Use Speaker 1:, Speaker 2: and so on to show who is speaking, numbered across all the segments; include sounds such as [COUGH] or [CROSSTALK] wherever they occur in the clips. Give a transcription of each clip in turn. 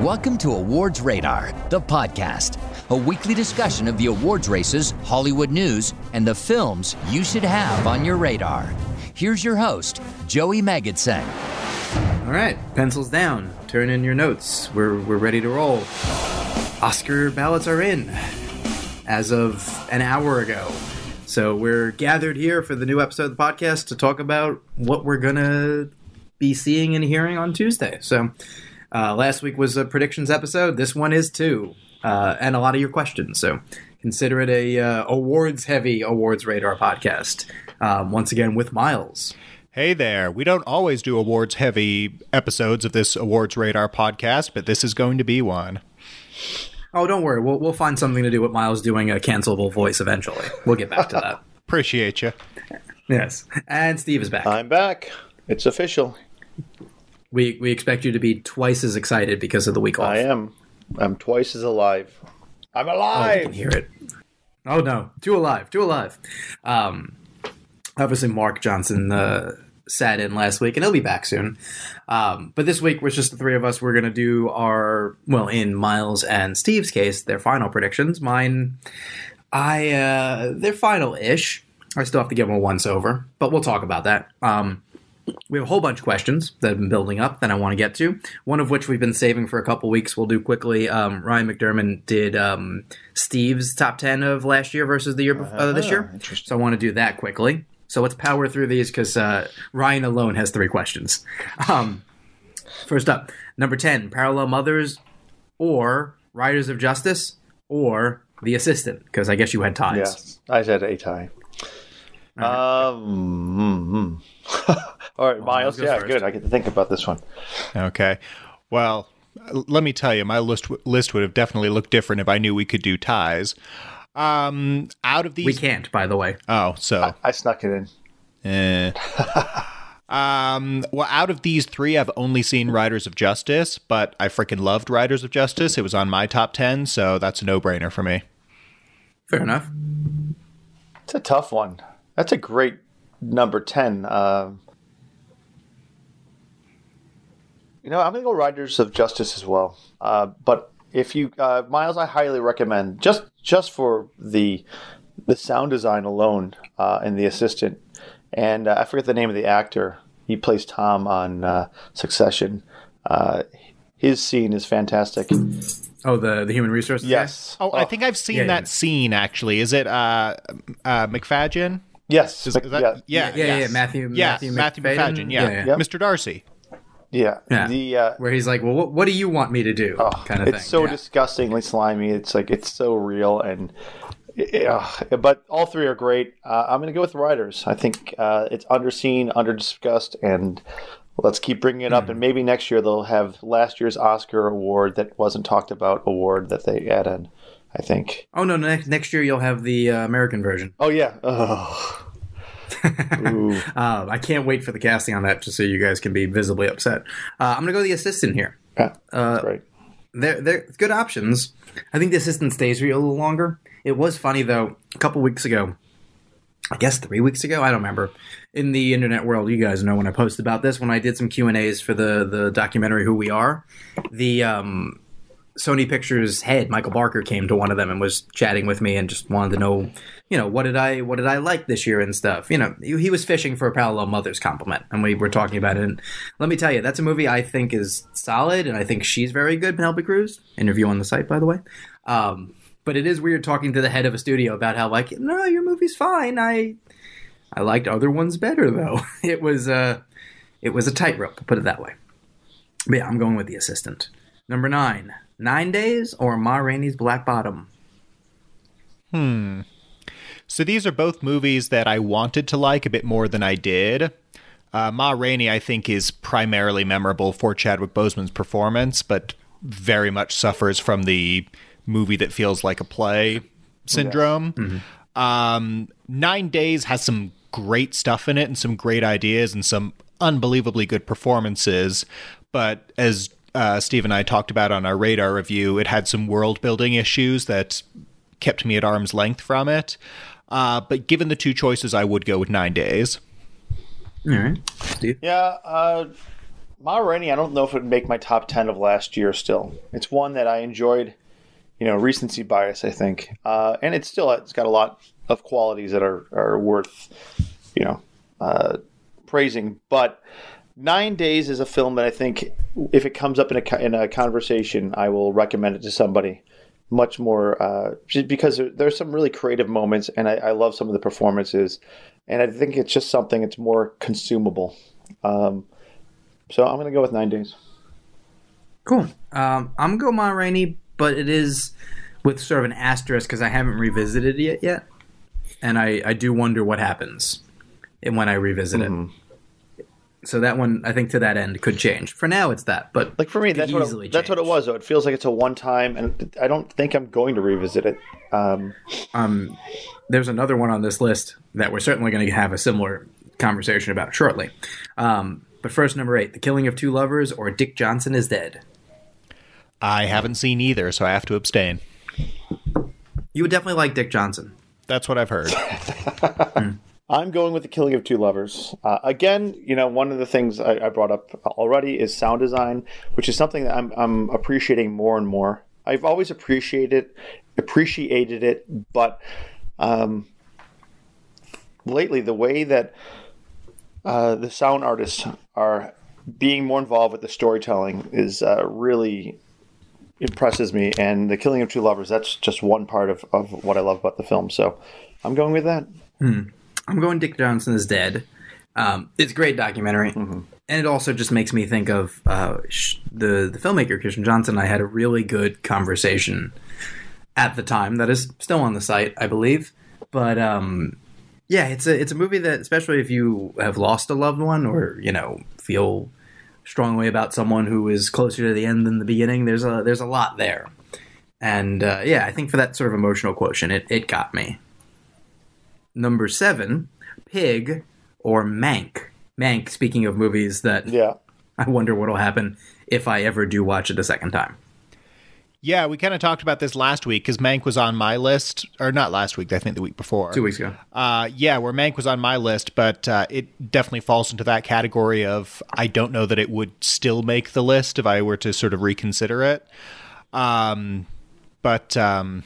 Speaker 1: Welcome to Awards Radar, the podcast, a weekly discussion of the awards races, Hollywood news, and the films you should have on your radar. Here's your host, Joey Magidson.
Speaker 2: All right, pencils down. Turn in your notes. We're we're ready to roll. Oscar ballots are in as of an hour ago. So we're gathered here for the new episode of the podcast to talk about what we're gonna be seeing and hearing on Tuesday. So uh, last week was a predictions episode. This one is too, uh, and a lot of your questions. So consider it a uh, awards heavy awards radar podcast. Um, once again with Miles.
Speaker 3: Hey there. We don't always do awards heavy episodes of this Awards Radar podcast, but this is going to be one.
Speaker 2: Oh, don't worry. We'll, we'll find something to do with Miles doing a cancelable voice eventually. We'll get back to that.
Speaker 3: Appreciate you.
Speaker 2: yes. And Steve is back.
Speaker 4: I'm back. It's official.
Speaker 2: we, we expect you to be twice as excited because of the week off.
Speaker 4: I am. I'm twice as alive. I'm
Speaker 2: I Oh, can
Speaker 4: alive.
Speaker 2: hear it. Oh, no. Too alive. Too alive. Um, obviously, Mark Johnson uh, sat in last week, and he'll be back soon. Um, but this week was just the three of us. We're going to do our, well, in Miles and Steve's case, their final predictions. Mine I uh, they're final ish. I still have to give them a once over, but we'll talk about that. Um, we have a whole bunch of questions that have been building up that I want to get to. One of which we've been saving for a couple weeks. We'll do quickly. Um, Ryan McDermott did um, Steve's top ten of last year versus the year bef- uh,
Speaker 4: Ah,
Speaker 2: this year, so I want to do that quickly. So let's power through these because uh, Ryan alone has three questions. Um, first up, number ten: Parallel Mothers or Riders of Justice or The Assistant? Because I guess you had ties.
Speaker 4: Yes, I said a tie. Um, [LAUGHS] mm, mm. all right, Miles.
Speaker 2: goes
Speaker 4: Yeah,
Speaker 2: first.
Speaker 4: good. I get to think about this one.
Speaker 3: Okay. Well, l- let me tell you, my list w- list would have definitely looked different if I knew we could do ties. Um, out of these,
Speaker 2: We can't, by the way.
Speaker 3: oh, so
Speaker 4: I snuck it in.
Speaker 3: eh. um, well, out of these three, I've only seen Riders of Justice, but I freaking loved Riders of Justice. It was on my top ten, so that's a no brainer for me.
Speaker 2: Fair enough.
Speaker 4: It's a tough one. That's a great number ten. Um, you know, I'm gonna go Riders of Justice as well. Uh, but if you, uh, Miles, I highly recommend just just for the the sound design alone uh, and the assistant, and uh, I forget the name of the actor. He plays Tom on uh, Succession. Uh, his scene is fantastic.
Speaker 2: Oh, the the human resources. guy?
Speaker 4: Yes.
Speaker 3: Oh, I think I've seen
Speaker 2: yeah,
Speaker 3: that
Speaker 2: yeah.
Speaker 3: scene actually. Is it uh, uh, McFadgen?
Speaker 4: Yes.
Speaker 3: Is, is that,
Speaker 4: yeah.
Speaker 3: yeah,
Speaker 2: Yeah, yeah,
Speaker 3: yes.
Speaker 2: yeah, Matthew-
Speaker 3: yes,
Speaker 2: Matthew
Speaker 3: Matthew
Speaker 2: McFadden?
Speaker 3: McFadgen, yeah,
Speaker 2: Yeah, yeah.
Speaker 4: Yep.
Speaker 3: Mr. Darcy.
Speaker 4: Yeah.
Speaker 2: Yeah.
Speaker 4: The uh,
Speaker 2: Where he's like, well, what, what do you want me to do?
Speaker 4: Oh,
Speaker 2: kind of
Speaker 4: it's
Speaker 2: thing.
Speaker 4: so
Speaker 2: Yeah.
Speaker 4: disgustingly slimy. It's like it's so real and. Yeah, but all three are great. Uh, I'm going to go with Riders. I think uh, it's underseen, underdiscussed, and let's keep bringing it up. And maybe next year they'll have last year's Oscar award that wasn't talked about award that they add in. I think.
Speaker 2: Oh no! Next next year you'll have the uh, American version.
Speaker 4: Oh yeah.
Speaker 2: [LAUGHS]
Speaker 4: Oh. Ooh.
Speaker 2: Uh, I can't wait for the casting on that, just so you guys can be visibly upset. Uh, I'm gonna go the assistant here.
Speaker 4: Yeah,
Speaker 2: Uh,
Speaker 4: that's great.
Speaker 2: they're they're good options. I think the assistant stays for you a little longer. It was funny though, a couple weeks ago, I guess three weeks ago, I don't remember. In the internet world, you guys know when I posted about this, when I did some Q and A's for the the documentary Who We Are, the um, Sony Pictures head Michael Barker came to one of them and was chatting with me and just wanted to know, you know, what did I what did I like this year and stuff. You know, he, he was fishing for a parallel mothers compliment, and we were talking about it. And let me tell you, that's a movie I think is solid, and I think she's very good, Penelope Cruz. Interview on the site, by the way. Um, but it is weird talking to the head of a studio about how like, no, your movie's fine. I I liked other ones better though. [LAUGHS] it was uh it was a tightrope, put it that way. But yeah, I'm going with the assistant. Number nine. Nine Days or Ma Rainey's Black Bottom?
Speaker 3: So these are both movies that I wanted to like a bit more than I did. Uh, Ma Rainey, I think, is primarily memorable for Chadwick Boseman's performance, but very much suffers from the movie that feels like a play syndrome. Um, Nine Days has some great stuff in it and some great ideas and some unbelievably good performances. But as uh, Steve and I talked about on our radar review, it had some world building issues that kept me at arm's length from it. Uh, but given the two choices, I would go with Nine Days.
Speaker 2: All right. Steve?
Speaker 4: Yeah, uh, Ma Rainey, I don't know if it would make my top 10 of last year still. It's one that I enjoyed, you know, recency bias, I think. Uh, and it's still, it's got a lot of qualities that are, are worth, you know, uh, praising. But Nine Days is a film that I think if it comes up in a, co- in a conversation, I will recommend it to somebody much more uh, just because there, there's some really creative moments and I, I love some of the performances. And I think it's just something that's more consumable. Um, so I'm going to go with nine days.
Speaker 2: Cool. Um, I'm gonna go Ma Rainey, but it is with sort of an asterisk because I haven't revisited it yet, and I I do wonder what happens, and when I revisit it. So that one, I think, to that end, could change. For now, it's that, but
Speaker 4: Like for me,
Speaker 2: Could
Speaker 4: that's what,
Speaker 2: easily
Speaker 4: it, that's what it
Speaker 2: change.
Speaker 4: was. Though it feels like it's a one time, and I don't think I'm going to revisit it. Um,
Speaker 2: um, there's another one on this list that we're certainly going to have a similar conversation about shortly. Um, but first, number eight: The Killing of Two Lovers, or Dick Johnson is Dead.
Speaker 3: I haven't seen either, so I have to abstain.
Speaker 2: You would definitely like Dick Johnson.
Speaker 3: That's what
Speaker 2: [LAUGHS]
Speaker 3: I've heard.
Speaker 4: I'm going with the killing of two lovers. Uh, again, you know, one of the things I, I brought up already is sound design, which is something that I'm, I'm appreciating more and more. I've always appreciated appreciated it, but um, lately the way that uh, the sound artists are being more involved with the storytelling is uh, really impresses me. And the killing of two lovers, that's just one part of, of what I love about the film. So I'm going with that.
Speaker 2: I'm going Dick Johnson is Dead. Um, it's a great documentary. And it also just makes me think of uh, sh- the, the filmmaker, Christian Johnson. and I had a really good conversation at the time that is still on the site, I believe. But um, yeah, it's a, it's a movie that, especially if you have lost a loved one or, you know, feel strongly about someone who is closer to the end than the beginning, there's a, there's a lot there. And uh, yeah, I think for that sort of emotional quotient, it, it got me. Number seven, Pig or Mank. Mank, speaking of movies that
Speaker 4: Yeah.
Speaker 2: I wonder what'll happen if I ever do watch it a second time.
Speaker 3: yeah, we kind of talked about this last week because Mank was on my list, or not last week, I think the week before.
Speaker 2: Two weeks ago.
Speaker 3: Uh, yeah, where Mank was on my list, but uh, it definitely falls into that category of I don't know that it would still make the list if I were to sort of reconsider it. Um, but um,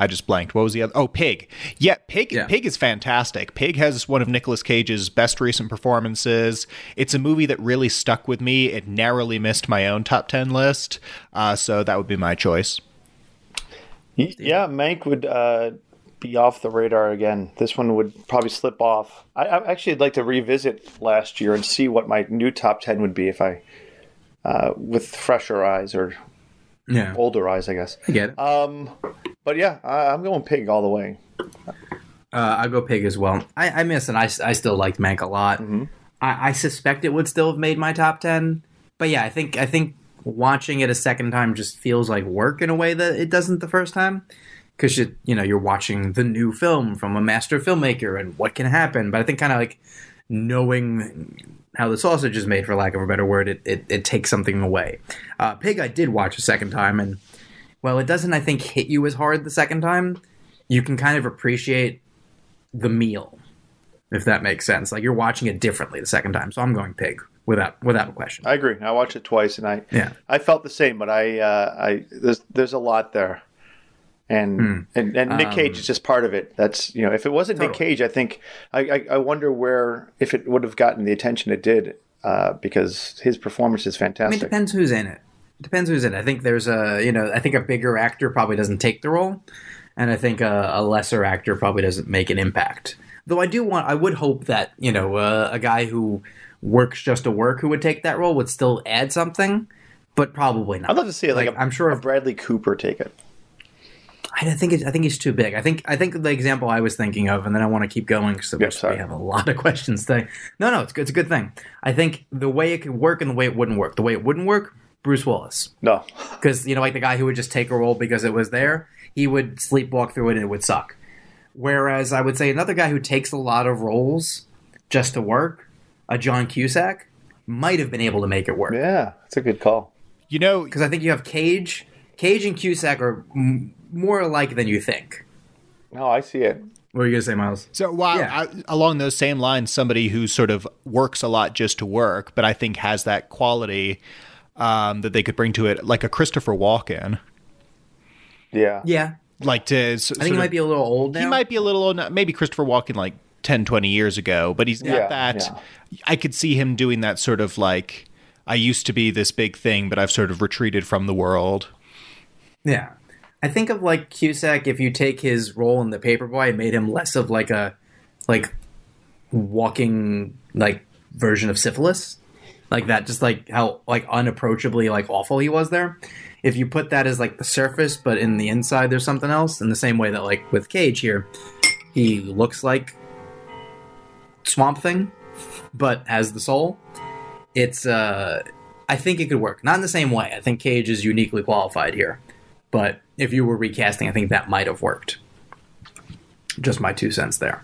Speaker 3: I just blanked. What was the other? Oh, Pig. Yeah, Pig.
Speaker 2: Yeah.
Speaker 3: Pig is fantastic. Pig has one of Nicolas Cage's best recent performances. It's a movie that really stuck with me. It narrowly missed my own top ten list, uh, so that would be my choice.
Speaker 4: Y- Yeah, Mank would uh, be off the radar again. This one would probably slip off. I, I actually would like to revisit last year and see what my new top ten would be if I, uh, with fresher eyes or
Speaker 2: Yeah.
Speaker 4: older eyes, I guess.
Speaker 2: I get it. Uh,
Speaker 4: Um, but yeah, I, I'm going pig all the way.
Speaker 2: Uh, I'll go Pig as well. I, I miss and I, s- I still liked Mank a lot. I, I suspect it would still have made my top 10. But yeah, I think I think watching it a second time just feels like work in a way that it doesn't the first time. because you you know you're watching the new film from a master filmmaker and what can happen. But I think kind of like knowing how the sausage is made, for lack of a better word, it it, it takes something away. Uh, Pig, I did watch a second time, and well, it doesn't I think hit you as hard the second time. You can kind of appreciate the meal, if that makes sense. Like you're watching it differently the second time. So I'm going Pig without without a question.
Speaker 4: I agree. I watched it twice and I
Speaker 2: Yeah.
Speaker 4: I felt the same. But I uh, I there's there's a lot there. And,
Speaker 2: Hmm.
Speaker 4: and and Nick Cage is just part of it. That's you know, if it wasn't Nick
Speaker 2: Um, Totally.
Speaker 4: Cage, I think I, I, I wonder where if it would have gotten the attention it did uh, because his performance is
Speaker 2: I mean,
Speaker 4: fantastic.
Speaker 2: it depends who's in it. It Depends who's in it. I think there's a, you know, I think a bigger actor probably doesn't take the role, and I think a, a lesser actor probably doesn't make an impact. Though I do want, I would hope that you know, uh, a guy who works just to work who would take that role would still add something, but probably not.
Speaker 4: I'd love to see it like,
Speaker 2: Like,
Speaker 4: a,
Speaker 2: I'm sure
Speaker 4: a
Speaker 2: if- [LAUGHS]
Speaker 4: [LAUGHS]
Speaker 2: What were you gonna say, Miles?
Speaker 3: So, wow,
Speaker 2: Yeah.
Speaker 3: I- along those same lines, somebody who sort of works a lot just to work, but I think has that quality um, that they could bring to it, like a Christopher Walken,
Speaker 4: Yeah.
Speaker 2: Yeah,
Speaker 3: like to. s-
Speaker 2: I think
Speaker 3: sort
Speaker 2: he
Speaker 3: of-
Speaker 2: might be a little old now.
Speaker 3: He might be a little old now. Maybe Christopher Walken, like 10, 20 years ago, but he's
Speaker 4: Yeah,
Speaker 3: got that. I could see him doing that sort of like, I used to be this big thing, but I've sort of retreated from the world.
Speaker 2: Yeah. I think of like Cusack if you take his role in the paperboy and made him less of like a like walking like version of syphilis. Like that, just like how like unapproachably like awful he was there. If you put that as like the surface, but in the inside there's something else, in the same way that like with Cage here, he looks like Swamp Thing, but has the soul. It's uh I think it could work. Not in the same way. I think Cage is uniquely qualified here. But if you were recasting, I think that might have worked. Just my two cents there.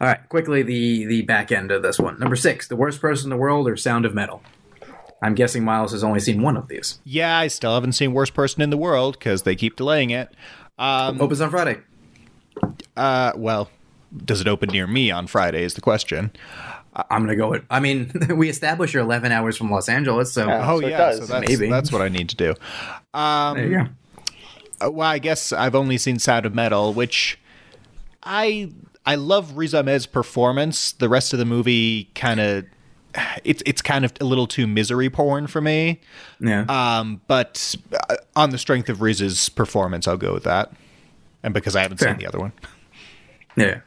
Speaker 2: All right, quickly the the back end of this one. Number six, the worst person in the world or Sound of Metal. I'm guessing Miles has only seen one of these.
Speaker 3: Yeah, I still haven't seen Worst Person in the World because they keep delaying it.
Speaker 2: Opens on Friday.
Speaker 3: Uh, well, does it open near me on Friday is the question.
Speaker 2: I'm gonna go with. I mean, [LAUGHS] we established you're 11 hours from Los Angeles, so
Speaker 4: Yeah.
Speaker 3: Oh
Speaker 4: So it
Speaker 3: yeah,
Speaker 4: does.
Speaker 3: so that's,
Speaker 2: Maybe.
Speaker 3: that's what I need to do.
Speaker 2: there you go.
Speaker 3: Uh, well, I guess I've only seen Sound of Metal, which I I love Riz Ahmed's performance. The rest of the movie kind of it's it's kind of a little too misery porn for me.
Speaker 2: Yeah.
Speaker 3: Um, but uh, on the strength of Riz's performance, I'll go with that. And because I haven't
Speaker 2: Fair.
Speaker 3: seen the other one, [LAUGHS]
Speaker 2: yeah.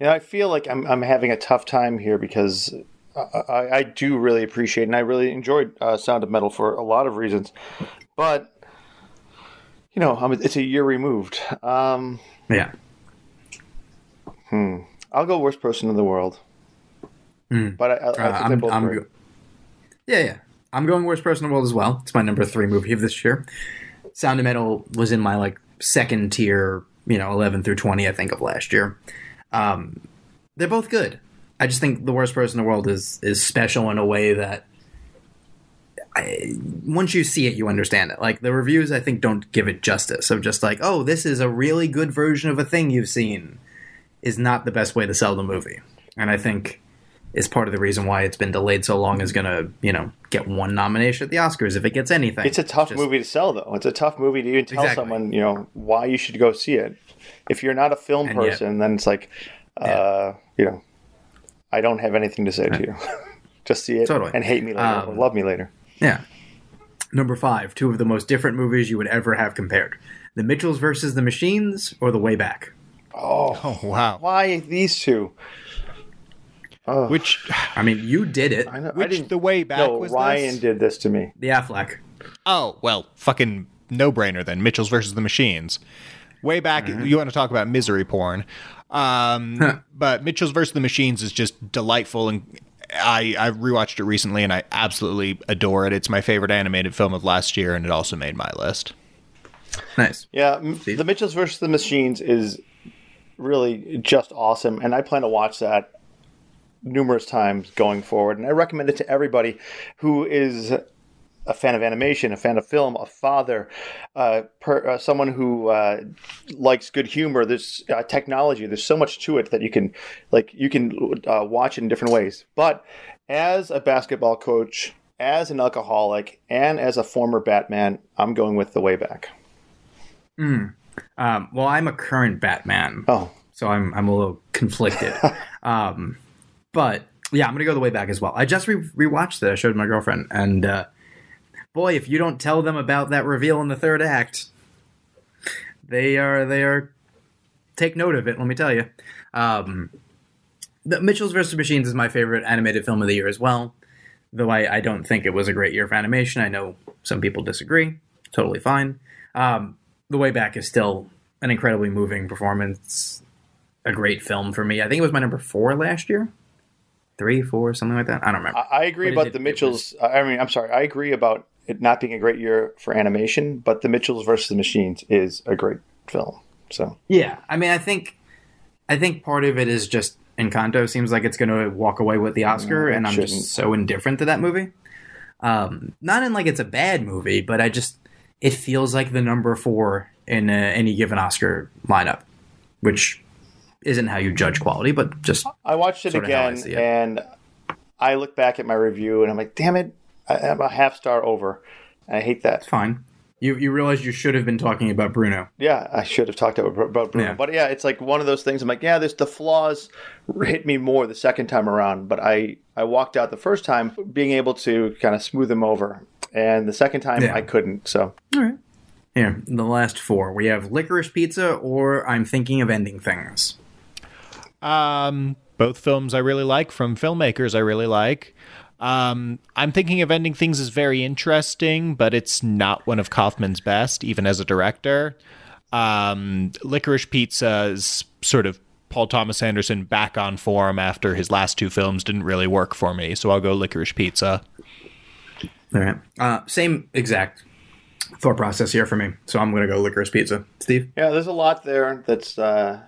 Speaker 4: Yeah, I feel like I'm, I'm having a tough time here because I, I, I do really appreciate and I really enjoyed uh, Sound of Metal for a lot of reasons, but you know, I'm, it's a year removed. Um,
Speaker 2: Yeah.
Speaker 4: I'll go worst person in the world, but I, I, I
Speaker 2: Uh,
Speaker 4: think they
Speaker 2: I'm,
Speaker 4: both
Speaker 2: I'm
Speaker 4: great.
Speaker 2: go- yeah, yeah. I'm going worst person in the world as well. It's my number three movie of this year. Sound of Metal was in my like second tier, you know, 11 through 20, I think, of last year. Um, they're both good. I just think the worst person in the world is is special in a way that I, once you see it, you understand it. Like the reviews, I think, don't give it justice. Of just like, oh, this is a really good version of a thing you've seen, is not the best way to sell the movie. And I think is part of the reason why it's been delayed so long. Is going to you know get one nomination at the Oscars if it gets anything.
Speaker 4: It's a tough
Speaker 2: Just-
Speaker 4: movie to sell, though. It's a tough movie to even tell
Speaker 2: Exactly.
Speaker 4: someone, you know, why you should go see it. If you're not a film
Speaker 2: And yet-
Speaker 4: person, then it's like, uh, you know, I don't have anything to
Speaker 2: [LAUGHS]
Speaker 4: say to you. [LAUGHS] Just see it
Speaker 2: Totally.
Speaker 4: and hate me later or
Speaker 2: Um,
Speaker 4: love me later.
Speaker 2: Yeah. Number five, two of the most different movies you would ever have compared: The Mitchells versus the Machines or The Way Back.
Speaker 3: oh wow,
Speaker 4: Why these two?
Speaker 3: which
Speaker 2: I mean, you did it.
Speaker 4: I know. I
Speaker 3: which
Speaker 4: didn't.
Speaker 3: the way back
Speaker 4: no,
Speaker 3: was
Speaker 4: Ryan
Speaker 3: this?
Speaker 4: did this to me.
Speaker 2: The Affleck.
Speaker 3: Oh, well, fucking no brainer then. Mitchell's versus the Machines. Way back, you want to talk about misery porn. Um, but Mitchell's versus the Machines is just delightful. And I, I rewatched it recently and I absolutely adore it. It's my favorite animated film of last year and it also made my list.
Speaker 2: Nice.
Speaker 4: Yeah, m- the Mitchells versus the Machines is really just awesome, and I plan to watch that numerous times going forward. And I recommend it to everybody who is a fan of animation, a fan of film, a father, uh, per, uh, someone who uh, likes good humor. There's uh, technology. There's so much to it that you can, like, you can uh, watch it in different ways. But as a basketball coach. As an alcoholic and as a former Batman, I'm going with the way back.
Speaker 2: Um, well, I'm a current Batman,
Speaker 4: Oh,
Speaker 2: so I'm I'm a little conflicted. um, but yeah, I'm gonna go the way back as well. I just re- rewatched it. I showed my girlfriend, and uh, boy, if you don't tell them about that reveal in the third act, they are they are take note of it. Let me tell you. Um, the Mitchell's vs. Machines is my favorite animated film of the year as well. Though I, I don't think it was a great year for animation. I know some people disagree. Totally fine. Um, the Way Back is still an incredibly moving performance, a great film for me. I think it was my number four last year, three, four, something like that. I don't remember.
Speaker 4: I- I agree
Speaker 2: But it
Speaker 4: about
Speaker 2: did-
Speaker 4: the
Speaker 2: it
Speaker 4: Mitchells. I mean, I'm sorry. I agree about it not being a great year for animation, but the Mitchells versus the Machines is a great film. So
Speaker 2: Yeah, I mean, I think, I think part of it is just Encanto seems like it's going to walk away with the Oscar,
Speaker 4: Mm, it
Speaker 2: and I'm
Speaker 4: shouldn't.
Speaker 2: just so indifferent to that movie. Um, not in like it's a bad movie, but I just it feels like the number four in uh any given Oscar lineup, which isn't how you judge quality, but just
Speaker 4: I watched it
Speaker 2: Sorta how I
Speaker 4: again,
Speaker 2: see it.
Speaker 4: and I look back at my review, and I'm like, damn it, I, I'm a half star over, and I hate that.
Speaker 2: fine. You you realize you should have been talking about Bruno.
Speaker 4: Yeah, I should have talked about, about Bruno,
Speaker 2: Yeah.
Speaker 4: but yeah, it's like one of those things. I'm like, yeah, there's the flaws hit me more the second time around, but I I walked out the first time being able to kind of smooth them over, and the second time
Speaker 2: Yeah.
Speaker 4: I couldn't. So
Speaker 2: Here, the last four. We have licorice pizza, or I'm thinking of ending things.
Speaker 3: Um, both films I really like from filmmakers I really like. Um, I'm thinking of ending things is very interesting, but it's not one of Kaufman's best, even as a director. Um, Licorice Pizza is sort of Paul Thomas Anderson back on form after his last two films didn't really work for me, so I'll go Licorice Pizza.
Speaker 2: All right. Uh, same exact thought process here for me. So I'm going to go licorice pizza. Steve?
Speaker 4: yeah, there's a lot there that's. Uh,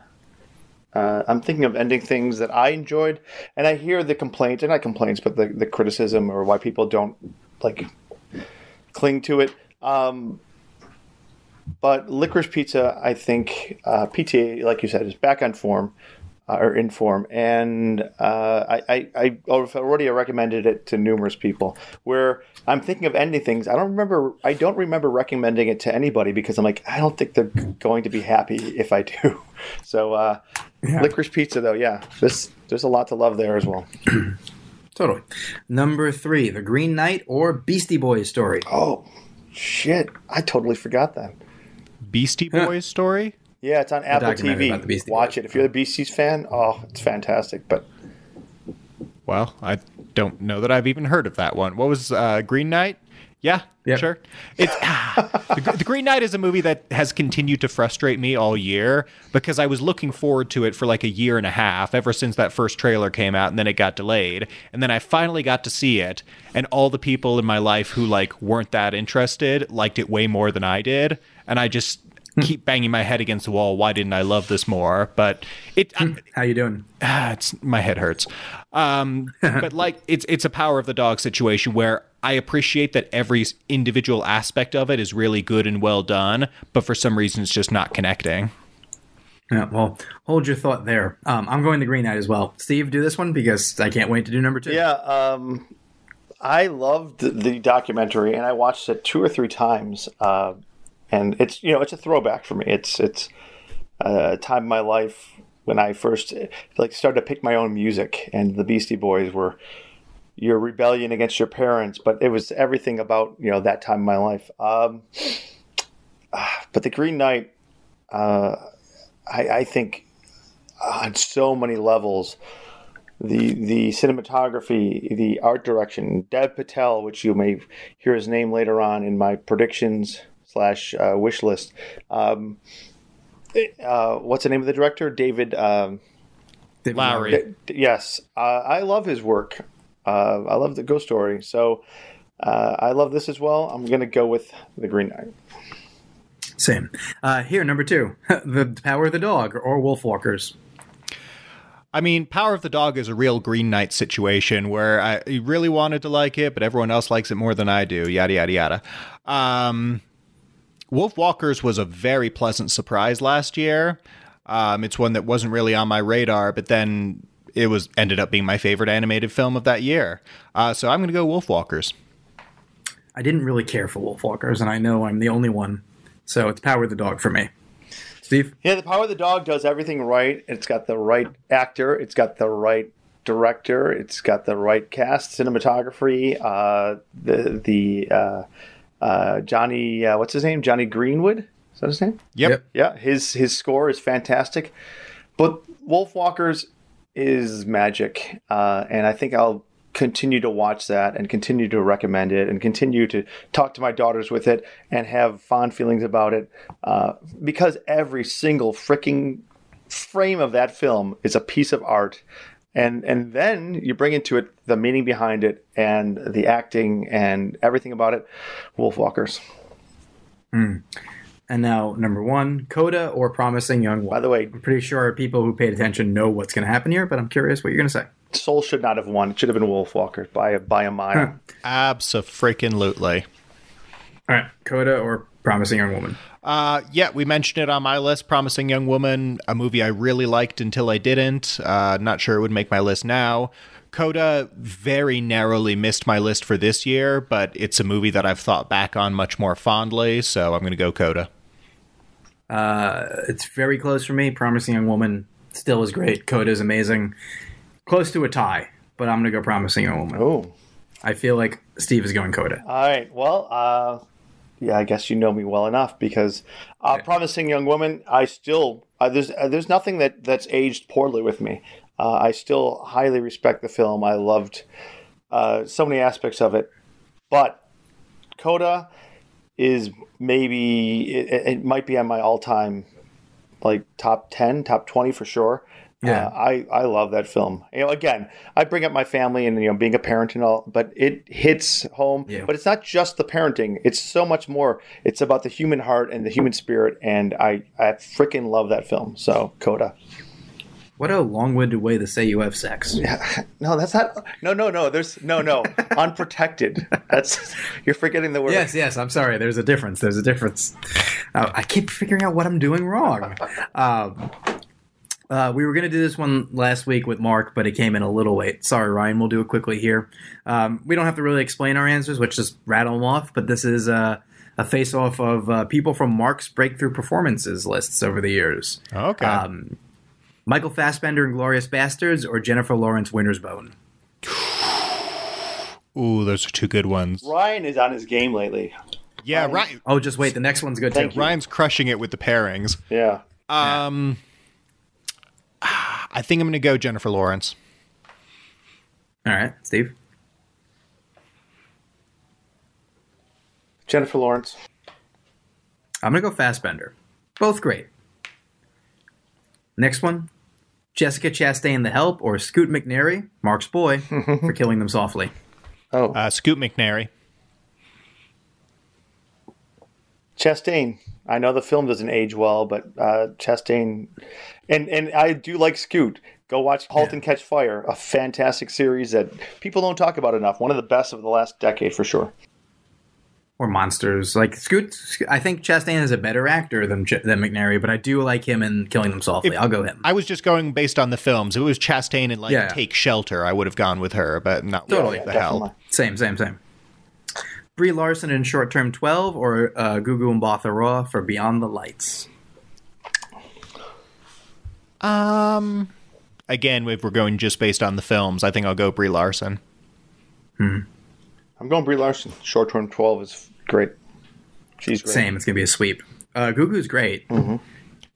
Speaker 4: uh, I'm thinking of ending things that I enjoyed, and I hear the complaint, and not complaints, but the, the criticism or why people don't like cling to it. Um, but licorice pizza, I think uh, PTA, like you said, is back on form uh, or in form, and uh, I, I, I already recommended it to numerous people. Where I'm thinking of ending things, I don't remember. I don't remember recommending it to anybody because I'm like, I don't think they're going to be happy if I do. [LAUGHS] So, uh, licorice pizza, though, yeah, there's there's a lot to love there as well.
Speaker 2: Totally. Number three, The Green Knight or Beastie Boys story.
Speaker 4: Oh shit, I totally forgot that.
Speaker 3: Beastie Boys story?
Speaker 4: Yeah, it's on Apple
Speaker 2: documentary about the
Speaker 4: TV.
Speaker 2: Beastie
Speaker 4: Watch
Speaker 2: Boys.
Speaker 4: it if you're the Beasties fan. Oh, it's fantastic. But
Speaker 3: Well, I don't know that I've even heard of that one. What was uh, Green Knight? Yeah,
Speaker 2: Yep.
Speaker 3: sure. It's ah, the, Gr- the Green Knight is a movie that has continued to frustrate me all year because I was looking forward to it for like a year and a half ever since that first trailer came out and then it got delayed and then I finally got to see it and all the people in my life who like weren't that interested liked it way more than I did and I just keep banging my head against the wall why didn't I love this more but it I,
Speaker 2: How you doing?
Speaker 3: ah, it's my head hurts. Um, but like it's it's a power of the dog situation where I appreciate that every s- individual aspect of it is really good and well done, but for some reason it's just not connecting.
Speaker 2: Yeah, well, hold your thought there. Um, I'm going The Green Knight as well. Steve, do this one because I can't wait to do number two.
Speaker 4: yeah, um, I loved the documentary and I watched it two or three times. Uh, and it's you know it's a throwback for me. It's it's uh, a time in my life when I first like started to pick my own music, and the Beastie Boys were your rebellion against your parents, but it was everything about you know that time in my life. Um, ah, but the Green Knight, uh, I, I think on so many levels, the the cinematography, the art direction, Dev Patel, which you may hear his name later on in my predictions slash uh, wish list. Um, uh, what's the name of the director? David. Um,
Speaker 2: David
Speaker 3: Lowry.
Speaker 4: yes, uh, I love his work. Uh, I love the Ghost Story. So uh, I love this as well. I'm going to go with The Green Knight.
Speaker 2: Same. Uh, here, number two, [LAUGHS] The Power of the Dog or Wolf Walkers.
Speaker 3: I mean, Power of the Dog is a real Green Knight situation where I I really wanted to like it, but everyone else likes it more than I do. Yada yada yada. Um, Wolf Walkers was a very pleasant surprise last year. Um, it's one that wasn't really on my radar, but then it was ended up being my favorite animated film of that year. Uh, so I'm going to go Wolf Walkers.
Speaker 2: I didn't really care for Wolf Walkers, and I know I'm the only one. So it's Power of the Dog for me. Steve?
Speaker 4: Yeah, The Power of the Dog does everything right. It's got the right actor, it's got the right director, it's got the right cast, cinematography, uh, the the uh, uh, Johnny, uh, what's his name? Johnny Greenwood? Is that his name?
Speaker 3: Yep.
Speaker 4: Yeah, his his score is fantastic, but Wolf Walkers is magic, uh, and I think I'll continue to watch that and continue to recommend it and continue to talk to my daughters with it and have fond feelings about it uh, because every single freaking frame of that film is a piece of art and and then you bring into it the meaning behind it and the acting and everything about it wolf walkers
Speaker 2: And now, number one, Coda or Promising Young
Speaker 4: by
Speaker 2: Woman.
Speaker 4: the way
Speaker 2: I'm pretty sure people who paid attention know what's going to happen here, but I'm curious what you're going to say.
Speaker 4: Soul should not have won. It should have been Wolf Walker by a by a mile.
Speaker 3: Abso freaking lootly.
Speaker 2: All right, Coda or Promising Young Woman.
Speaker 3: Uh, yeah, we mentioned it on my list. Promising Young Woman, a movie I really liked until I didn't. Uh, not sure it would make my list now. Coda very narrowly missed my list for this year, but it's a movie that I've thought back on much more fondly, so I'm going to go Coda.
Speaker 2: Uh, It's very close for me. Promising Young Woman still is great. Coda is amazing. Close to a tie, but I'm gonna go Promising Young Woman.
Speaker 4: Oh.
Speaker 2: I feel like Steve is going Coda.
Speaker 4: All right. Well, uh, yeah, I guess you know me well enough because uh, promising young woman. I still uh, there's uh, there's nothing that that's aged poorly with me. Uh, I still highly respect the film. I loved uh, so many aspects of it, but Coda is maybe it, it- it might be on my all time like top ten, top twenty for sure.
Speaker 2: Yeah.
Speaker 4: Uh, I, I love that film. You know, again, I bring up my family and you know being a parent and all, but it hits home.
Speaker 2: Yeah.
Speaker 4: But it's not just the parenting; it's so much more. It's about the human heart and the human spirit, and I I freaking love that film. So Coda.
Speaker 2: What a long-winded way to say you have sex.
Speaker 4: No, that's not. No, no, no. There's
Speaker 2: [LAUGHS]
Speaker 4: no, no. Unprotected. That's you're forgetting the word.
Speaker 2: Yes, yes. I'm sorry. There's a difference. There's a difference. Uh, I keep figuring out what I'm doing wrong. Um, uh, we were going to do this one last week with Mark, but it came in a little late. Sorry, Ryan. We'll do it quickly here. Um, we don't have to really explain our answers, which just rattle them off. But this is uh, a face-off of uh, people from Mark's breakthrough performances lists over the years.
Speaker 3: Okay.
Speaker 2: Um, Michael Fassbender in Glorious Bastards or Jennifer Lawrence Winter's Bone.
Speaker 3: Ooh, those are two good ones.
Speaker 4: Ryan is on his game lately.
Speaker 3: Yeah, Ryan,
Speaker 2: Oh, just wait. The next one's good
Speaker 4: Thank
Speaker 2: too.
Speaker 4: you.
Speaker 3: Ryan's crushing it with the pairings.
Speaker 4: Yeah.
Speaker 3: Um, [SIGHS] I think I'm going to go Jennifer Lawrence.
Speaker 2: All right, Steve.
Speaker 4: Jennifer Lawrence.
Speaker 2: I'm gonna go Fassbender. Both great. Next one, Jessica Chastain, The Help, or Scoot McNairy, Mark's boy, for killing them softly.
Speaker 4: Oh,
Speaker 3: Uh, Scoot McNairy.
Speaker 4: Chastain. I know the film doesn't age well, but uh, Chastain, and and I do like Scoot. Go watch *Halt and Catch Fire*, a fantastic series that people don't talk about enough. One of the best of the last decade for sure.
Speaker 2: Or monsters like Scoot. Sc- I think Chastain is a better actor than Ch- than McNairy, but I do like him in Killing Them Softly. I'll go him.
Speaker 3: I was just going based on the films. If it was Chastain and like
Speaker 2: Yeah.
Speaker 3: Take Shelter, I would have gone with her, but not
Speaker 2: Totally.
Speaker 3: with the
Speaker 4: Definitely.
Speaker 3: hell.
Speaker 2: Same, same, same. Brie Larson in Short Term 12 or uh, Gugu Mbatha Raw for Beyond the Lights.
Speaker 3: Again, if we're going just based on the films, I think I'll go Brie Larson.
Speaker 4: I'm going Brie Larson. Short term twelve is great. She's great. Mm-hmm.
Speaker 2: Same. It's gonna be a sweep. Uh, Gugu's great,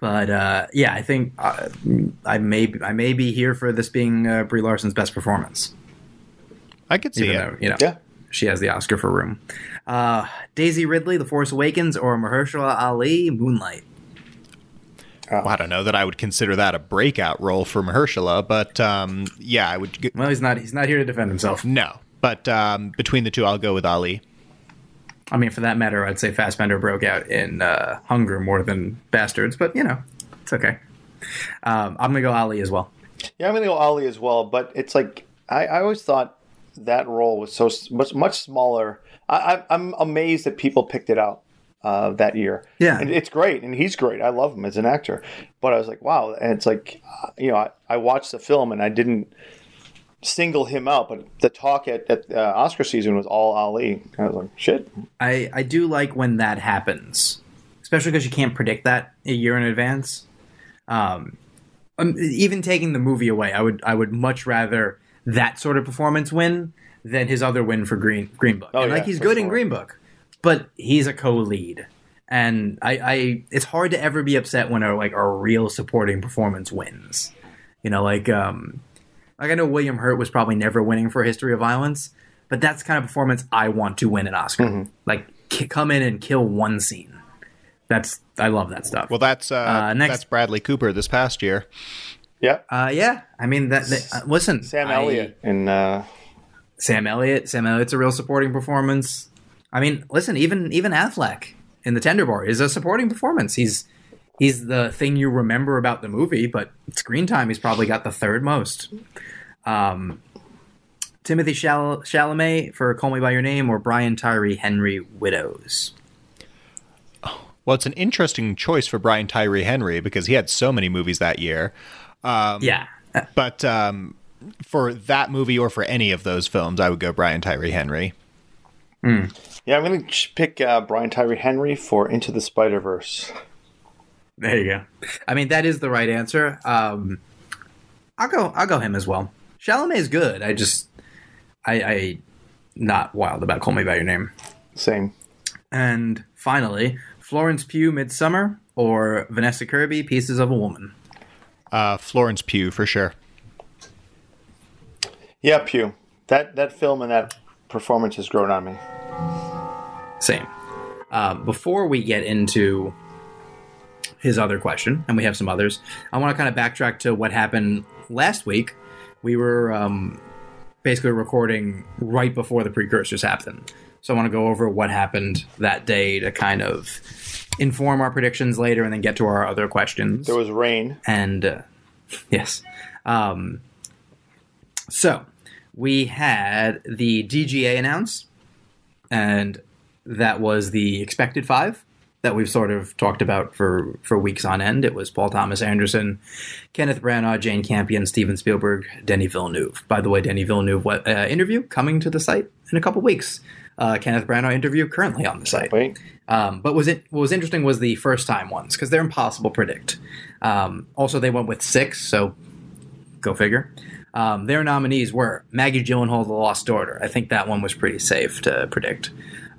Speaker 2: but uh, yeah, I think uh, I may I may be here for this being uh, Brie Larson's best performance,
Speaker 3: I could see
Speaker 2: even
Speaker 3: it.
Speaker 2: though you know
Speaker 4: Yeah.
Speaker 2: she has the Oscar for Room. Uh, Daisy Ridley, The Force Awakens, or Mahershala Ali, Moonlight.
Speaker 3: Well, I don't know that I would consider that a breakout role for Mahershala, but um, yeah, I would. Go-
Speaker 2: Well, he's not he's not here to defend himself.
Speaker 3: no, but um, between the two, I'll go with Ali.
Speaker 2: I mean, for that matter, I'd say Fassbender broke out in uh, Hunger more than Bastards, but you know, it's okay. Um, I'm gonna go Ali as well.
Speaker 4: Yeah, I'm gonna go Ali as well, but it's like I, I always thought that role was so s- much much smaller. I, I, I'm amazed that people picked it out uh, that year.
Speaker 2: Yeah.
Speaker 4: and it's great, and he's great. I love him as an actor, but I was like, wow, and it's like, uh, you know, I, I watched the film and I didn't single him out, but the talk at, at uh, Oscar season was all Ali. I was like, shit,
Speaker 2: I, I do like when that happens, especially because you can't predict that a year in advance. Um, um, even taking the movie away, I would I would much rather that sort of performance win than his other win for Green Green Book.
Speaker 4: Oh,
Speaker 2: and
Speaker 4: yeah,
Speaker 2: like he's
Speaker 4: for
Speaker 2: good in
Speaker 4: sure.
Speaker 2: Green Book, but he's a co-lead, and I, I it's hard to ever be upset when a like a real supporting performance wins. You know, like um, like I know William Hurt was probably never winning for History of Violence, but that's the kind of performance I want to win an Oscar. Like k- come in and kill one scene. That's I love that stuff.
Speaker 3: Well, that's uh,
Speaker 2: Uh, next-
Speaker 3: that's Bradley Cooper this past year.
Speaker 4: yeah,
Speaker 2: uh, yeah, I mean that. that uh, listen,
Speaker 4: Sam
Speaker 2: I-
Speaker 4: Elliott and uh,
Speaker 2: Sam Elliott. Sam Elliott's a real supporting performance. I mean, listen, even even Affleck in the Tender Bar is a supporting performance. He's he's the thing you remember about the movie, but screen time he's probably got the third most. Um, Timothy Chal- Chalamet for Call Me by Your Name or Brian Tyree Henry Widows.
Speaker 3: Well, it's an interesting choice for Brian Tyree Henry because he had so many movies that year.
Speaker 2: yeah, Uh,
Speaker 3: But um, for that movie or for any of those films, I would go Brian Tyree Henry.
Speaker 4: Yeah, I'm going to ch- pick uh, Brian Tyree Henry for Into the Spider Verse.
Speaker 2: there you go. I mean, that is the right answer. Um, I'll go. I'll go him as well. Chalamet is good. I just, I, I, not wild about Call Me by Your Name.
Speaker 4: Same.
Speaker 2: And finally, Florence Pugh, Midsummer, or Vanessa Kirby, Pieces of a Woman.
Speaker 3: Uh, Florence Pugh for sure.
Speaker 4: Yeah, Pew. That that film and that performance has grown on me.
Speaker 2: Same. Uh, before we get into his other question, and we have some others, I want to kind of backtrack to what happened last week. We were um, basically recording right before the precursors happened. So I want to go over what happened that day to kind of inform our predictions later and then get to our other questions.
Speaker 4: There was rain.
Speaker 2: and uh, yes um, so we had the dga announce and that was the expected five that we've sort of talked about for, for weeks on end it was paul thomas anderson kenneth branagh jane campion steven spielberg denny villeneuve by the way denny villeneuve what, uh, interview coming to the site in a couple weeks uh, kenneth branagh interview currently on the site
Speaker 4: Wait.
Speaker 2: um, but was it what was interesting was the first time ones because they're impossible to predict. Um, also, they went with six, so go figure. Um, their nominees were Maggie Gyllenhaal, The Lost Daughter. I think that one was pretty safe to predict.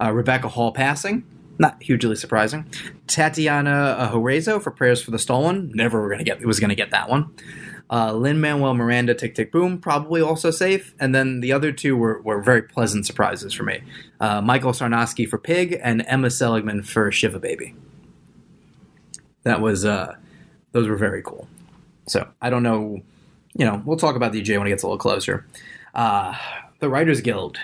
Speaker 2: Uh, Rebecca Hall passing, not hugely surprising. Tatiana Horezo for Prayers for the Stolen. Never were gonna get was gonna get that one. Uh, Lin Manuel Miranda, Tick Tick Boom, probably also safe. And then the other two were, were very pleasant surprises for me. Uh, Michael Sarnowski for Pig and Emma Seligman for Shiva Baby. That was uh, those were very cool. So I don't know, you know, we'll talk about DJ when it gets a little closer. Uh, the Writers Guild,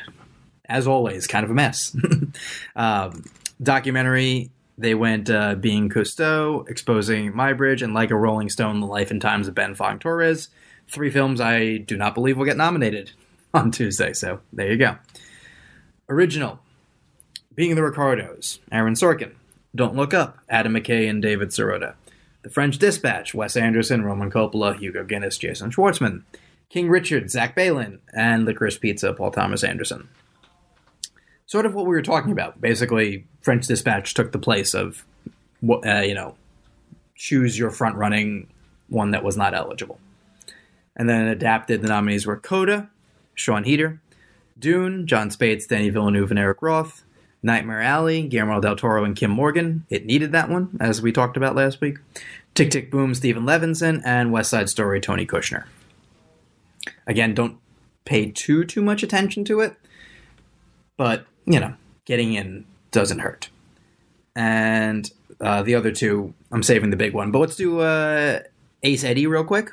Speaker 2: as always, kind of a mess. [LAUGHS] um, documentary. They went uh, being Cousteau, exposing Mybridge, and like a Rolling Stone, the life and times of Ben Fong Torres. Three films I do not believe will get nominated [LAUGHS] on Tuesday. So there you go. Original, being the Ricardos, Aaron Sorkin. Don't Look Up, Adam McKay and David Sirota. The French Dispatch, Wes Anderson, Roman Coppola, Hugo Guinness, Jason Schwartzman. King Richard, Zach Balin, and Licorice Pizza, Paul Thomas Anderson. Sort of what we were talking about. Basically, French Dispatch took the place of, wh- uh, you know, choose your front running one that was not eligible. And then adapted, the nominees were Coda, Sean Heater, Dune, John Spates, Danny Villeneuve, and Eric Roth. Nightmare Alley, Guillermo del Toro, and Kim Morgan. It needed that one, as we talked about last week. Tick Tick Boom, Steven Levinson, and West Side Story, Tony Kushner. Again, don't pay too too much attention to it, but you know, getting in doesn't hurt. And uh, the other two, I'm saving the big one, but let's do uh, Ace Eddie real quick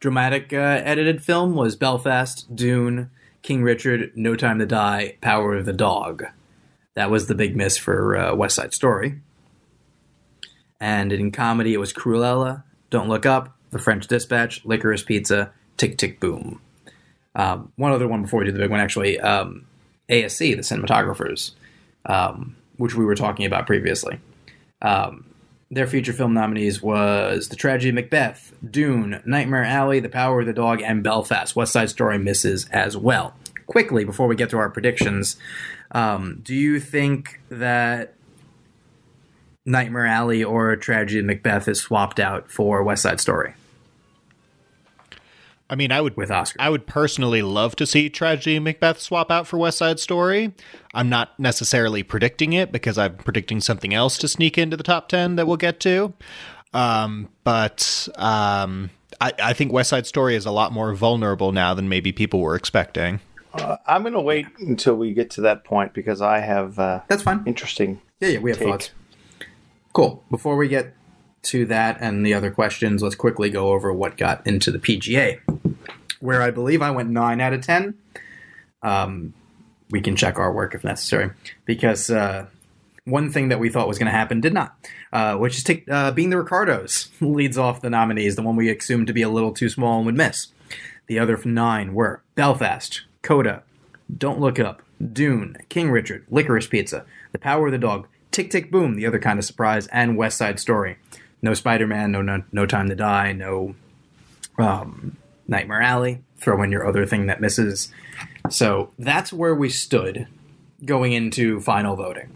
Speaker 2: dramatic uh, edited film was Belfast, Dune, King Richard, No Time to Die, Power of the Dog. That was the big miss for uh, West Side Story. And in comedy, it was Cruella, Don't Look Up, The French Dispatch, Licorice Pizza, Tick Tick Boom. Um, one other one before we do the big one, actually um, ASC, the cinematographers, um, which we were talking about previously. Um, Their feature film nominees was The Tragedy of Macbeth, Dune, Nightmare Alley, The Power of the Dog, and Belfast. West Side Story misses as well. Quickly, before we get to our predictions, um, do you think that Nightmare Alley or Tragedy of Macbeth is swapped out for West Side Story
Speaker 3: I mean, I would
Speaker 2: with Oscar?
Speaker 3: I would personally love to see Tragedy and Macbeth swap out for West Side Story. I'm not necessarily predicting it because I'm predicting something else to sneak into the top 10 that we'll get to. Um, but um, I, I think West Side Story is a lot more vulnerable now than maybe people were expecting.
Speaker 4: I'm going to wait until we get to that point because I have uh,
Speaker 2: That's fine.
Speaker 4: interesting.
Speaker 2: Yeah, yeah, we have
Speaker 4: take.
Speaker 2: thoughts. Cool. Before we get to that and the other questions, let's quickly go over what got into the PGA, where I believe I went nine out of ten. Um, we can check our work if necessary, because uh, one thing that we thought was going to happen did not, uh, which is take, [LAUGHS] uh, being the Ricardos leads off the nominees, the one we assumed to be a little too small and would miss. The other nine were Belfast, Coda, Don't Look Up, Dune, King Richard, Licorice Pizza, The Power of the Dog, Tick Tick Boom, The Other Kind of Surprise, and West Side Story. No Spider Man, no, no No Time to Die, no um, Nightmare Alley. Throw in your other thing that misses. So that's where we stood going into final voting.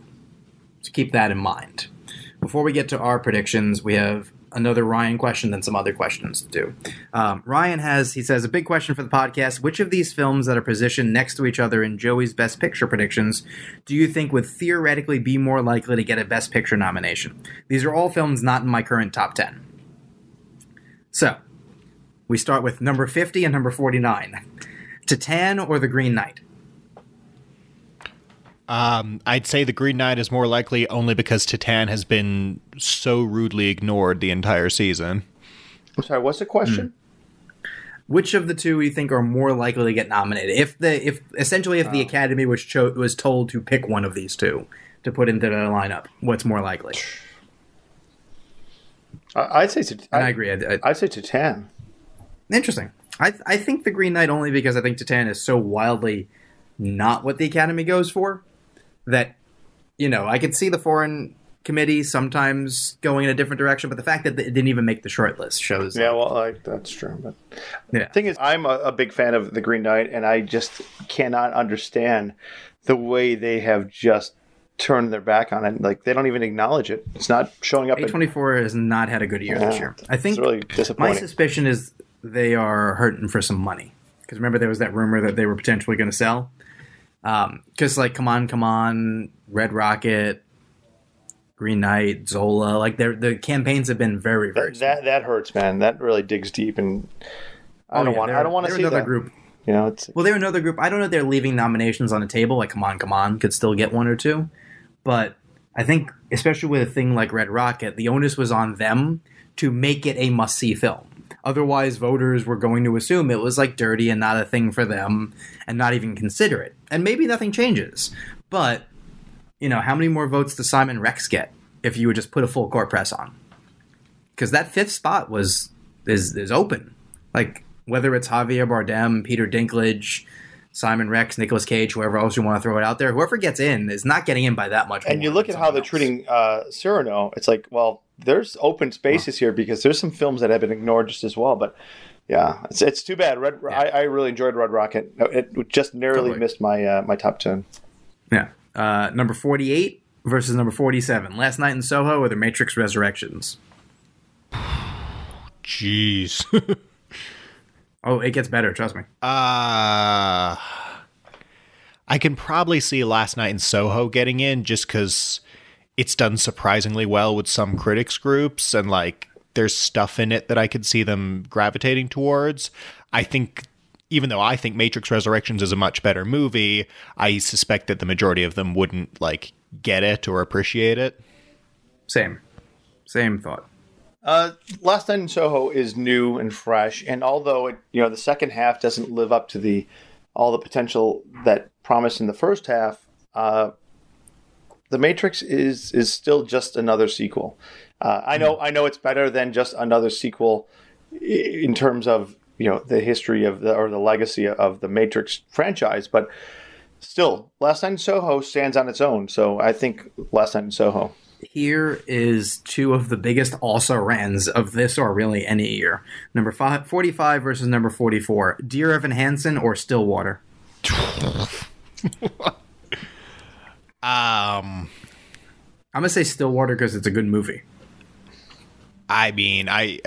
Speaker 2: So keep that in mind. Before we get to our predictions, we have another Ryan question and some other questions to do. Um, Ryan has, he says, a big question for the podcast. Which of these films that are positioned next to each other in Joey's Best Picture predictions do you think would theoretically be more likely to get a Best Picture nomination? These are all films not in my current top 10. So, we start with number 50 and number 49 Titan or The Green Knight?
Speaker 3: Um, I'd say the Green Knight is more likely only because Titan has been so rudely ignored the entire season.
Speaker 4: I'm sorry, what's the question?
Speaker 2: which of the two you think are more likely to get nominated? If the if essentially if the
Speaker 4: Oh.
Speaker 2: Academy was cho- was told to pick one of these two to put into the lineup, what's more likely?
Speaker 4: I, I'd say Tit-
Speaker 2: And Hmm. I, agree. I, I-
Speaker 4: I'd say Titan.
Speaker 2: interesting. I I think the Green Knight only because I think Titan is so wildly not what the Academy goes for that you know I could see the foreign committee sometimes going in a different direction, but the fact that it didn't even make the short list shows.
Speaker 4: Yeah, well, I, that's true. But
Speaker 2: Yeah.
Speaker 4: thing is, I'm a, a big fan of the Green Knight, and I just cannot understand the way they have just turned their back on it. Like they don't even acknowledge it. It's not showing up.
Speaker 2: A
Speaker 4: in-
Speaker 2: twenty four has not had a good year this
Speaker 4: Yeah.
Speaker 2: year. I think
Speaker 4: It's really
Speaker 2: My
Speaker 4: disappointing.
Speaker 2: suspicion is they are hurting for some money because remember there was that rumor that they were potentially going to sell. Because like, come on, come on, Red Rocket, Green Knight, Zola, like their the campaigns have been very very.
Speaker 4: that that hurts, man. That really digs deep, and I
Speaker 2: Oh,
Speaker 4: don't
Speaker 2: yeah,
Speaker 4: want.
Speaker 2: they're-
Speaker 4: I don't want to
Speaker 2: they're
Speaker 4: see
Speaker 2: another
Speaker 4: that.
Speaker 2: group.
Speaker 4: You know, it's
Speaker 2: Well, they're another group. I don't know if they're leaving nominations on the table. Like, come on, come on, could still get one or two. But I think, especially with a thing like Red Rocket, the onus was on them to make it a must see film. Otherwise, voters were going to assume it was like dirty and not a thing for them and not even consider it. And maybe nothing changes. But, you know, how many more votes does Simon Rex get if you would just put a full court press on? Because that fifth spot was is is open. Like whether it's Javier Bardem, Peter Dinklage, Simon Rex, Nicolas Cage, whoever else you want to throw it out there, whoever gets in is not getting in by that much.
Speaker 4: and
Speaker 2: more
Speaker 4: you look
Speaker 2: than
Speaker 4: at how
Speaker 2: someone
Speaker 4: they're
Speaker 2: else.
Speaker 4: treating uh, Cyrano. It's like, well, there's open spaces here because there's some films that have been ignored just as well. But yeah, it's, it's too bad. Red, I, I really enjoyed Red Rocket. It just narrowly
Speaker 2: Totally.
Speaker 4: missed my uh, my top ten.
Speaker 2: Yeah. Uh, number 48 versus number 47. Last Night in Soho or The Matrix Resurrections?
Speaker 3: Jeez.
Speaker 2: Oh, it gets better, trust me.
Speaker 3: Uh, I can probably see Last Night in Soho getting in just because it's done surprisingly well with some critics groups and like there's stuff in it that I could see them gravitating towards. I think, even though I think Matrix Resurrections is a much better movie, I suspect that the majority of them wouldn't like get it or appreciate it.
Speaker 2: Same. Same thought.
Speaker 4: Uh, Last Night in Soho is new and fresh, and although it, you know, the second half doesn't live up to the all the potential that promised in the first half, uh, The Matrix is is still just another sequel. Uh, I know, I know, it's better than just another sequel i- in terms of you know the history of the or the legacy of the Matrix franchise, but still, Last Night in Soho stands on its own. So I think Last Night in Soho.
Speaker 2: Here is two of the biggest also rans of this or really any year. Number five, 45 versus number 44. Dear Evan Hansen or Stillwater?
Speaker 3: Um,
Speaker 2: I'm going to say Stillwater because it's a good movie.
Speaker 3: I mean, I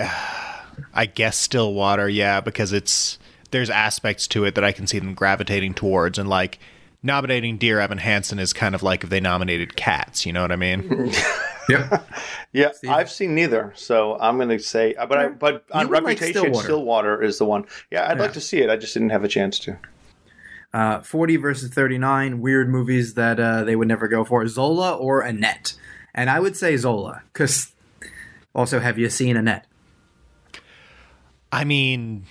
Speaker 3: [SIGHS] I guess Stillwater, yeah, because it's there's aspects to it that I can see them gravitating towards, and like nominating Dear Evan Hansen is kind of like if they nominated Cats, you know what I mean?
Speaker 2: Yep.
Speaker 4: Yeah, I've seen neither, so I'm going to say, uh, but I, but on
Speaker 2: would like
Speaker 4: reputation, Stillwater.
Speaker 2: Stillwater.
Speaker 4: is the one. Yeah, I'd like
Speaker 2: Yeah.
Speaker 4: to see it. I just didn't have a chance to.
Speaker 2: Uh, 40 versus 39 weird movies that uh, they would never go for zola or annette and i would say zola because also have you seen annette
Speaker 3: I mean,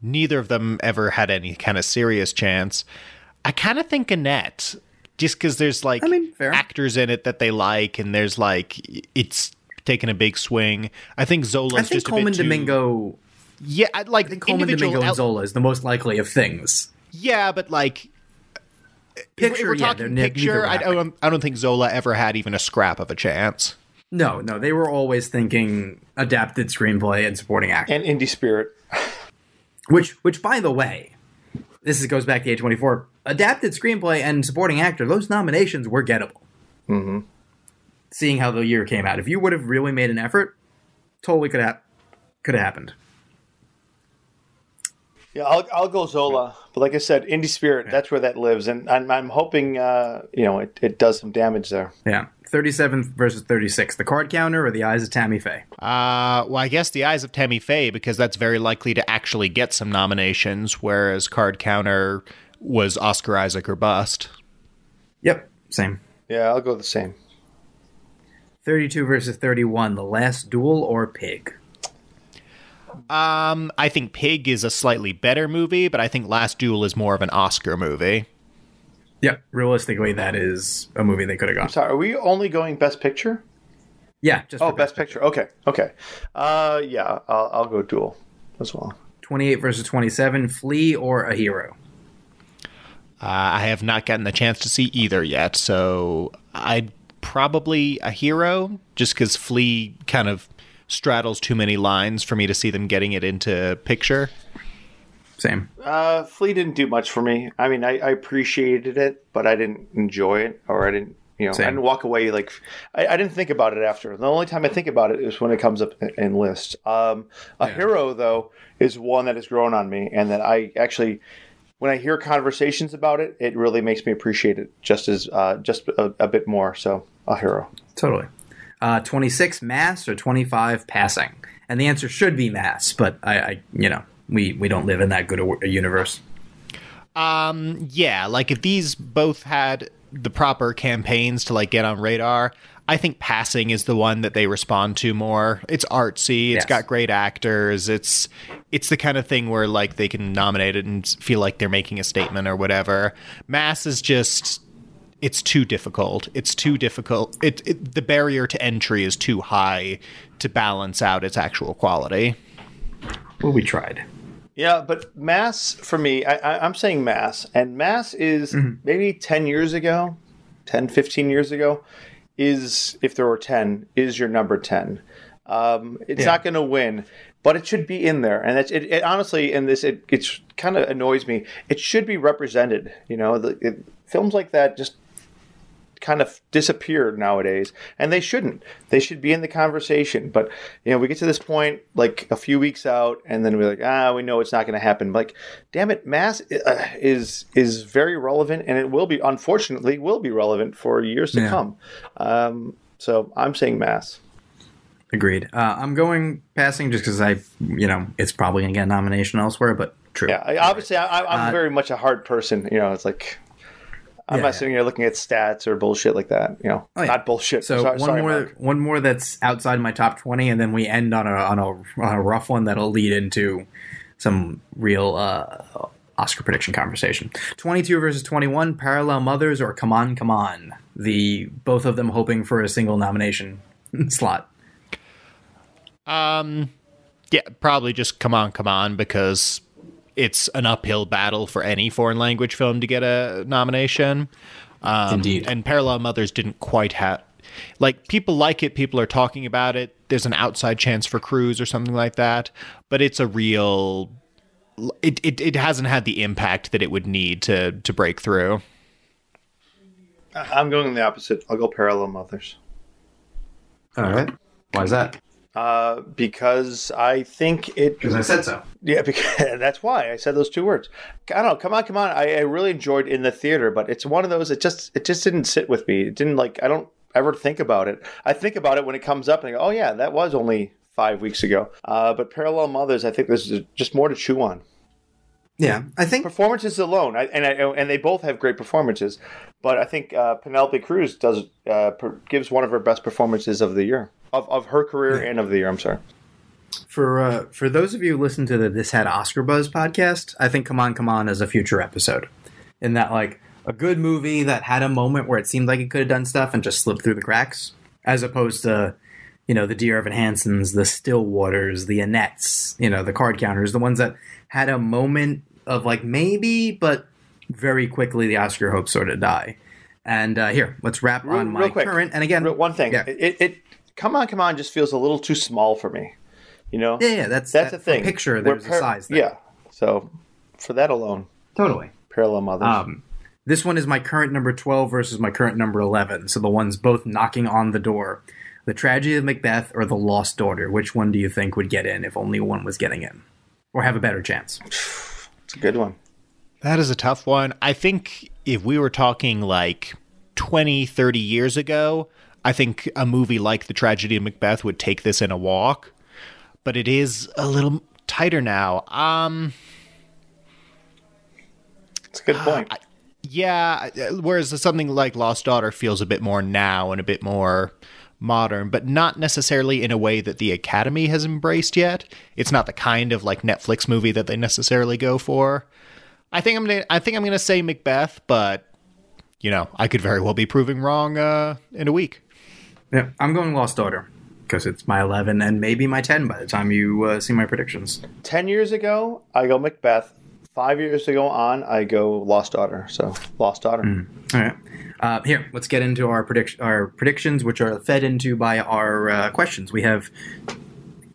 Speaker 3: neither of them ever had any kind of serious chance. I kind of think Annette, just because there's like
Speaker 2: I mean, fair.
Speaker 3: actors in it that they like, and there's like it's taken a big swing. I think Zola's
Speaker 2: i think
Speaker 3: just a bit
Speaker 2: coleman
Speaker 3: too-
Speaker 2: domingo
Speaker 3: yeah, I- like
Speaker 2: I think Coleman,
Speaker 3: individual
Speaker 2: Domingo,
Speaker 3: el-
Speaker 2: and Zola is the most likely of things.
Speaker 3: Yeah, but like if
Speaker 2: Picture,
Speaker 3: we're
Speaker 2: yeah,
Speaker 3: talking
Speaker 2: they're ne-
Speaker 3: picture.
Speaker 2: neither
Speaker 3: I, I
Speaker 2: happened.
Speaker 3: don't, I don't think Zola ever had even a scrap of a chance.
Speaker 2: No, no, they were always thinking adapted screenplay and supporting actor.
Speaker 4: and indie spirit.
Speaker 2: Which, which, by the way, this is, goes back to A twenty four. Adapted screenplay and supporting actor; those nominations were gettable. Seeing how the year came out, if you would have really made an effort, totally could have could have happened.
Speaker 4: Yeah, I'll, I'll go Zola, but like I said, indie spirit. That's where that lives, and I'm, I'm hoping uh, you know it, it does some damage there.
Speaker 2: Yeah, thirty seventh versus thirty sixth. The card counter or the eyes of Tammy Faye.
Speaker 3: Uh, well, I guess the eyes of Tammy Faye because that's very likely to actually get some nominations, whereas Card Counter was Oscar Isaac or bust.
Speaker 2: Yep, same.
Speaker 4: Yeah, I'll go the same.
Speaker 2: Thirty two versus thirty one. The last duel or pig.
Speaker 3: Um, I think Pig is a slightly better movie, but I think Last Duel is more of an Oscar movie.
Speaker 2: Yep, realistically, that is a movie they could have gone.
Speaker 4: Sorry, are we only going Best Picture?
Speaker 2: Yeah, just
Speaker 4: Oh, Best Picture. Okay, okay. Uh, yeah, I'll, I'll go Duel as well.
Speaker 2: twenty eight versus twenty seven. Flea or a hero.
Speaker 3: Uh, I have not gotten the chance to see either yet, so I'm probably a hero just because Flea kind of straddles too many lines for me to see them getting it into picture.
Speaker 2: Same.
Speaker 4: Uh, Flea didn't do much for me. I mean, I, I appreciated it, but I didn't enjoy it, or I didn't, you know,
Speaker 2: Same.
Speaker 4: I didn't walk away like I, I didn't think about it after. The only time I think about it is when it comes up in- in lists. Um, a hero though is one that has grown on me, and that I actually, when I hear conversations about it, it really makes me appreciate it just as uh, just a, a bit more. So, a hero.
Speaker 2: Totally. Uh, 26 mass or 25 passing? And the answer should be mass, but I, I you know, we, we don't live in that good a, wor- a universe.
Speaker 3: Um, yeah, like if these both had the proper campaigns to like get on radar, I think passing is the one that they respond to more. It's artsy, It's
Speaker 2: Yes.
Speaker 3: got great actors, it's it's the kind of thing where like they can nominate it and feel like they're making a statement or whatever. Mass is just it's too difficult. It's too difficult. It, it the barrier to entry is too high to balance out its actual quality.
Speaker 2: Well, we tried.
Speaker 4: Yeah, but mass for me, I, I, I'm saying mass, and mass is maybe 10 years ago, 10, 15 years ago, is if there were 10, is your number 10. Um, it's not going to win, but it should be in there. And it's, it, it honestly, in this, it it's kind of annoys me. It should be represented. You know, the, it, films like that just kind of disappeared nowadays and they shouldn't they should be in the conversation but you know we get to this point like a few weeks out and then we're like ah we know it's not going to happen like damn it mass uh, is is very relevant and it will be unfortunately will be relevant for years to
Speaker 2: Yeah.
Speaker 4: come um, so i'm saying mass
Speaker 2: Agreed. Uh, I'm going passing just because I, you know, it's probably going to get a nomination elsewhere, but true.
Speaker 4: yeah I, obviously I, i'm
Speaker 2: Uh,
Speaker 4: very much a hard person you know it's like i'm
Speaker 2: Yeah,
Speaker 4: not
Speaker 2: yeah.
Speaker 4: sitting here looking at stats or bullshit like that you know
Speaker 2: Oh, yeah.
Speaker 4: not bullshit
Speaker 2: So
Speaker 4: sorry,
Speaker 2: one
Speaker 4: sorry,
Speaker 2: more,
Speaker 4: Mark.
Speaker 2: one more that's outside my top twenty, and then we end on a on a, on a rough one that'll lead into some real uh, Oscar prediction conversation. Twenty two versus twenty one, parallel mothers or come on, come on. The both of them hoping for a single nomination [LAUGHS] slot.
Speaker 3: Um, yeah, probably just come on, come on, because it's an uphill battle for any foreign language film to get a nomination. Um,
Speaker 2: Indeed.
Speaker 3: And Parallel Mothers didn't quite have. Like, people like it, people are talking about it. There's an outside chance for Cruz or something like that, but it's a real. It, it, it hasn't had the impact that it would need to to break through.
Speaker 4: i'm going the opposite i'll go parallel mothers
Speaker 2: All right. Why is that?
Speaker 4: Uh, because I think it.
Speaker 2: Because I said so.
Speaker 4: Yeah, [LAUGHS] because that's why I said those two words. I don't know. Come on, come on. I, I really enjoyed in the theater, but it's one of those. It just it just didn't sit with me. It didn't like. I don't ever think about it. I think about it when it comes up, and I go, oh yeah, that was only five weeks ago. Uh, but Parallel Mothers, I think there's just more to chew on.
Speaker 2: Yeah, I think
Speaker 4: Performances alone, I, and I, and they both have great performances, but I think uh, Penelope Cruz does uh, per, gives one of her best performances of the year, of of her career and of the year. I'm sorry.
Speaker 2: for uh, for those of you who listen to the This Had Oscar Buzz podcast, I think Come On Come On is a future episode. In that, like a good movie that had a moment where it seemed like it could have done stuff and just slipped through the cracks, as opposed to you know, the Dear Evan Hansen's, the Stillwaters, the Annettes, you know, the card counters, the ones that had a moment of like maybe, but very quickly the Oscar hopes sort of die. And uh, here, let's wrap
Speaker 4: Real-
Speaker 2: on my
Speaker 4: real quick.
Speaker 2: current. And again,
Speaker 4: But one thing,
Speaker 2: yeah,
Speaker 4: it, it come on, come on, just feels a little too small for me. You know,
Speaker 2: yeah, yeah, that's
Speaker 4: that's
Speaker 2: that-
Speaker 4: the thing.
Speaker 2: For picture,
Speaker 4: We're
Speaker 2: there's
Speaker 4: par-
Speaker 2: a size. There.
Speaker 4: Yeah, so for that alone,
Speaker 2: totally.
Speaker 4: parallel mothers.
Speaker 2: Um, this one is my current number 12 versus my current number 11. So the ones both knocking on the door. The Tragedy of Macbeth or The Lost Daughter. Which one do you think would get in if only one was getting in? Or have a better chance?
Speaker 4: it's a good one.
Speaker 3: That is a tough one. I think if we were talking like 20, 30 years ago, I think a movie like The Tragedy of Macbeth would take this in a walk, but it is a little tighter now. Um
Speaker 4: It's a
Speaker 2: uh,
Speaker 4: good point.
Speaker 3: yeah, uh, whereas something like Lost Daughter feels a bit more now and a bit more modern, but not necessarily in a way that the Academy has embraced yet. It's not the kind of like Netflix movie that they necessarily go for. I think I'm gonna, I think I'm going to say Macbeth, but you know, I could very well be proving wrong uh, in a week.
Speaker 2: Yeah, I'm going Lost Daughter because it's my 11 and maybe my 10 by the time you uh, see my predictions.
Speaker 4: Ten years ago, I go Macbeth. Five years ago on, I go Lost Daughter. So Lost Daughter.
Speaker 2: Mm. All right. Uh, here, let's get into our prediction, our predictions, which are fed into by our uh, questions. We have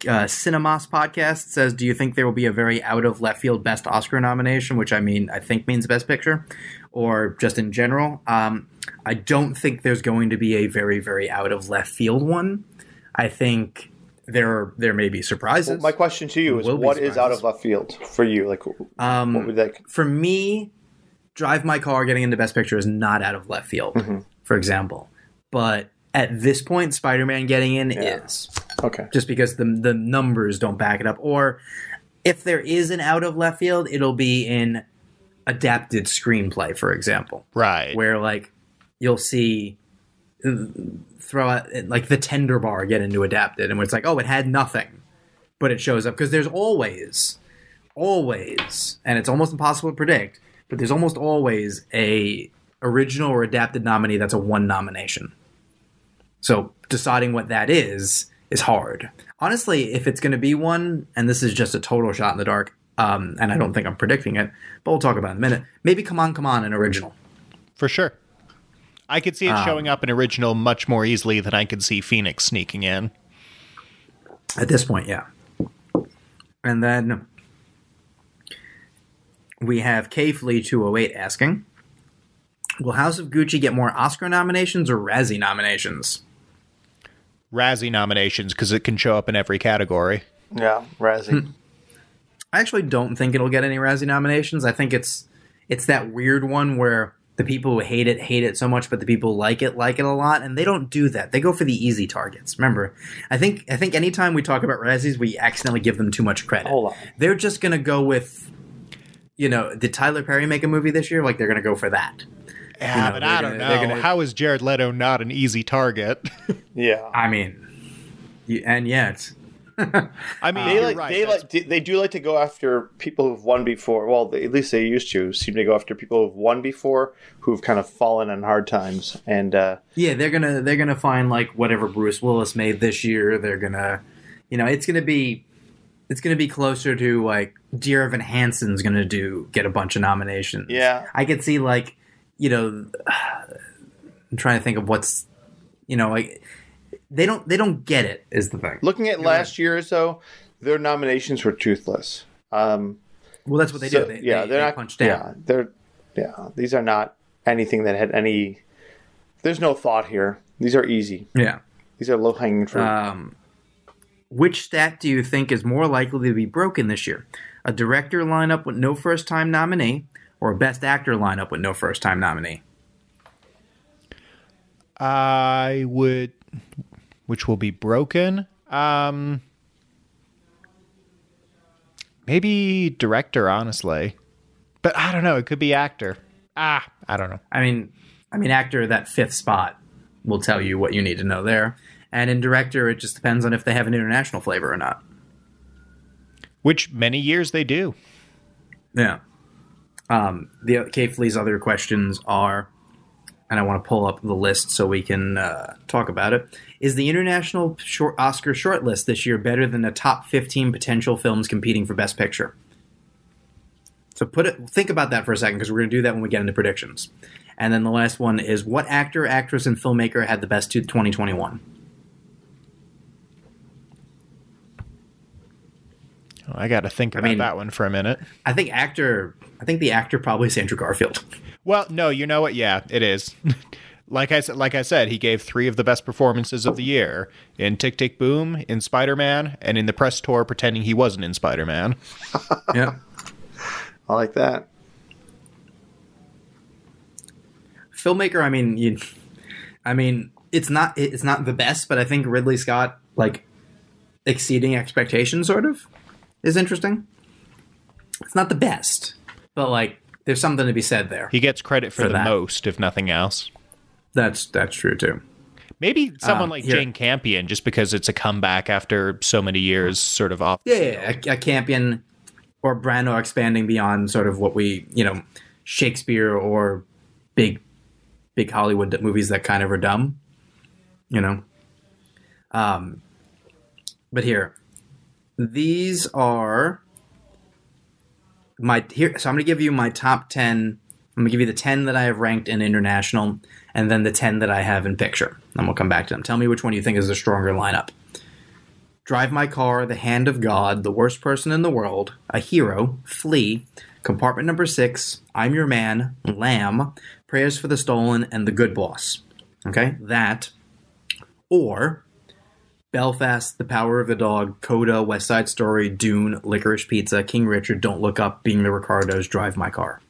Speaker 2: uh, Cinemas podcast says, "Do you think there will be a very out of left field best Oscar nomination?" Which I mean, I think means Best Picture, or just in general. Um, I don't think there's going to be a very very out of left field one. I think there are, there may be surprises.
Speaker 4: My question to you is,
Speaker 2: Will be
Speaker 4: what is out
Speaker 2: surprises.
Speaker 4: of left field for you? Like,
Speaker 2: um,
Speaker 4: what would that?
Speaker 2: for me, Drive My Car getting into Best Picture is not out of left field, for example. But at this point, Spider Man getting in is
Speaker 4: Okay.
Speaker 2: just because the the numbers don't back it up. Or if there is an out of left field, it'll be in adapted screenplay, for example,
Speaker 3: Right.
Speaker 2: where like you'll see uh, throw out like the tender bar get into adapted, and where it's like, oh, it had nothing, but it shows up because there's always, always, and it's almost impossible to predict, but there's almost always a original or adapted nominee that's a one nomination. So deciding what that is is hard. Honestly, if it's going to be one, and this is just a total shot in the dark, um, and I don't think I'm predicting it, but we'll talk about it in a minute. Maybe come on, come on, an original.
Speaker 3: for sure. I could see it showing up in original much more easily than I could see Phoenix sneaking in.
Speaker 2: At this point, yeah. And then we have K Flea 208 asking Will House of Gucci get more Oscar nominations or Razzie nominations?
Speaker 3: Razzie nominations because it can show up in every category.
Speaker 4: Yeah,
Speaker 2: Hmm.
Speaker 4: Razzie.
Speaker 2: I actually don't think it'll get any Razzie nominations. I think it's it's that weird one where the people who hate it hate it so much, but the people who like it like it a lot, and they don't do that. They go for the easy targets. Remember, I think I think anytime we talk about Razzies, we accidentally give them too much credit.
Speaker 4: Hold on.
Speaker 2: They're just gonna go with, you know, did Tyler Perry make a movie this year? Like they're gonna go for that.
Speaker 3: Yeah,
Speaker 2: know,
Speaker 3: but
Speaker 2: they're
Speaker 3: I
Speaker 2: gonna-
Speaker 3: don't
Speaker 2: they're
Speaker 3: know.
Speaker 2: gonna-
Speaker 3: How is Jared Leto not an easy target?
Speaker 4: Yeah.
Speaker 2: I mean, y- and yet,
Speaker 3: [LAUGHS] I mean,
Speaker 4: They
Speaker 3: you're
Speaker 4: like
Speaker 3: right.
Speaker 4: they
Speaker 3: that's-
Speaker 4: like they do like to go after people who've won before. Well, they, at least they used to seem to go after people who've won before, who've kind of fallen on hard times. And uh,
Speaker 2: yeah, they're gonna they're gonna find like whatever Bruce Willis made this year. They're gonna, you know, it's gonna be it's gonna be closer to like Dear Evan Hansen's gonna do get a bunch of nominations.
Speaker 4: Yeah.
Speaker 2: I could see like, you know, [SIGHS] I'm trying to think of what's, you know, like they don't they don't get it is the thing.
Speaker 4: looking at last year's though, their nominations were toothless. Um,
Speaker 2: Well, that's what they
Speaker 4: so,
Speaker 2: do. They,
Speaker 4: yeah,
Speaker 2: they,
Speaker 4: they're
Speaker 2: they
Speaker 4: not
Speaker 2: punch down.
Speaker 4: Yeah, they're yeah. These are not anything that had any. There's no thought here. These are easy.
Speaker 2: Yeah.
Speaker 4: These are low hanging fruit.
Speaker 2: Um, which stat do you think is more likely to be broken this year? A director lineup with no first time nominee or a best actor lineup with no first time nominee?
Speaker 3: I would, which will be broken. Um, maybe director, honestly, but I don't know. It could be actor. Ah, I don't know.
Speaker 2: I mean, I mean, actor, that fifth spot will tell you what you need to know there. And in director, it just depends on if they have an international flavor or not.
Speaker 3: Which many years they do.
Speaker 2: Yeah. Um, the K Flea's other questions are and I want to pull up the list so we can uh, talk about it. Is the international short Oscar shortlist this year better than the top 15 potential films competing for Best Picture? So put it. Think about that for a second because we're going to do that when we get into predictions. And then the last one is what actor, actress, and filmmaker had the best to 2021?
Speaker 3: Oh, I got to think about
Speaker 2: mean-
Speaker 3: that one for a minute.
Speaker 2: I think actor. I think the actor probably is Andrew Garfield.
Speaker 3: Well, no, you know what? Yeah, it is. [LAUGHS] like I said, like I said, he gave three of the best performances of the year in Tick Tick Boom, in Spider Man, and in the press tour pretending he wasn't in Spider Man.
Speaker 2: [LAUGHS] yeah.
Speaker 4: I like that.
Speaker 2: filmmaker i mean you i mean it's not it's not the best but i think ridley scott like exceeding expectations sort of is interesting it's not the best but like there's something to be said there
Speaker 3: He gets credit for,
Speaker 2: For
Speaker 3: the
Speaker 2: that.
Speaker 3: most, if nothing else.
Speaker 2: that's that's true too
Speaker 3: Maybe someone
Speaker 2: Uh,
Speaker 3: like
Speaker 2: here.
Speaker 3: Jane Campion, just because it's a comeback after so many years, sort of off.
Speaker 2: yeah, yeah, yeah. A, a campion or brando expanding beyond sort of what we you know shakespeare or big big hollywood movies that kind of are dumb you know um but here these are my here so i'm gonna give you my top 10 i'm gonna give you the 10 that i have ranked in international and then the 10 that i have in picture and we'll come back to them tell me which one you think is the stronger lineup Drive My Car, The Hand of God, The Worst Person in the World, A Hero, Flee, Compartment Number Six, I'm Your Man, Lamb, Prayers for the Stolen, and The Good Boss. Okay, that. Or Belfast, The Power of the Dog, Coda, West Side Story, Dune, Licorice Pizza, King Richard, Don't Look Up, Being the Ricardos, Drive My Car.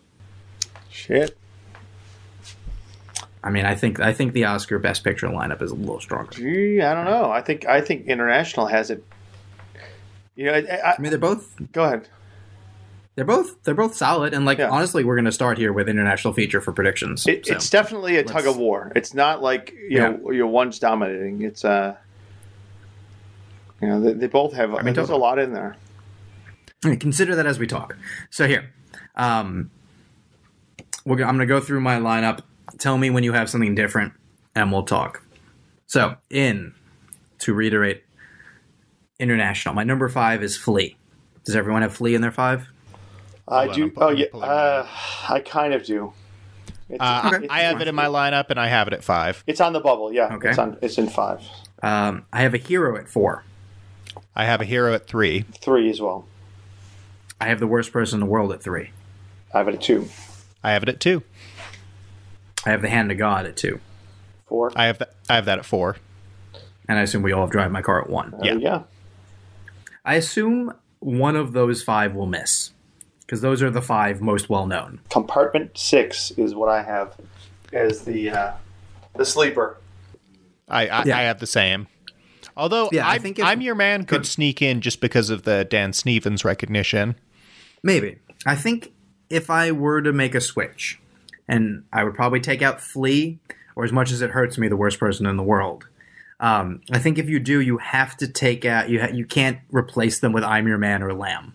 Speaker 4: Shit.
Speaker 2: I mean, I think I think the Oscar Best Picture lineup is a little stronger.
Speaker 4: Gee, I don't know. I think I think international has it. You know, I,
Speaker 2: I
Speaker 4: I,
Speaker 2: mean, they're both
Speaker 4: go ahead.
Speaker 2: they're both they're both solid, and like
Speaker 4: Yeah.
Speaker 2: honestly, we're going to start here with international feature for predictions.
Speaker 4: It,
Speaker 2: so.
Speaker 4: It's definitely a tug
Speaker 2: let's-
Speaker 4: of war. It's not like you
Speaker 2: Yeah.
Speaker 4: know your one's dominating. It's uh, you know, they, they both have. I mean, there's a
Speaker 2: totally.
Speaker 4: lot in there.
Speaker 2: Yeah, consider that as we talk. So here, um, we're, go- I'm going to go through my lineup. Tell me when you have something different, and we'll talk. So in to reiterate, international. My number five is Flea. Does everyone have Flea in their five?
Speaker 4: I
Speaker 3: on,
Speaker 4: do.
Speaker 3: I'm pu-
Speaker 4: oh
Speaker 3: I'm
Speaker 4: yeah,
Speaker 3: pulling it
Speaker 4: uh, I kind of do. It's,
Speaker 3: Uh,
Speaker 2: Okay.
Speaker 3: I have it in my lineup, and I have it at five.
Speaker 4: It's on the bubble. Yeah.
Speaker 2: Okay.
Speaker 4: It's on. It's in five,
Speaker 2: Um, I have a hero at four.
Speaker 3: I have a hero at three.
Speaker 4: three as well.
Speaker 2: I have the worst person in the world at three.
Speaker 4: I have it at two,
Speaker 3: I have it at two.
Speaker 2: I have the hand of God at two,
Speaker 4: four.
Speaker 3: I have that. I have that at four.
Speaker 2: and I assume we all have drive my car at one.
Speaker 4: There we go.
Speaker 2: I assume one of those five will miss because those are the five most well known.
Speaker 4: Compartment six is what I have as the uh, the sleeper.
Speaker 3: I I,
Speaker 2: Yeah.
Speaker 3: I have the same. Although
Speaker 2: Yeah, I
Speaker 3: I'm, I
Speaker 2: think
Speaker 3: think
Speaker 2: if-
Speaker 3: I'm your man could sneak in just because of the Dan Snevens recognition.
Speaker 2: Maybe. I think if I were to make a switch, and I would probably take out Flea, or as much as it hurts me, the worst person in the world. Um, I think if you do, you have to take out you. Ha- you can't replace them with I'm Your Man or Lamb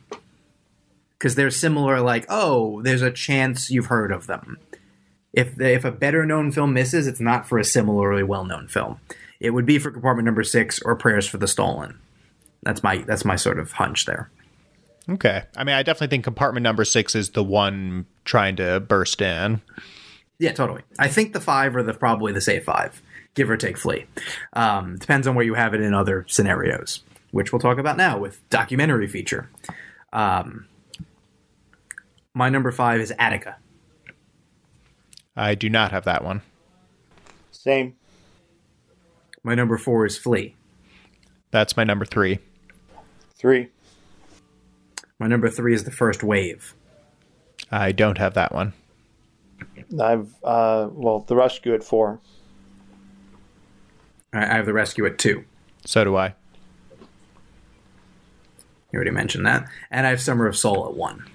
Speaker 2: because they're similar. Like, oh, there's a chance you've heard of them. If if a better known film misses, it's not for a similarly well known film. It would be for Compartment Number Six or Prayers for the Stolen. That's my that's my sort of hunch there.
Speaker 3: Okay. I mean, I definitely think compartment number six is the one trying to burst in.
Speaker 2: Yeah, totally. I think the five are the probably the safe five, give or take flea. Um, depends on where you have it in other scenarios, which we'll talk about now with documentary feature. Um, my number five is Attica.
Speaker 3: I do not have that one.
Speaker 4: Same.
Speaker 2: My number four is Flea.
Speaker 3: That's my number three.
Speaker 4: Three.
Speaker 2: My number three is the first wave.
Speaker 3: I don't have that one.
Speaker 4: I've uh, well the rush good four.
Speaker 2: I I have the rescue at two.
Speaker 3: So do I.
Speaker 2: You already mentioned that, and I have Summer of Soul at one.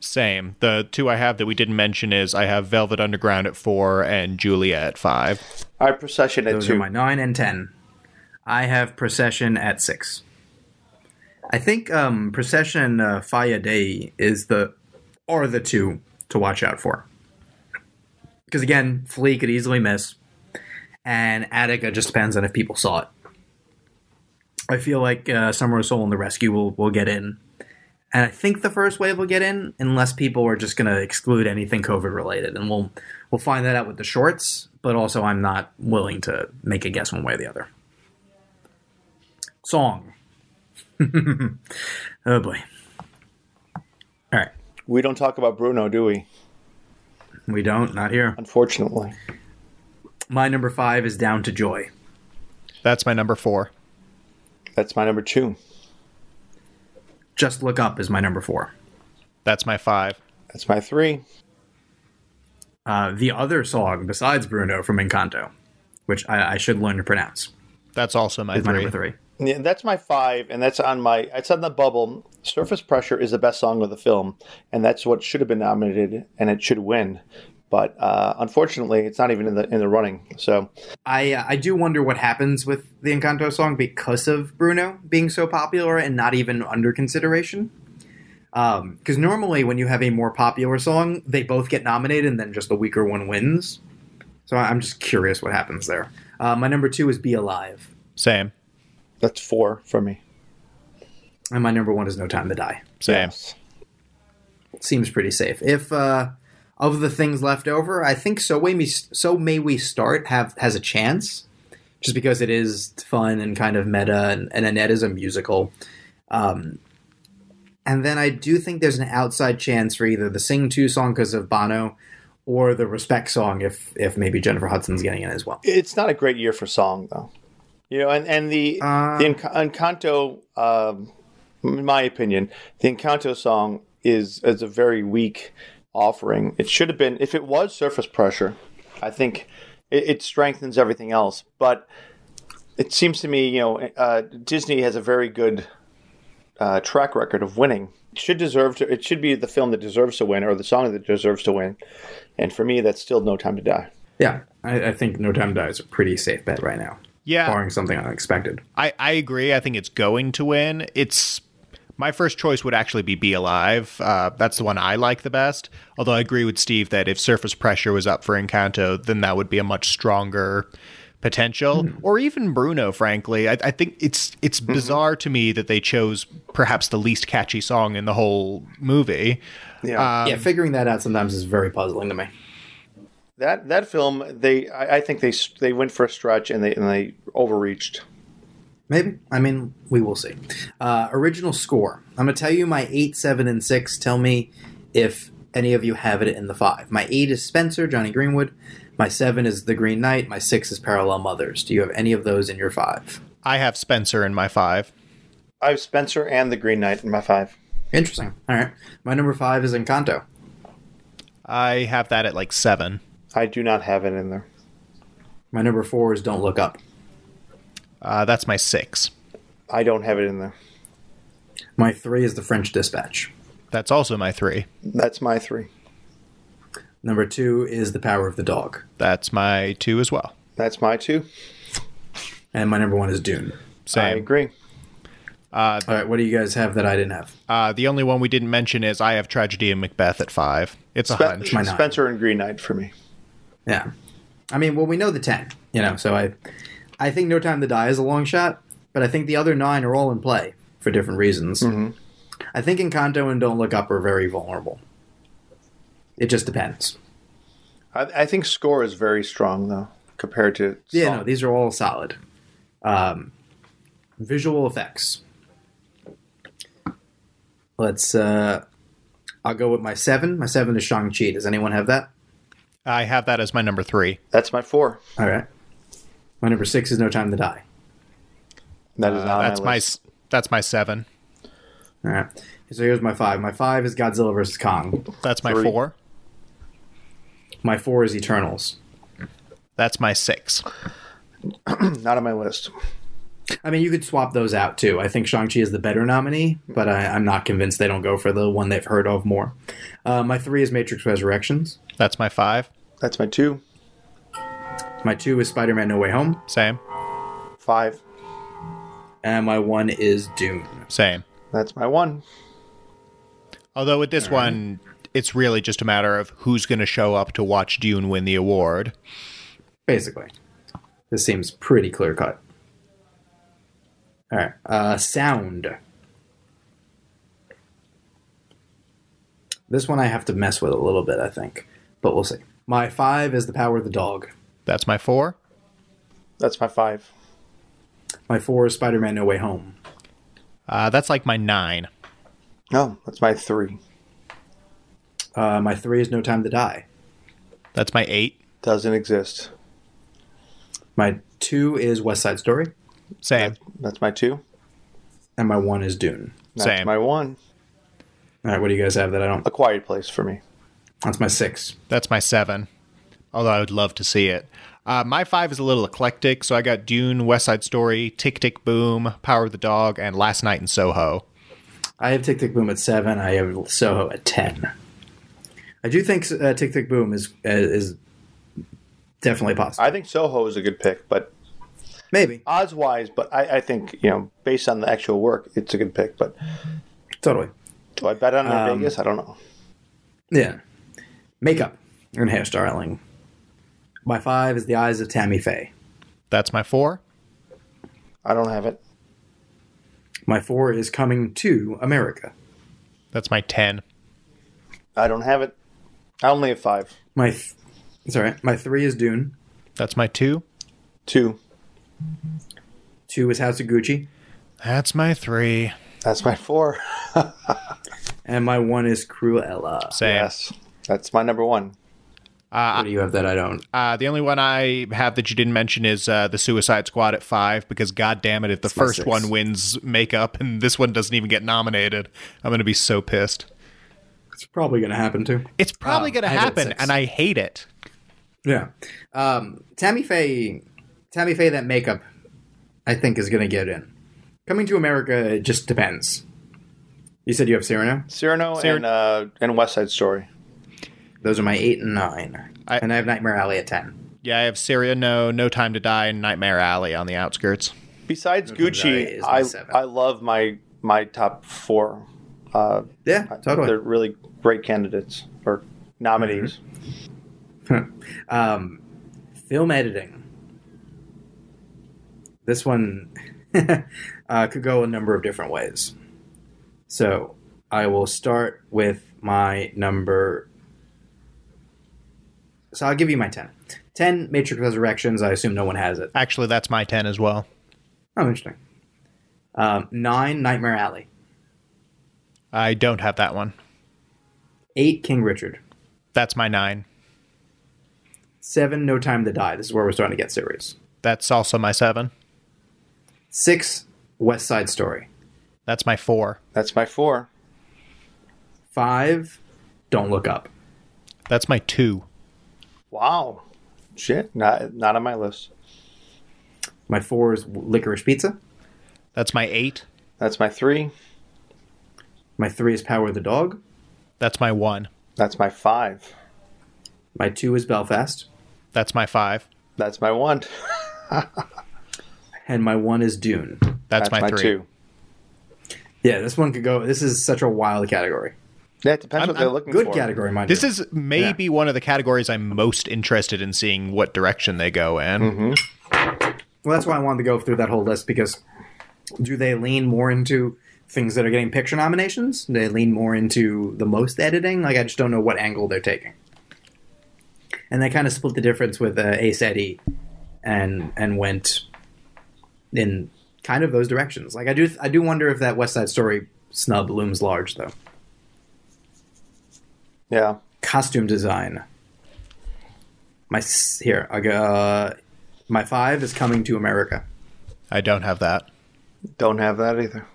Speaker 3: Same. The two I have that we didn't mention is I have Velvet Underground at four and Julia at five.
Speaker 4: Our procession at
Speaker 2: Those
Speaker 4: two.
Speaker 2: are my nine and ten. I have procession at six. I think um, procession uh, Faya Day is the are the two to watch out for because again, Flea could easily miss, and Attica just depends on if people saw it. I feel like uh, Summer of Soul and the Rescue will will get in, and I think the first wave will get in unless people are just going to exclude anything COVID related, and we'll we'll find that out with the shorts. But also, I'm not willing to make a guess one way or the other. Song. [LAUGHS] oh boy. All right.
Speaker 4: We don't talk about Bruno, do we?
Speaker 2: We don't, not here.
Speaker 4: Unfortunately.
Speaker 2: My number five is Down to Joy.
Speaker 3: That's my number four.
Speaker 4: That's my number two.
Speaker 2: Just Look Up is my number four.
Speaker 3: That's my five.
Speaker 4: That's my three.
Speaker 2: Uh, the other song besides Bruno from Encanto, which I, I should learn to pronounce,
Speaker 3: That's also my
Speaker 2: is my
Speaker 3: three.
Speaker 2: number three.
Speaker 4: Yeah, that's my five, and that's on my. It's on the bubble. Surface Pressure is the best song of the film, and that's what should have been nominated, and it should win. But uh, unfortunately, it's not even in the in the running. So
Speaker 2: I uh, I do wonder what happens with the Encanto song because of Bruno being so popular and not even under consideration. Because normally, when you have a more popular song, they both get nominated, and then just the weaker one wins. So I- I'm just curious what happens there. Uh, my number two is "Be Alive,"
Speaker 3: Same.
Speaker 4: that's four for me.
Speaker 2: and my number one is "No Time to Die."
Speaker 3: Same.
Speaker 4: Yes.
Speaker 2: seems pretty safe. If uh, of the things left over, I think so. May we, so may we start have has a chance, just because it is fun and kind of meta, and, and Annette is a musical. Um, and then I do think there's an outside chance for either the Sing Two song because of Bono, or the Respect song if if maybe Jennifer Hudson's getting in as well.
Speaker 4: It's not a great year for song though. You know, and and the
Speaker 2: Uh.
Speaker 4: the Enc- Encanto, um, in my opinion, the Encanto song is is a very weak offering. It should have been if it was Surface Pressure. I think it, it strengthens everything else, but it seems to me, you know, uh, Disney has a very good uh, track record of winning. It should deserve to. It should be the film that deserves to win, or the song that deserves to win. And for me, that's still No Time to Die.
Speaker 2: Yeah, I, I think No Time to Die is a pretty safe bet right now,
Speaker 3: Yeah.
Speaker 2: barring something unexpected.
Speaker 3: I, I agree. I think it's going to win. It's my first choice would actually be Be Alive. Uh, that's the one I like the best. Although I agree with Steve that if Surface Pressure was up for Encanto, then that would be a much stronger potential. Or even Bruno, frankly. I, I think it's it's bizarre to me that they chose perhaps the least catchy song in the whole movie.
Speaker 4: Yeah.
Speaker 2: yeah, figuring that out sometimes is very puzzling to me.
Speaker 4: That that film, they I, I think they s- they went for a stretch and they and they overreached.
Speaker 2: Maybe. I mean, we will see. Uh, original score. I'm going to tell you my 8, 7, and 6. Tell me if any of you have it in the 5. My 8 is Spencer, Johnny Greenwood. My 7 is The Green Knight. My 6 is Parallel Mothers. Do you have any of those in your 5?
Speaker 3: I have Spencer in my five.
Speaker 4: I have Spencer and the Green Knight in my five.
Speaker 2: Interesting. All right. My number 5 is Encanto.
Speaker 3: I have that at like seven.
Speaker 4: I do not have it in there.
Speaker 2: My number 4 is Don't Look Up.
Speaker 3: Uh, that's my six.
Speaker 4: I don't have it in there.
Speaker 2: My 3 is The French Dispatch.
Speaker 3: That's also my three.
Speaker 4: That's my three.
Speaker 2: Number 2 is The Power of the Dog.
Speaker 3: That's my two as well.
Speaker 4: That's my two.
Speaker 2: And my number 1 is Dune.
Speaker 4: I
Speaker 3: Same.
Speaker 4: agree.
Speaker 2: All right. What do you guys have that I didn't have?
Speaker 3: Uh, the only one we didn't mention is I have Tragedy and Macbeth at five. It's a
Speaker 4: Spe-
Speaker 3: hunch.
Speaker 2: My nine.
Speaker 4: Spencer and Green Knight for me.
Speaker 2: Yeah. I mean, well, we know the 10, you know, so I I think No Time to Die is a long shot, but I think the other nine are all in play for different reasons. I think Encanto and Don't Look Up are very vulnerable. It just depends.
Speaker 4: I, I think score is very strong though compared to
Speaker 2: Yeah,
Speaker 4: song.
Speaker 2: no, these are all solid. Um, visual effects. Let's, uh, I'll go with my seven. My seven is Shang-Chi. Does anyone have that?
Speaker 3: I have that as my number three.
Speaker 4: That's my four.
Speaker 2: All right. My number six is No Time to Die.
Speaker 4: That is not
Speaker 3: That's
Speaker 4: my,
Speaker 3: my
Speaker 4: list.
Speaker 3: s- that's my seven.
Speaker 2: All right. So here's my five. My five is Godzilla vs. Kong.
Speaker 3: That's my
Speaker 4: Three.
Speaker 3: four.
Speaker 2: My four is Eternals.
Speaker 3: That's my six.
Speaker 4: not on my list.
Speaker 2: I mean, you could swap those out too. I think Shang-Chi is the better nominee, but I, I'm not convinced they don't go for the one they've heard of more. Uh, my three is Matrix Resurrections.
Speaker 3: That's my five.
Speaker 4: That's my two.
Speaker 2: My two is Spider-Man No Way Home.
Speaker 3: Same.
Speaker 4: Five.
Speaker 2: And my one is Dune.
Speaker 3: Same.
Speaker 4: That's my one.
Speaker 3: Although with this one, it's really just a matter of who's going to show up to watch Dune win the award.
Speaker 2: Basically, this seems pretty clear cut. All right, uh, sound. This one I have to mess with a little bit, I think, but we'll see. My five is the power of the dog.
Speaker 3: That's my four.
Speaker 4: That's my five.
Speaker 2: My four is Spider Man No Way Home.
Speaker 3: Uh, that's like my nine.
Speaker 4: No, that's my three.
Speaker 2: Uh, my three is No Time to Die.
Speaker 3: That's my eight.
Speaker 4: Doesn't exist.
Speaker 2: My two is West Side Story,
Speaker 3: Same.
Speaker 4: That's my two.
Speaker 2: and my one is Dune.
Speaker 4: That's
Speaker 3: Same.
Speaker 4: my one.
Speaker 2: All right, what do you guys have that I don't?
Speaker 4: A quiet place for me.
Speaker 2: That's my six.
Speaker 3: That's my seven. Although I would love to see it. Uh, my five is a little eclectic, so I got Dune, West Side Story, Tick Tick Boom, Power of the Dog, and Last Night in Soho.
Speaker 2: I have Tick Tick Boom at seven. I have Soho at ten. I do think uh, Tick Tick Boom is is definitely possible.
Speaker 4: I think Soho is a good pick, but
Speaker 2: Maybe
Speaker 4: odds wise, but I, I think, you know, based on the actual work, it's a good pick. But
Speaker 2: totally.
Speaker 4: do I bet on it in
Speaker 2: Um,
Speaker 4: Vegas? I don't know.
Speaker 2: Yeah, makeup and hairstyling. My five is the eyes of Tammy Faye.
Speaker 3: That's my four.
Speaker 4: I don't have it.
Speaker 2: My four is coming to America.
Speaker 3: That's my ten.
Speaker 4: I don't have it. I only have five.
Speaker 2: My th- sorry, my three is Dune.
Speaker 3: That's my two.
Speaker 4: Two.
Speaker 2: Two is House of Gucci,
Speaker 3: That's my three.
Speaker 4: That's my four.
Speaker 2: and my one is Cruella.
Speaker 3: Same.
Speaker 4: Yes. That's my number one.
Speaker 2: What do you have that I don't?
Speaker 3: Uh, the only one I have that you didn't mention is uh, the Suicide Squad at five because God damn it, if the
Speaker 2: my
Speaker 3: first
Speaker 2: six.
Speaker 3: one wins makeup and this one doesn't even get nominated, I'm gonna be so pissed.
Speaker 2: It's probably going to happen too.
Speaker 3: It's probably
Speaker 2: Um,
Speaker 3: gonna
Speaker 2: I have it at
Speaker 3: happen,
Speaker 2: six.
Speaker 3: and I hate it.
Speaker 2: Yeah. Um, Tammy Faye, Tammy Faye, that makeup, I think is going to get in. Coming to America, it just depends. You said you have Cyrano.
Speaker 4: Cyrano
Speaker 3: Cyr-
Speaker 4: and uh, and West Side Story.
Speaker 2: Those are my eight and nine,
Speaker 3: I-
Speaker 2: and I have Nightmare Alley at ten.
Speaker 3: Yeah, I have Syria, no, No Time to Die, and Nightmare Alley on the outskirts.
Speaker 4: Besides
Speaker 2: Gucci
Speaker 4: Gucci,
Speaker 2: is my
Speaker 4: I
Speaker 2: seven.
Speaker 4: I love my my top four. Uh,
Speaker 2: Yeah,
Speaker 4: They're
Speaker 2: totally.
Speaker 4: really great candidates or nominees.
Speaker 2: Mm-hmm. Um, film editing. This one [LAUGHS] uh, could go a number of different ways. So I will start with my number. So I'll give you my 10. 10 Matrix Resurrections. I assume no one has it.
Speaker 3: Actually, that's my ten as well.
Speaker 2: Oh, interesting. Um, 9 Nightmare Alley.
Speaker 3: I don't have that one.
Speaker 2: 8 King Richard.
Speaker 3: That's my nine.
Speaker 2: 7 No Time to Die. This is where we're starting to get serious.
Speaker 3: That's also my seven.
Speaker 2: 6 West Side Story.
Speaker 3: That's my four.
Speaker 4: That's my four.
Speaker 2: 5 Don't Look Up.
Speaker 3: That's my two.
Speaker 4: Wow. Shit, not not on my list.
Speaker 2: My four is Licorice Pizza.
Speaker 3: That's my eight.
Speaker 4: That's my three.
Speaker 2: My three is Power of the Dog.
Speaker 3: That's my one.
Speaker 4: That's my five.
Speaker 2: My two is Belfast.
Speaker 3: That's my five.
Speaker 4: That's my one.
Speaker 2: And my one is Dune.
Speaker 3: That's, my, three.
Speaker 4: two.
Speaker 2: Yeah, this one could go. This is such a wild category.
Speaker 4: Yeah, it depends
Speaker 3: I'm-
Speaker 4: what they're
Speaker 3: I'm
Speaker 4: looking
Speaker 2: Good
Speaker 4: for.
Speaker 2: category, mind
Speaker 3: This
Speaker 2: you.
Speaker 3: is maybe one of the categories I'm most interested in seeing what direction they go in.
Speaker 2: Well, that's why I wanted to go through that whole list because do they lean more into things that are getting picture nominations? Do they lean more into the most editing? Like, I just don't know what angle they're taking. And they kind of split the difference with uh, Ace Eddie and and went in kind of those directions. Like, I do I do wonder if that West Side Story snub looms large though.
Speaker 4: Yeah.
Speaker 2: Costume design. My s- here I go. Uh, my five is coming to America.
Speaker 3: I don't have that.
Speaker 4: Don't have that either.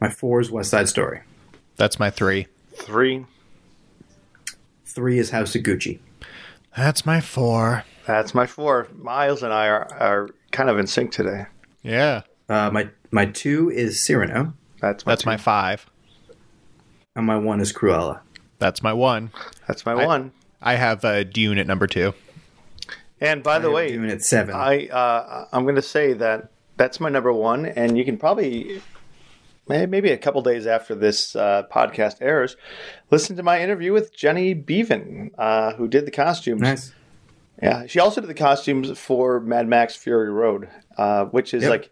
Speaker 2: My four is West Side Story.
Speaker 3: That's my three.
Speaker 4: Three.
Speaker 2: Three is House of Gucci.
Speaker 3: That's my four.
Speaker 4: That's my four. Miles and I are, are kind of in sync today.
Speaker 3: Yeah.
Speaker 2: Uh, my my two is Cyrano,
Speaker 4: That's my
Speaker 3: That's
Speaker 4: two.
Speaker 3: my five.
Speaker 2: and my one is Cruella.
Speaker 3: That's my one.
Speaker 4: that's my one.
Speaker 3: I have uh, Dune at number two.
Speaker 4: And by the way,
Speaker 2: Doing it seven.
Speaker 4: I uh, I'm going to say that that's my number one, and you can probably may- maybe a couple days after this uh, podcast airs, listen to my interview with Jenny Beaven, uh, who did the costumes.
Speaker 2: Nice.
Speaker 4: Yeah, she also did the costumes for Mad Max Fury Road, uh, which is
Speaker 2: Yep.
Speaker 4: like,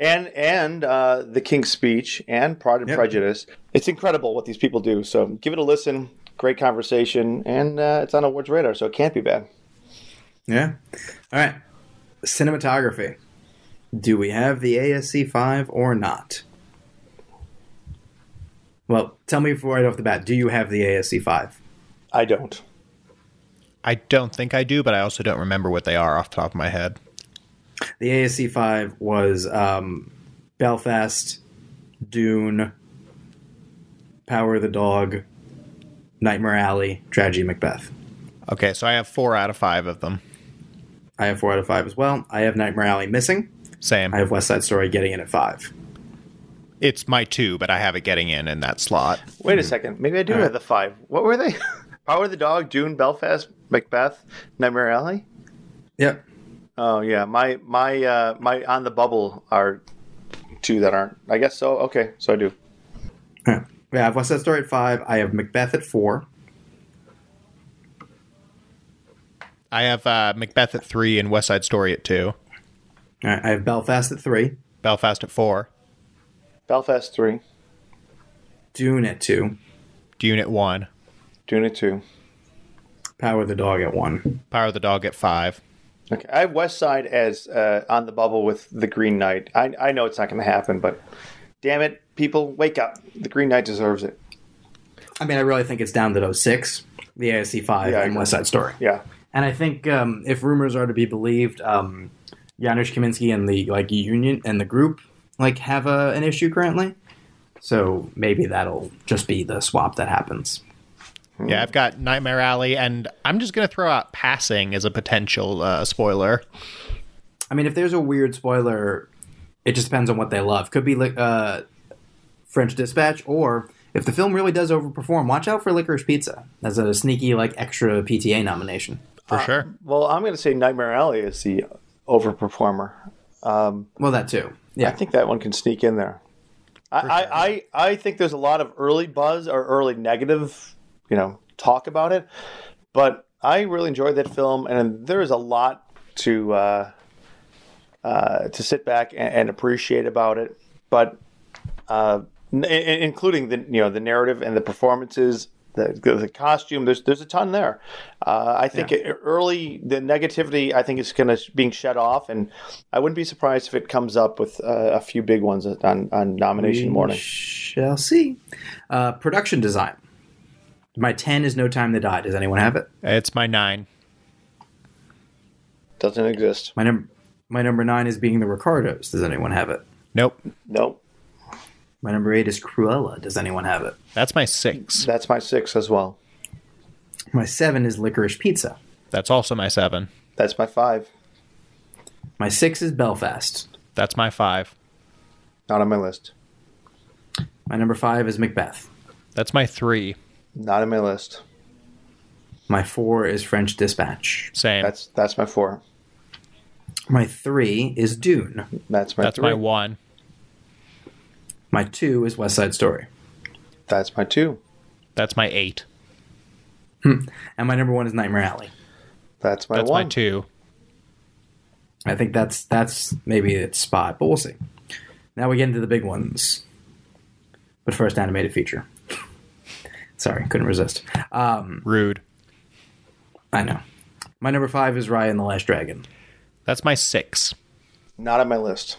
Speaker 4: and and uh, The King's Speech and Pride and
Speaker 2: Yep.
Speaker 4: Prejudice. It's incredible what these people do. So give it a listen. Great conversation, and uh, it's on awards radar, so it can't be bad.
Speaker 2: Yeah. All right. Cinematography. Do we have the ASC 5 or not? Well, tell me right off the bat do you have the ASC 5?
Speaker 4: I don't.
Speaker 3: I don't think I do, but I also don't remember what they are off the top of my head.
Speaker 2: The ASC 5 was um, Belfast, Dune, Power of the Dog, Nightmare Alley, Tragedy Macbeth.
Speaker 3: Okay, so I have four out of five of them.
Speaker 2: I have 4 out of 5 as well. I have Nightmare Alley missing.
Speaker 3: Same.
Speaker 2: I have West Side Story getting in at 5.
Speaker 3: It's my two, but I have it getting in in that slot.
Speaker 4: Wait a second. Maybe I do have the five. What were they? [LAUGHS] Power of the Dog, Dune, Belfast, Macbeth, Nightmare Alley.
Speaker 2: Yep.
Speaker 4: Oh yeah, my my uh, my on the bubble are two that aren't. I guess so. Okay, so I do.
Speaker 2: Yeah, I have West Side Story at five. I have Macbeth at four.
Speaker 3: I have uh, Macbeth at three and West Side Story at two,
Speaker 2: All right, I have Belfast at three.
Speaker 3: Belfast at four,
Speaker 4: Belfast three,
Speaker 2: Dune at two.
Speaker 3: Dune at one,
Speaker 4: Dune at two.
Speaker 2: Power of the Dog at one.
Speaker 3: Power of the Dog at five.
Speaker 4: Okay, I have West Side as uh, on the bubble with the Green Knight. I I know it's not going to happen, but damn it, people, wake up! The Green Knight deserves it.
Speaker 2: I mean, I really think it's down to 06, the ASC five,
Speaker 4: Yeah, I
Speaker 2: and
Speaker 4: agree.
Speaker 2: West Side Story.
Speaker 4: Yeah,
Speaker 2: And I think um, if rumors are to be believed, um, Janusz Kaminski and the like union and the group like have a, an issue currently. So maybe that'll just be the swap that happens.
Speaker 3: Yeah, I've got Nightmare Alley, and I'm just going to throw out Passing as a potential uh, spoiler.
Speaker 2: I mean, if there's a weird spoiler, it just depends on what they love. Could be like uh, French Dispatch, or if the film really does overperform, watch out for Licorice Pizza as a sneaky like extra PTA nomination.
Speaker 3: For sure.
Speaker 4: well, I'm going to say Nightmare Alley is the overperformer.
Speaker 2: Well, that too. Yeah,
Speaker 4: I think that one can sneak in there. I, I, I, I think there's a lot of early buzz or early negative, you know, talk about it, but I really enjoyed that film, and there is a lot to uh, uh, to sit back and, and appreciate about it. But uh, n- in- including the you know the narrative and the performances, the, the costume. There's there's a ton there. Uh, I think it- early the negativity I think is going to being shut off, and I wouldn't be surprised if it comes up with uh, a few big ones on on nomination morning.
Speaker 2: shall see. Uh, production design. My ten is No Time to Die. Does anyone have it?
Speaker 3: It's my nine.
Speaker 4: Doesn't exist.
Speaker 2: My number, my number nine is Being the Ricardos. Does anyone have it?
Speaker 3: Nope.
Speaker 4: Nope.
Speaker 2: My number eight is Cruella. Does anyone have it?
Speaker 3: That's my six.
Speaker 4: That's my six as well.
Speaker 2: My seven is Licorice Pizza.
Speaker 3: That's also my seven.
Speaker 4: That's my five.
Speaker 2: My six is Belfast.
Speaker 3: That's my five.
Speaker 4: Not on my list.
Speaker 2: My number five is Macbeth.
Speaker 3: That's my three.
Speaker 4: Not on my list.
Speaker 2: My four is French Dispatch.
Speaker 3: Same. That's,
Speaker 4: That's that's my four.
Speaker 2: My three is Dune.
Speaker 4: That's my three.
Speaker 3: my one.
Speaker 2: My two is West Side Story.
Speaker 4: That's my two.
Speaker 3: That's my eight.
Speaker 2: And my number one is Nightmare Alley.
Speaker 4: That's my
Speaker 3: That's
Speaker 4: one.
Speaker 3: my two.
Speaker 2: I think that's that's maybe its spot, but we'll see. Now we get into the big ones. But first, animated feature. [LAUGHS] Sorry, couldn't resist. Um,
Speaker 3: Rude.
Speaker 2: I know. My number five is Raya and the Last Dragon.
Speaker 3: That's my six.
Speaker 4: Not on my list.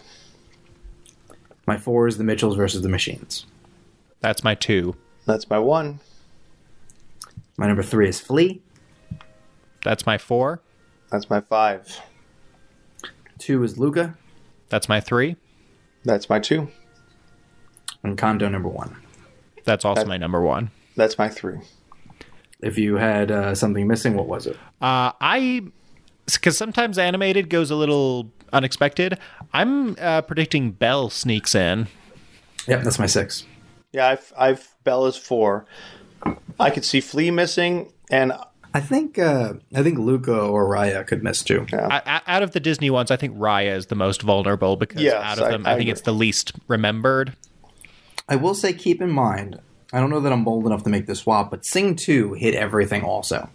Speaker 2: My four is The Mitchells versus the Machines.
Speaker 3: That's my two.
Speaker 4: That's my one.
Speaker 2: My number three is Flea.
Speaker 3: That's my four.
Speaker 4: That's my five.
Speaker 2: Two is Luca,
Speaker 3: That's my three.
Speaker 4: That's my two.
Speaker 2: and Kondo number one.
Speaker 3: That's also
Speaker 4: That-
Speaker 3: my number one.
Speaker 4: That's my three.
Speaker 2: If you had uh, something missing, what was it?
Speaker 3: Uh, I, because sometimes animated goes a little unexpected. I'm uh, predicting Bell sneaks in.
Speaker 2: Yep, that's my six.
Speaker 4: Yeah, I've, I've Bella's four. I could see Flea missing, and
Speaker 2: I think uh, I think Luca or Raya could miss too.
Speaker 3: I, I, out of the Disney ones, I think Raya is the most vulnerable because
Speaker 4: Yes,
Speaker 3: out of
Speaker 4: I-
Speaker 3: them, I,
Speaker 4: I
Speaker 3: think
Speaker 4: agree.
Speaker 3: it's the least remembered.
Speaker 2: I will say, keep in mind, I don't know that I'm bold enough to make this swap, but Sing 2 hit everything also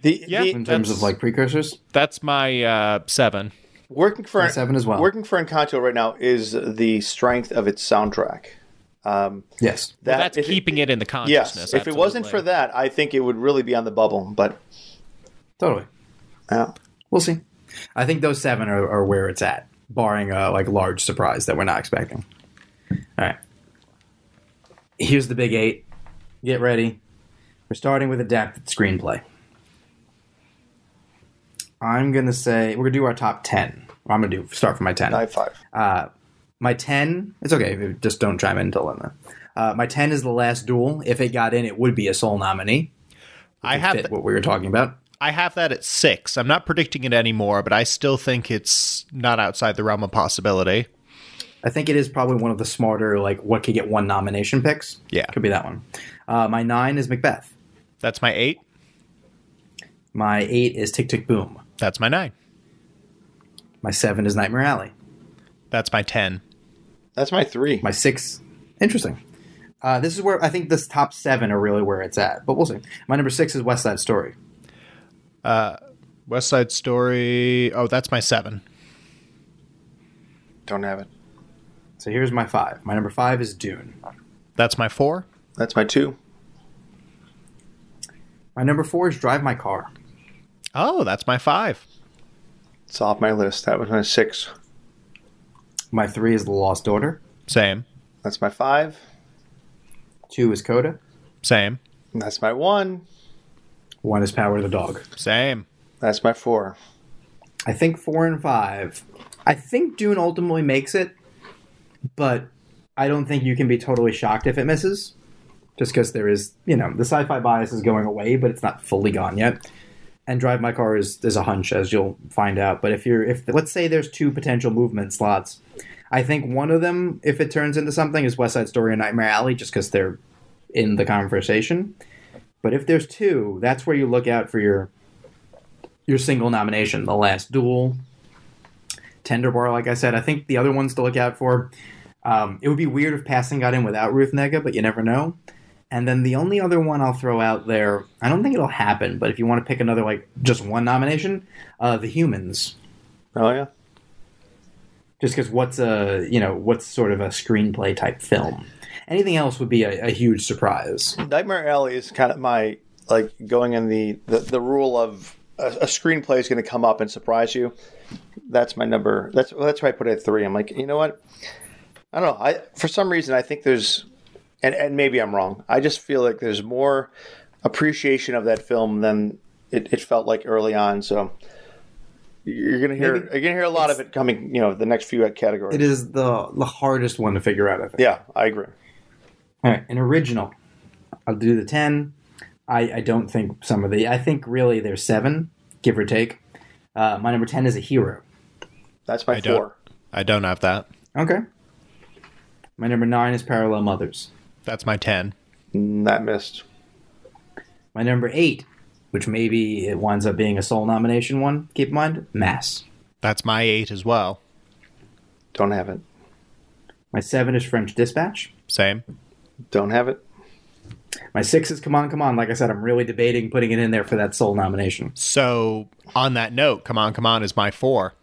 Speaker 4: The,
Speaker 5: Yeah.
Speaker 4: the-
Speaker 2: in terms
Speaker 5: That's-
Speaker 2: of like precursors.
Speaker 5: That's my uh, seven.
Speaker 4: working for
Speaker 2: And Seven as well.
Speaker 4: Working for Encanto right now is the strength of its soundtrack. Um,
Speaker 2: Yes.
Speaker 4: that,
Speaker 5: That's
Speaker 4: if it-
Speaker 5: keeping it, in the
Speaker 4: Yes,
Speaker 5: consciousness.
Speaker 4: if it wasn't
Speaker 5: absolutely.
Speaker 4: for that, I think it would really be on the bubble. But
Speaker 2: Totally.
Speaker 4: yeah.
Speaker 2: We'll see. I think those seven are, are where it's at, barring a like large surprise that we're not expecting. All right. Here's the big eight. Get ready. We're starting with adapted screenplay. I'm gonna say we're gonna do our top ten. I'm gonna do start from my ten.
Speaker 4: nine five.
Speaker 2: My ten, it's okay. Just don't chime in until then. Uh, my ten is the last duel. If it got in, it would be a sole nominee.
Speaker 3: I have
Speaker 2: Fit
Speaker 3: th-
Speaker 2: what we were talking about.
Speaker 3: I have that at six. I'm not predicting it anymore, but I still think it's not outside the realm of possibility.
Speaker 2: I think it is probably one of the smarter, like, what could get one nomination picks.
Speaker 3: Yeah.
Speaker 2: Could be that one. Uh, my nine is Macbeth.
Speaker 3: That's my eight.
Speaker 2: My eight is Tick Tick Boom.
Speaker 3: That's my nine.
Speaker 2: My seven is Nightmare Alley.
Speaker 3: That's my ten.
Speaker 4: That's my three.
Speaker 2: My six, interesting. Uh, this is where I think this top seven are really where it's at, but we'll see. My number six is West Side Story.
Speaker 3: West Side Story. Oh, that's my seven.
Speaker 4: Don't have it.
Speaker 2: So here's my five. My number five is Dune.
Speaker 3: That's my four.
Speaker 4: That's my two.
Speaker 2: My number four is Drive My Car.
Speaker 3: Oh, that's my five.
Speaker 4: It's off my list. That was my six.
Speaker 2: My three is The Lost Daughter.
Speaker 3: Same.
Speaker 4: That's my five.
Speaker 2: Two is Coda.
Speaker 3: Same.
Speaker 4: That's my one.
Speaker 2: One is Power of the Dog.
Speaker 3: Same.
Speaker 4: That's my four.
Speaker 2: I think four and five. I think Dune ultimately makes it, but I don't think you can be totally shocked if it misses, just because there is, you know, the sci-fi bias is going away, but it's not fully gone yet. And Drive My Car is is a hunch, as you'll find out. But if you're, if let's say there's two potential movement slots, I think one of them, if it turns into something, is West Side Story and Nightmare Alley, just because they're in the conversation. But if there's two, that's where you look out for your your single nomination, The Last Duel, Tender Bar, like I said. I think the other ones to look out for. Um, it would be weird if Passing got in without Ruth Nega, but you never know. And then the only other one I'll throw out there, I don't think it'll happen, but if you want to pick another, like just one nomination, uh, The Humans.
Speaker 4: Oh yeah.
Speaker 2: Just because what's a, you know, what's sort of a screenplay type film. Anything else would be a, a huge surprise.
Speaker 4: Nightmare Alley is kind of my like going in the the, the rule of a, a screenplay is going to come up and surprise you. That's my number. That's well, that's why I put it at three. I'm like, you know what? I don't know. I for some reason I think there's, and and maybe I'm wrong. I just feel like there's more appreciation of that film than it, it felt like early on. So you're gonna hear you're gonna hear a lot of it coming. You know, the next few categories.
Speaker 2: It is the the hardest one to figure out, I think.
Speaker 4: Yeah, I agree.
Speaker 2: All right, an original. I'll do the ten. I, I don't think some of the. I think really there's seven, give or take. Uh, my number ten is a hero.
Speaker 4: That's my
Speaker 3: I don't.
Speaker 4: four.
Speaker 3: I don't have that.
Speaker 2: Okay. My number nine is parallel mothers.
Speaker 3: That's my ten.
Speaker 4: That missed.
Speaker 2: My number eight, which maybe it winds up being a sole nomination one. Keep in mind, mass.
Speaker 3: That's my eight as well.
Speaker 4: Don't have it.
Speaker 2: My seven is French Dispatch.
Speaker 3: Same.
Speaker 4: Don't have it.
Speaker 2: My six is Come On, Come On. Like I said, I'm really debating putting it in there for that sole nomination.
Speaker 3: So on that note, come on, come on is my four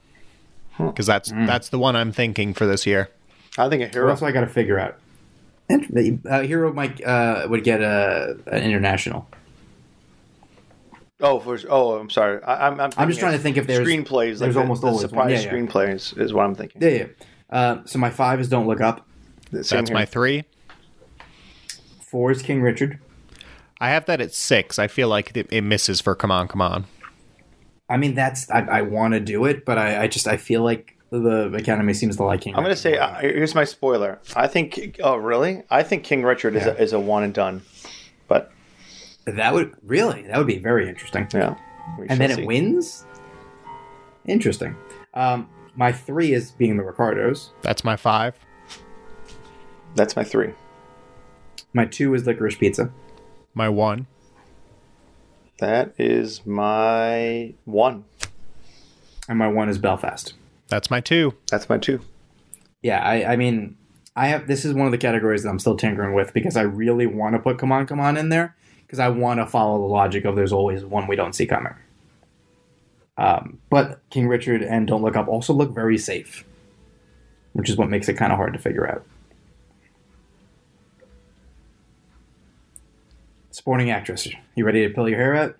Speaker 3: because that's
Speaker 4: Mm.
Speaker 3: that's the one I'm thinking for this year.
Speaker 4: I think a
Speaker 2: What
Speaker 4: hero.
Speaker 2: else I got to figure out? And uh, hero might uh, would get a an international.
Speaker 4: Oh, for oh, I'm sorry. I, I'm. I'm,
Speaker 2: I'm
Speaker 4: thinking
Speaker 2: just trying to
Speaker 4: of
Speaker 2: think if there's-
Speaker 4: screenplays.
Speaker 2: there's
Speaker 4: like
Speaker 2: almost
Speaker 4: the, the
Speaker 2: always one.
Speaker 4: surprise
Speaker 2: Yeah, yeah.
Speaker 4: screenplay is, is what I'm thinking.
Speaker 2: Yeah, yeah. Uh, so my five is Don't Look Up.
Speaker 4: Same
Speaker 3: That's
Speaker 4: here.
Speaker 3: my three.
Speaker 2: Four is King Richard.
Speaker 3: I have that at six. I feel like it, it misses for come on, come on.
Speaker 2: I mean, that's I, I want to do it, but I, I just I feel like the Academy seems to like King.
Speaker 4: I'm gonna
Speaker 2: Richard.
Speaker 4: say uh, here's my spoiler. I think. Oh, really? I think King Richard is, a, is a one and done. But
Speaker 2: that would really that would be very interesting.
Speaker 4: yeah, we shall
Speaker 2: and then
Speaker 4: see.
Speaker 2: it wins. Interesting. Um, my three is being the Ricardos.
Speaker 3: That's my five.
Speaker 4: That's my three.
Speaker 2: My two is Licorice Pizza.
Speaker 3: My one.
Speaker 4: That is my one.
Speaker 2: And my one is Belfast.
Speaker 3: That's my two.
Speaker 4: That's my two.
Speaker 2: Yeah, I, I mean, I have this is one of the categories that I'm still tinkering with because I really want to put come on come on in there because I want to follow the logic of there's always one we don't see coming. Um, but King Richard and Don't Look Up also look very safe, which is what makes it kind of hard to figure out. Supporting actress, you ready to pull your hair out?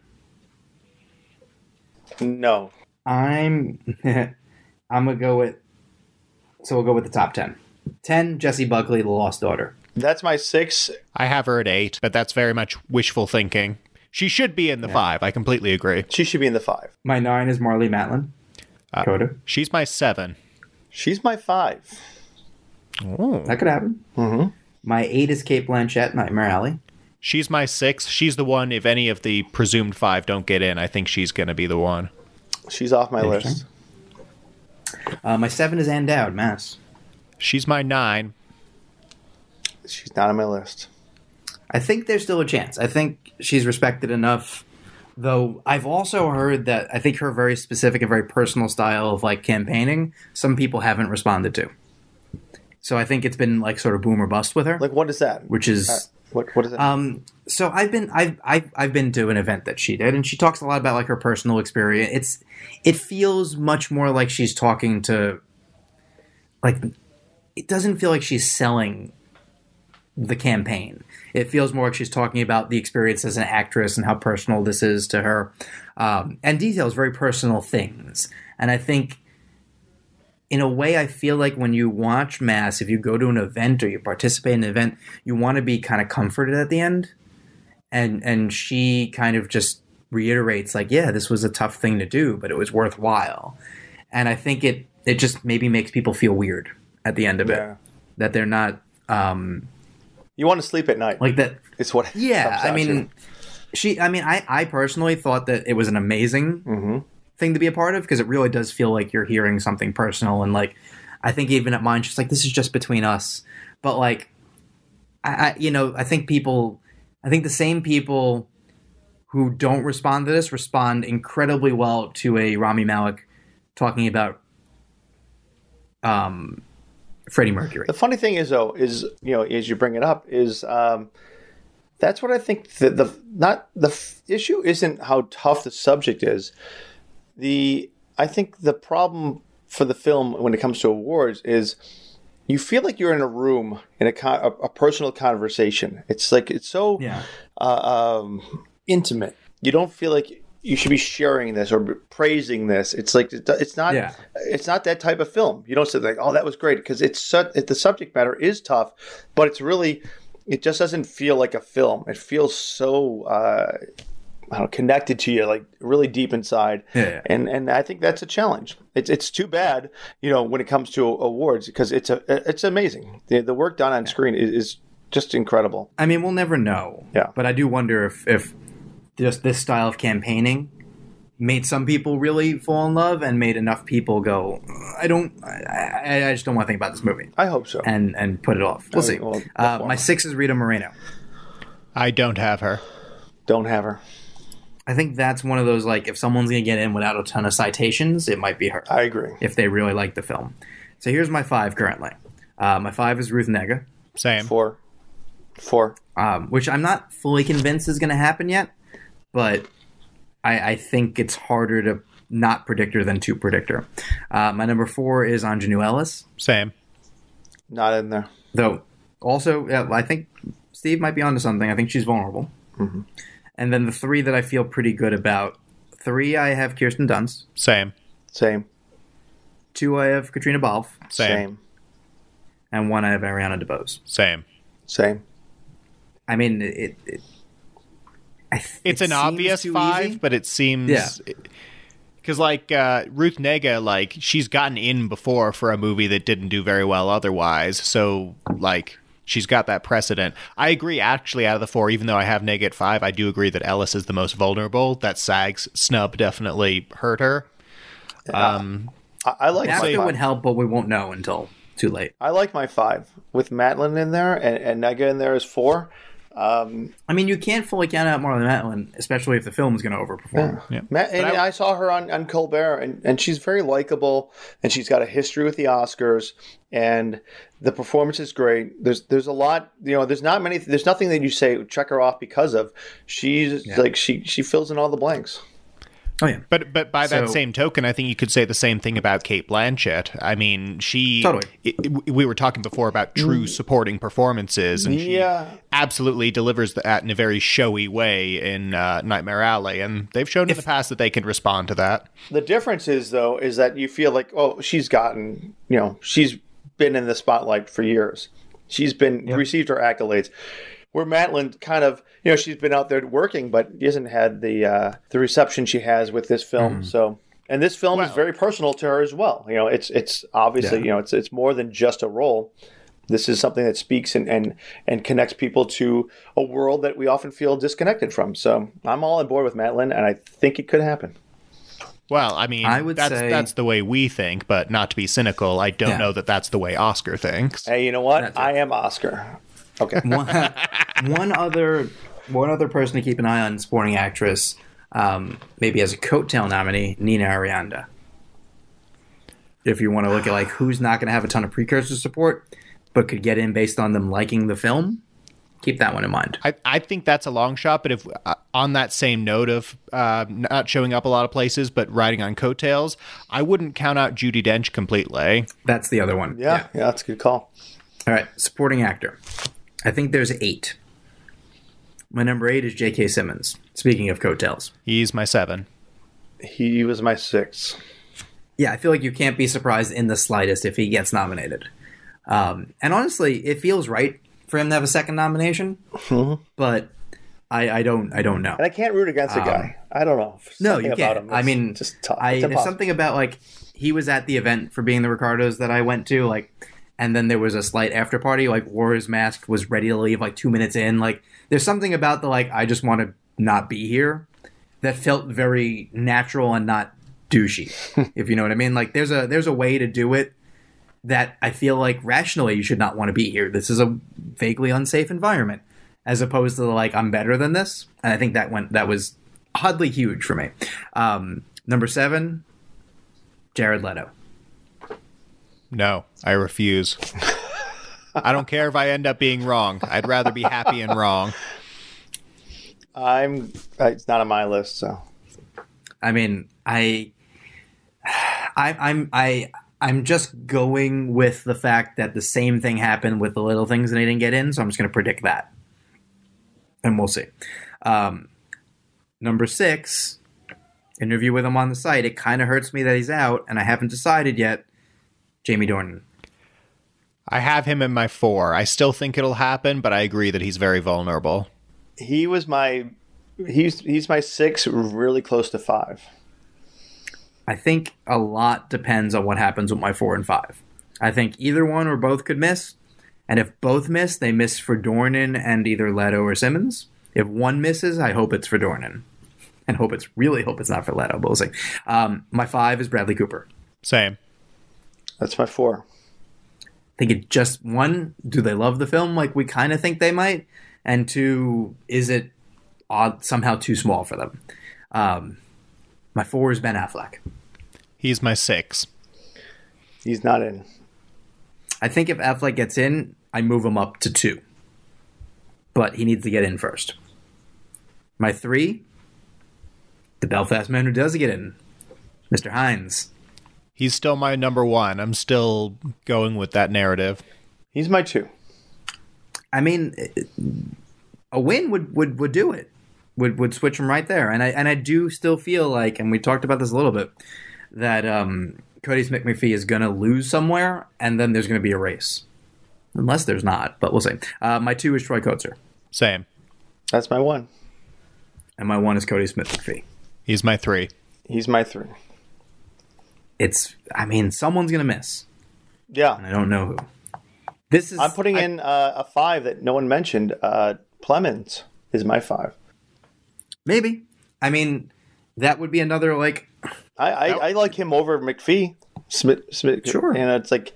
Speaker 4: No.
Speaker 2: I'm [LAUGHS] I'm gonna go with so we'll go with the top ten. Ten, Jesse Buckley, The Lost Daughter.
Speaker 4: That's my six.
Speaker 3: I have her at eight, but that's very much wishful thinking. She should be in the five. I completely agree.
Speaker 4: She should be in the five.
Speaker 2: My nine is Marley Matlin. Coda.
Speaker 3: She's my seven.
Speaker 4: She's my five.
Speaker 2: That could happen. My eight is Kate Blanchett, Nightmare Alley.
Speaker 3: She's my six. She's the one. If any of the presumed five don't get in, I think she's going to be the one.
Speaker 4: She's off my list.
Speaker 2: Interesting. Uh, my seven is Ann Dowd, Mass.
Speaker 3: She's my nine.
Speaker 4: She's not on my list.
Speaker 2: I think there's still a chance. I think she's respected enough. Though I've also heard that I think her very specific and very personal style of like campaigning, some people haven't responded to. So I think it's been like sort of boom or bust with her,
Speaker 4: Like, uh, what is that?
Speaker 2: which is
Speaker 4: What What is it?
Speaker 2: Um, so I've been I've, I've I've been to an event that she did, and she talks a lot about like her personal experience. It's it feels much more like she's talking to, like, it doesn't feel like she's selling the campaign. It feels more like she's talking about the experience as an actress and how personal this is to her, um, and details very personal things. And I think in a way, I feel like when you watch Mass, if you go to an event or you participate in an event, you want to be kind of comforted at the end. And and she kind of just reiterates like, yeah, this was a tough thing to do, but it was worthwhile. And I think it it just maybe makes people feel weird at the end of
Speaker 4: Yeah.
Speaker 2: it that they're not um,
Speaker 4: you want to sleep at night.
Speaker 2: like that
Speaker 4: it's what. it
Speaker 2: yeah,
Speaker 4: comes
Speaker 2: I
Speaker 4: out
Speaker 2: mean,
Speaker 4: to.
Speaker 2: she. I mean, I. I personally thought that it was an amazing
Speaker 4: Mm-hmm.
Speaker 2: thing to be a part of because it really does feel like you're hearing something personal and like. I think even at mine, she's like, "This is just between us," but like, I, I you know, I think people, I think the same people who don't respond to this respond incredibly well to a Rami Malik talking about um, Freddie Mercury.
Speaker 4: the funny thing is, though, is you know, as you bring it up, is um, that's what I think. The, the not the f- issue isn't how tough the subject is. The I think the problem for the film when it comes to awards is you feel like you're in a room in a con- a, a personal conversation. It's like it's so
Speaker 2: Yeah,
Speaker 4: uh, um, intimate. You don't feel like you should be sharing this or praising this. It's like it's not
Speaker 2: Yeah.
Speaker 4: it's not that type of film. You don't say like, "Oh, that was great," because it's su- it, the subject matter is tough, but it's really it just doesn't feel like a film. It feels so uh, I don't know, connected to you, like really deep inside.
Speaker 2: Yeah.
Speaker 4: And and I think that's a challenge. It's it's too bad, you know, when it comes to awards because it's a it's amazing. The the work done on screen is, is just incredible.
Speaker 2: I mean, we'll never know.
Speaker 4: Yeah.
Speaker 2: But I do wonder if if just this style of campaigning made some people really fall in love and made enough people go, I don't, I, I- I just don't want to think about this movie
Speaker 4: I hope so.
Speaker 2: and and put it off. We'll see.
Speaker 4: well, we'll
Speaker 2: uh, my
Speaker 4: follow.
Speaker 2: six is Rita Moreno.
Speaker 3: I don't have her.
Speaker 4: Don't have her.
Speaker 2: I think that's one of those like if someone's gonna get in without a ton of citations, it might be her
Speaker 4: I agree.
Speaker 2: if they really like the film. So here's my five currently. Uh, my five is Ruth Nega.
Speaker 3: Same.
Speaker 4: Four. Four.
Speaker 2: um, which I'm not fully convinced is going to happen yet, but I, I think it's harder to not predictor than to predictor. Uh, my number four is Anjanou Ellis,
Speaker 3: Same.
Speaker 4: Not in there.
Speaker 2: though. Also, uh, I think Steve might be onto something. I think she's vulnerable. And then the three that I feel pretty good about: three, I have Kirsten Dunst.
Speaker 3: Same.
Speaker 4: Same.
Speaker 2: Two, I have Katrina Balfe,
Speaker 3: Same.
Speaker 4: Same.
Speaker 2: and one, I have Ariana DeBose.
Speaker 3: Same.
Speaker 4: Same.
Speaker 2: I mean, it. it I th-
Speaker 3: It's
Speaker 2: it
Speaker 3: an
Speaker 2: seems
Speaker 3: obvious
Speaker 2: too
Speaker 3: five,
Speaker 2: easy.
Speaker 3: but it seems.
Speaker 2: Yeah.
Speaker 3: Because, like, uh, Ruth Nega, like, she's gotten in before for a movie that didn't do very well otherwise. So, like, she's got that precedent. I agree, actually, out of the four, even though I have Nega at five, I do agree that Ellis is the most vulnerable. That SAG's snub definitely hurt her.
Speaker 4: I, I like
Speaker 2: Napster
Speaker 4: my
Speaker 2: would
Speaker 4: five.
Speaker 2: help, but we won't know until too late.
Speaker 4: I like my five with Matlin in there and, and Nega in there is four. Um,
Speaker 2: I mean, you can't fully count out Marlon Matlin, especially if the film's going to overperform.
Speaker 4: Ma- and
Speaker 3: I-
Speaker 4: I, saw her on, on Colbert, and, and she's very likable, and she's got a history with the Oscars, and the performance is great. There's there's a lot, you know, there's not many, there's nothing that you say check her off because of. She's like she she fills in all the blanks.
Speaker 2: Oh yeah,
Speaker 3: But but by that
Speaker 2: So-
Speaker 3: same token, I think you could say the same thing about Kate Blanchett. I mean, she
Speaker 2: Totally. Mm.
Speaker 3: i- i- we were talking before about true supporting performances, and she
Speaker 4: Yeah.
Speaker 3: absolutely delivers that in a very showy way in uh, Nightmare Alley, and they've shown in the past that they can respond to that.
Speaker 4: The difference is though is that you feel like oh she's gotten you know she's been in the spotlight for years. She's been received her accolades. Where Matlin kind of you know she's been out there working, but hasn't had the uh, the reception she has with this film. So and this film is very personal to her as well. You know it's it's obviously you know it's it's more than just a role. This is something that speaks and, and and connects people to a world that we often feel disconnected from. So I'm all on board with Matlin, and I think it could happen.
Speaker 3: Well, I mean,
Speaker 2: I would
Speaker 3: that's
Speaker 2: say-
Speaker 3: that's the way we think, but not to be cynical, I don't
Speaker 2: Yeah.
Speaker 3: know that that's the way Oscar thinks.
Speaker 4: Hey, you know what? I am Oscar. Okay.
Speaker 2: one, one other one other person to keep an eye on, supporting actress, um, maybe as a coattail nominee, Nina Arianda. If you want to look at like who's not going to have a ton of precursor support, but could get in based on them liking the film, keep that one in mind.
Speaker 3: I, I think that's a long shot, but if uh, on that same note of uh, not showing up a lot of places, but riding on coattails, I wouldn't count out Judy Dench completely.
Speaker 2: That's the other one.
Speaker 4: Yeah, yeah, that's a good call.
Speaker 2: All right, supporting actor. I think there's eight. My number eight is J.K. Simmons. Speaking of coattails,
Speaker 3: He's my seven.
Speaker 4: He was my six.
Speaker 2: yeah, I feel like you can't be surprised in the slightest if he gets nominated. Um, and honestly, it feels right for him to have a second nomination, but I, I don't, I don't know.
Speaker 4: And I can't root against a guy. I don't know.
Speaker 2: Ah. No,
Speaker 4: Something
Speaker 2: you
Speaker 4: about
Speaker 2: can't.
Speaker 4: him
Speaker 2: I
Speaker 4: is
Speaker 2: mean,
Speaker 4: just tough.
Speaker 2: I,
Speaker 4: It's
Speaker 2: there's
Speaker 4: impossible.
Speaker 2: something about like he was at the event for being the Ricardos that I went to, like, and then there was a slight after party. Like, wore his mask, was ready to leave like two minutes in. Like, there's something about the like I just want to not be here that felt very natural and not
Speaker 4: [LAUGHS]
Speaker 2: douchey, if you know what I mean. Like, there's a there's a way to do it that I feel like rationally you should not want to be here. This is a vaguely unsafe environment, as opposed to the, like I'm better than this. And I think that went that was oddly huge for me. Um, number seven, Jared Leto.
Speaker 3: No, I refuse. [LAUGHS] I don't care if I end up being wrong. I'd rather be happy and wrong.
Speaker 4: I'm. uh, It's not on my list. So
Speaker 2: I mean, I, I I'm I. I'm just going with the fact that the same thing happened with the little things and they didn't get in, so I'm just going to predict that, and we'll see. Um, number six, interview with him on the site. It kind of hurts me that he's out, and I haven't decided yet. Jamie Dornan.
Speaker 3: I have him in my four. I still think it'll happen, but I agree that he's very vulnerable.
Speaker 4: he was my. He's he's my six, really close to five.
Speaker 2: I think a lot depends on what happens with my four and five. I think either one or both could miss. And if both miss, they miss for Dornan and either Leto or Simmons. If one misses, I hope it's for Dornan. And hope it's really hope it's not for Leto, but we'll see. Um, my five is Bradley Cooper.
Speaker 3: Same.
Speaker 4: That's my four.
Speaker 2: I think it just one, do they love the film like we kind of think they might? And two, is it odd somehow too small for them? Um, my four is Ben Affleck.
Speaker 3: He's my six.
Speaker 4: He's not in.
Speaker 2: I think if Affleck gets in, I move him up to two. But he needs to get in first. My three, the Belfast man who does get in, Mr. Hines.
Speaker 3: He's still my number one. I'm still going with that narrative.
Speaker 4: He's my two.
Speaker 2: I mean, it- a win would, would, would do it. Would would switch him right there. And I and I do still feel like, and we talked about this a little bit, that um, Cody Smith McPhee is going to lose somewhere, and then there's going to be a race, unless there's not. But we'll see. Uh, my two is Troy Kotzer,
Speaker 3: Same.
Speaker 4: That's my one.
Speaker 2: and my one is Cody Smith McPhee.
Speaker 3: He's my three.
Speaker 4: He's my three.
Speaker 2: it's I mean someone's gonna miss.
Speaker 4: Yeah,
Speaker 2: I don't know who. This is
Speaker 4: I'm putting in uh, a five that no one mentioned. Uh, Plemons is my five.
Speaker 2: maybe. I mean that would be another like
Speaker 4: I, I, I like him over McPhee. Smith, Smith,
Speaker 2: Sure.
Speaker 4: And it's like,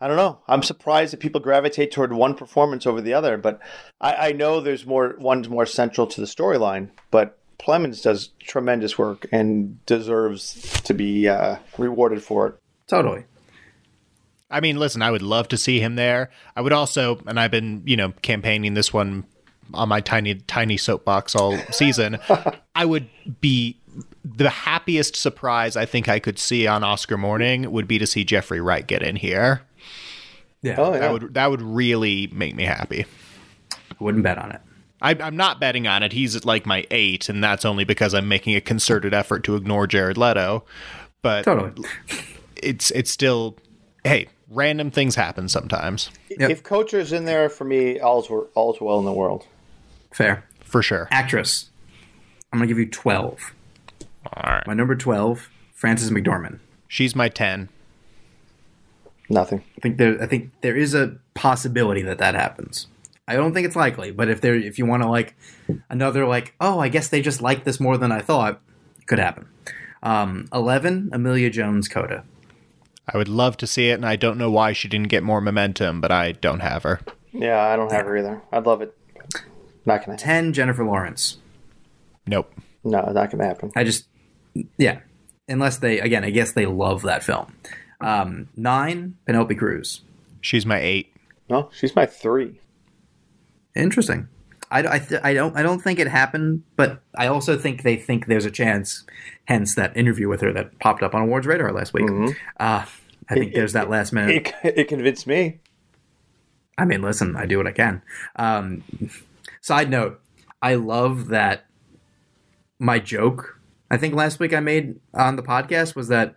Speaker 4: I don't know. I'm surprised that people gravitate toward one performance over the other, but I, I know there's more one's more central to the storyline, but Plemons does tremendous work and deserves to be uh, rewarded for it.
Speaker 2: Totally.
Speaker 3: I mean, listen, I would love to see him there. I would also, and I've been, you know, campaigning this one on my tiny, tiny soapbox all season. I would be the happiest surprise I think I could see on Oscar morning would be to see Jeffrey Wright get in here.
Speaker 2: Yeah.
Speaker 4: Oh yeah.
Speaker 3: That would that would really make me happy.
Speaker 2: Wouldn't bet on it.
Speaker 3: I, I'm not betting on it. He's at like my eight, and that's only because I'm making a concerted effort to ignore Jared Leto. But
Speaker 2: Totally.
Speaker 3: it's it's still, hey, random things happen sometimes
Speaker 2: Yep.
Speaker 4: If Coacher's in there for me, all's wor- all's well in the world.
Speaker 2: Fair.
Speaker 3: for sure.
Speaker 2: Actress. I'm going to give you 12.
Speaker 5: All right.
Speaker 2: My number 12, Frances McDormand.
Speaker 3: She's my ten.
Speaker 4: Nothing.
Speaker 2: I think there I think there is a possibility that that happens. I don't think it's likely, but if there if you want to like another like, oh, I guess they just like this more than I thought, it could happen. Um, 11, Amelia Jones Coda.
Speaker 3: I would love to see it, and I don't know why she didn't get more momentum, but I don't have her.
Speaker 4: Yeah, I don't have her either. I'd love it. but Not gonna.
Speaker 2: 10, Jennifer Lawrence.
Speaker 3: Nope.
Speaker 4: No, not gonna happen.
Speaker 2: I just, yeah. Unless they, again, I guess they love that film. Um, nine, Penelope Cruz.
Speaker 3: She's my eight.
Speaker 4: No, she's my three.
Speaker 2: Interesting. I, I, th- I don't I don't think it happened, but I also think they think there's a chance. Hence that interview with her that popped up on Awards Radar last week. Uh, I think there's that last minute.
Speaker 4: Mm-hmm. It, it convinced me.
Speaker 2: I mean, listen, I do what I can. Um, side note, I love that my joke. I think last week I made on the podcast was that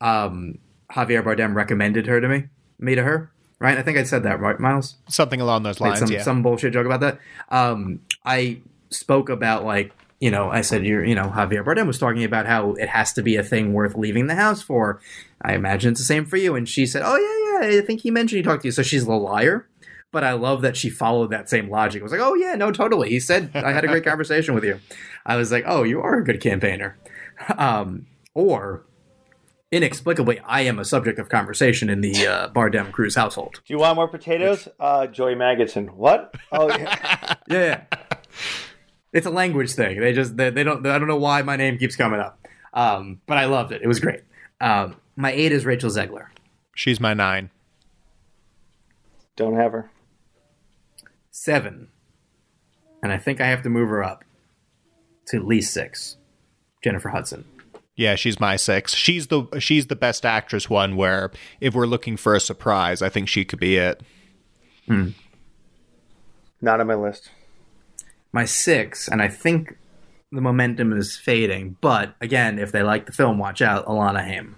Speaker 2: um, Javier Bardem recommended her to me, me to her. Right? I think I said that right, Miles.
Speaker 3: Something along those
Speaker 2: Made
Speaker 3: lines.
Speaker 2: some
Speaker 3: yeah.
Speaker 2: some bullshit joke about that. Um, I spoke about like you know I said you you know Javier Bardem was talking about how it has to be a thing worth leaving the house for. I imagine it's the same for you. And she said, oh yeah yeah, I think he mentioned he talked to you. So she's a liar. But I love that she followed that same logic. It was like, oh yeah, no, totally. He said I had a great conversation with you. I was like, oh, you are a good campaigner. Um, or inexplicably, I am a subject of conversation in the uh, Bardem Cruz household.
Speaker 4: Do you want more potatoes? Uh, Joey Magidson. What? Oh, yeah.
Speaker 2: yeah, [LAUGHS] yeah. It's a language thing. They just they, they don't. I don't know why my name keeps coming up. Um, but I loved it. It was great. Um, my eight is Rachel Zegler.
Speaker 3: She's my nine.
Speaker 4: [LAUGHS] don't have her.
Speaker 2: Seven, and I think I have to move her up to at least six. Jennifer Hudson.
Speaker 3: Yeah, she's my six. She's the she's the best actress one where if we're looking for a surprise, I think she could be it.
Speaker 4: Not on my list.
Speaker 2: My six, and I think the momentum is fading. But again, if they like the film, watch out. Alana Haim.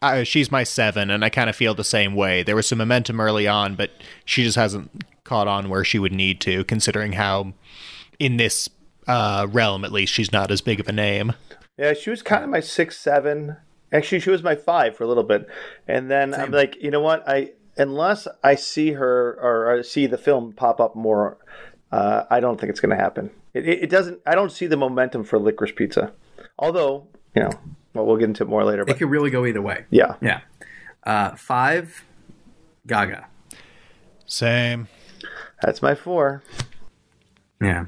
Speaker 3: I, she's my seven, and I kind of feel the same way. There was some momentum early on, but she just hasn't caught on where she would need to, considering how in this uh, realm at least she's not as big of a name.
Speaker 4: Yeah, she was kind of my six, seven. Actually, she was my five for a little bit, and then I'm like, you know what? I unless I see her or I see the film pop up more, uh, I don't think it's going to happen. It, it, it doesn't. I don't see the momentum for Licorice Pizza. Although, you know, well, we'll get into it more later.
Speaker 2: It
Speaker 4: But
Speaker 2: could really go either way.
Speaker 4: yeah,
Speaker 2: Yeah. Uh, five, Gaga.
Speaker 3: Same.
Speaker 4: that's my four.
Speaker 2: Yeah.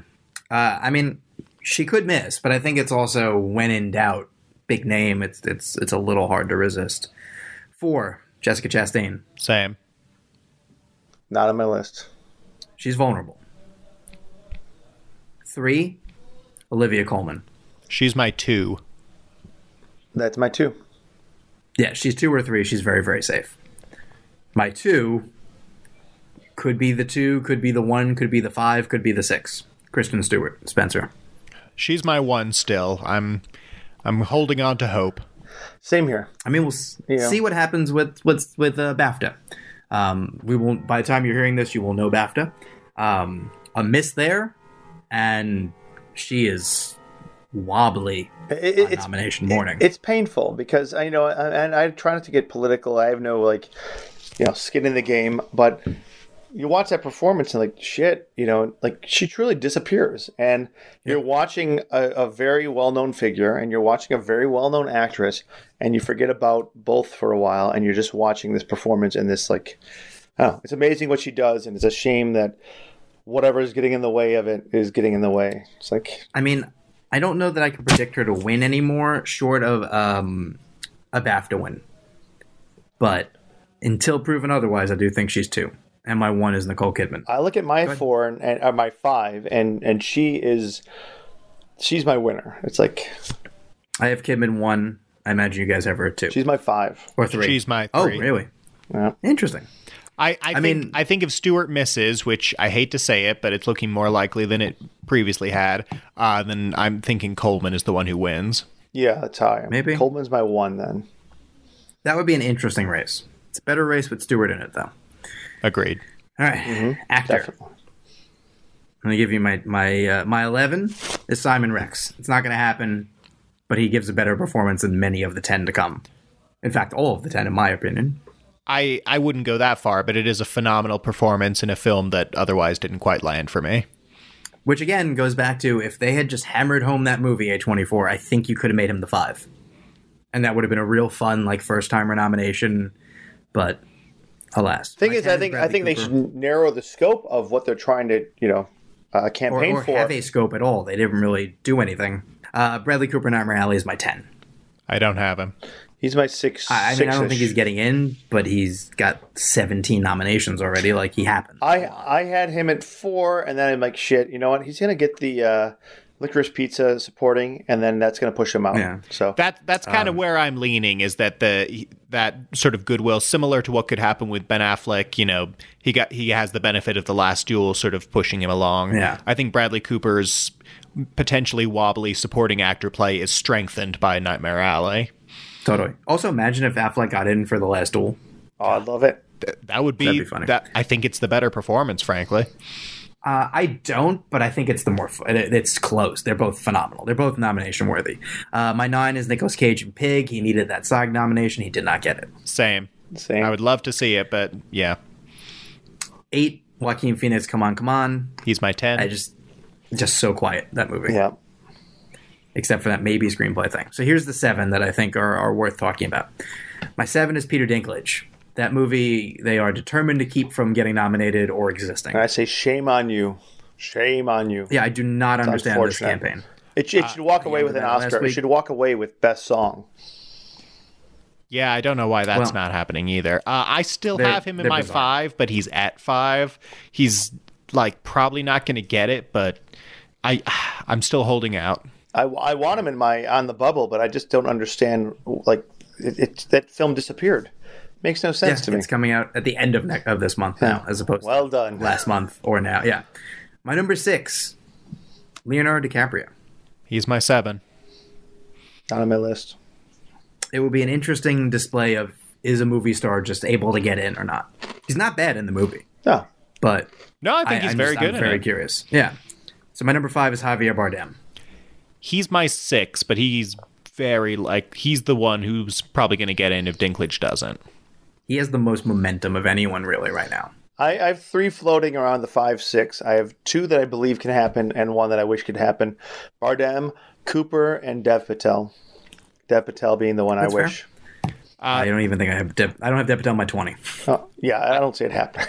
Speaker 2: Uh, I mean, she could miss, but I think it's also when in doubt, big name. It's it's it's a little hard to resist. Four, Jessica Chastain.
Speaker 3: Same.
Speaker 4: Not on my list.
Speaker 2: She's vulnerable. Three, Olivia Coleman.
Speaker 3: She's my two.
Speaker 4: That's my two.
Speaker 2: Yeah, she's two or three. She's very very safe. My two could be the two, could be the one, could be the five, could be the six. Kristen Stewart, Spencer.
Speaker 3: She's my one still. I'm I'm holding on to hope.
Speaker 4: Same here.
Speaker 2: I mean, we'll s-
Speaker 4: Yeah.
Speaker 2: see what happens with with with uh, BAFTA. Um, we won't. By the time you're hearing this, you will know BAFTA. Um, a miss there, and she is wobbly
Speaker 4: It-
Speaker 2: on
Speaker 4: it- it's
Speaker 2: nomination morning.
Speaker 4: it's painful because I you know, and I try not to get political. I have no like, you know, skin in the game, but you watch that performance and like shit, you know, like she truly disappears, and you're watching a, a very well-known figure, and you're watching a very well-known actress, and you forget about both for a while, and you're just watching this performance and this like, oh, it's amazing what she does, and it's a shame that whatever is getting in the way of it is getting in the way. It's like
Speaker 2: I mean, I don't know that I can predict her to win anymore, short of um, a BAFTA win. But until proven otherwise, I do think she's two, and my one is Nicole Kidman.
Speaker 4: I look at my four and, and uh, my five, and and she is, she's my winner. It's like
Speaker 2: I have Kidman one. I imagine you guys have her at two
Speaker 4: she's my five.
Speaker 2: or three.
Speaker 3: She's my
Speaker 2: Oh,
Speaker 3: three.
Speaker 2: really?
Speaker 4: Yeah.
Speaker 2: Interesting.
Speaker 3: I, I, think,
Speaker 2: mean-
Speaker 3: mean, I think if Stewart misses, which I hate to say it, but it's looking more likely than it previously had, uh, then I'm thinking Coleman is the one who wins.
Speaker 4: Yeah, that's how I am.
Speaker 2: Maybe.
Speaker 4: Coleman's my one then.
Speaker 2: That would be an interesting race. It's a better race with Stewart in it, though.
Speaker 3: Agreed.
Speaker 2: All right, actor.
Speaker 4: Mm-hmm. Definitely.
Speaker 2: I'm gonna give you my my uh, my eleven is Simon Rex. It's not gonna happen, but he gives a better performance than many of the ten to come. In fact, all of the ten, in my opinion.
Speaker 3: I, I wouldn't go that far, but it is a phenomenal performance in a film that otherwise didn't quite land for me.
Speaker 2: Which again goes back to if they had just hammered home that movie A24, I think you could have made him the five, and that would have been a real fun like first timer nomination. But alas,
Speaker 4: Thing
Speaker 2: My
Speaker 4: is,
Speaker 2: 10
Speaker 4: I think I
Speaker 2: Bradley
Speaker 4: think they
Speaker 2: Cooper.
Speaker 4: should narrow the scope of what they're trying to you know uh,
Speaker 2: or,
Speaker 4: campaign
Speaker 2: or
Speaker 4: for.
Speaker 2: have a scope at all. They didn't really do anything. Uh, Bradley Cooper, Nightmare Alley is my ten.
Speaker 3: I don't have him.
Speaker 4: He's my six.
Speaker 2: I, I mean, I don't think
Speaker 4: six-ish.
Speaker 2: he's getting in, but he's got 17 nominations already. Like he happened.
Speaker 4: Uh, I I had him at four, and then I'm like, shit. You know what? He's gonna get the uh, licorice pizza supporting, and then that's gonna push him out.
Speaker 2: Yeah.
Speaker 4: So
Speaker 3: That that's kind of
Speaker 2: Um,
Speaker 3: where I'm leaning is that the that sort of goodwill, similar to what could happen with Ben Affleck. You know, he got he has the benefit of the last duel, sort of pushing him along.
Speaker 2: Yeah.
Speaker 3: I think Bradley Cooper's potentially wobbly supporting actor play is strengthened by Nightmare Alley.
Speaker 2: Totally. Also, imagine if Affleck got in for the last duel.
Speaker 4: oh, I love it.
Speaker 3: That would be,
Speaker 2: That'd be funny.
Speaker 3: that. I think it's the better performance, frankly.
Speaker 2: Uh, I don't, but I think it's the more. It, it's close. They're both phenomenal. They're both nomination worthy. Uh, my nine is Nicolas Cage and Pig. He needed that SAG nomination. He did not get it.
Speaker 3: Same.
Speaker 4: Same.
Speaker 3: I would love to see it, but yeah,
Speaker 2: Eight, Joaquin Phoenix. Come on, come on.
Speaker 3: he's my ten.
Speaker 2: I just, just so quiet that movie.
Speaker 4: Yeah.
Speaker 2: except for that maybe screenplay thing. So here's the seven that I think are, are worth talking about. My seven is Peter Dinklage. That movie they are determined to keep from getting nominated or existing.
Speaker 4: And I say shame on you. Shame on you.
Speaker 2: Yeah, I do not understand this
Speaker 4: unfortunate.
Speaker 2: campaign.
Speaker 4: It, it should walk away with an
Speaker 2: that last
Speaker 4: Oscar. It
Speaker 2: week?
Speaker 4: should walk away with best song.
Speaker 3: Yeah, I don't know why that's
Speaker 2: Well-
Speaker 3: not happening either. Uh, I still
Speaker 2: They're-
Speaker 3: have him in
Speaker 2: they're
Speaker 3: my
Speaker 2: bizarre.
Speaker 3: five, but he's at five. He's like probably not going to get it, but I [SIGHS] I'm still holding out.
Speaker 4: I, I want him in my on the bubble, but I just don't understand. Like it, it that film disappeared. Makes no
Speaker 2: Yeah,
Speaker 4: sense to me. Hmm.
Speaker 2: it's coming out at the end of ne- of this month now, as opposed to
Speaker 4: Well done.
Speaker 2: last month or now. Yeah, my number six, Leonardo DiCaprio.
Speaker 3: He's my seven.
Speaker 4: Not on my list.
Speaker 2: It will be an interesting display of is a movie star just able to get in or not. He's not bad in the movie,
Speaker 4: No.
Speaker 2: but
Speaker 3: No, I think he's
Speaker 2: I'm
Speaker 3: very
Speaker 2: just-
Speaker 3: good.
Speaker 2: I'm
Speaker 3: in
Speaker 2: very
Speaker 3: it.
Speaker 2: curious. Yeah. So my number five is Javier Bardem.
Speaker 3: He's my six, but he's very like he's the one who's probably going to get in if Dinklage doesn't.
Speaker 2: He has the most momentum of anyone really right now.
Speaker 4: I, I have three floating around the five six. I have two that I believe can happen and one that I wish could happen. Bardem, Cooper, and Dev Patel. Dev Patel being the one
Speaker 2: That's
Speaker 4: I
Speaker 2: fair.
Speaker 4: wish.
Speaker 2: I don't even think I have. Dep- I don't have Depitel on my twenty.
Speaker 4: Oh, yeah, I don't see it happening.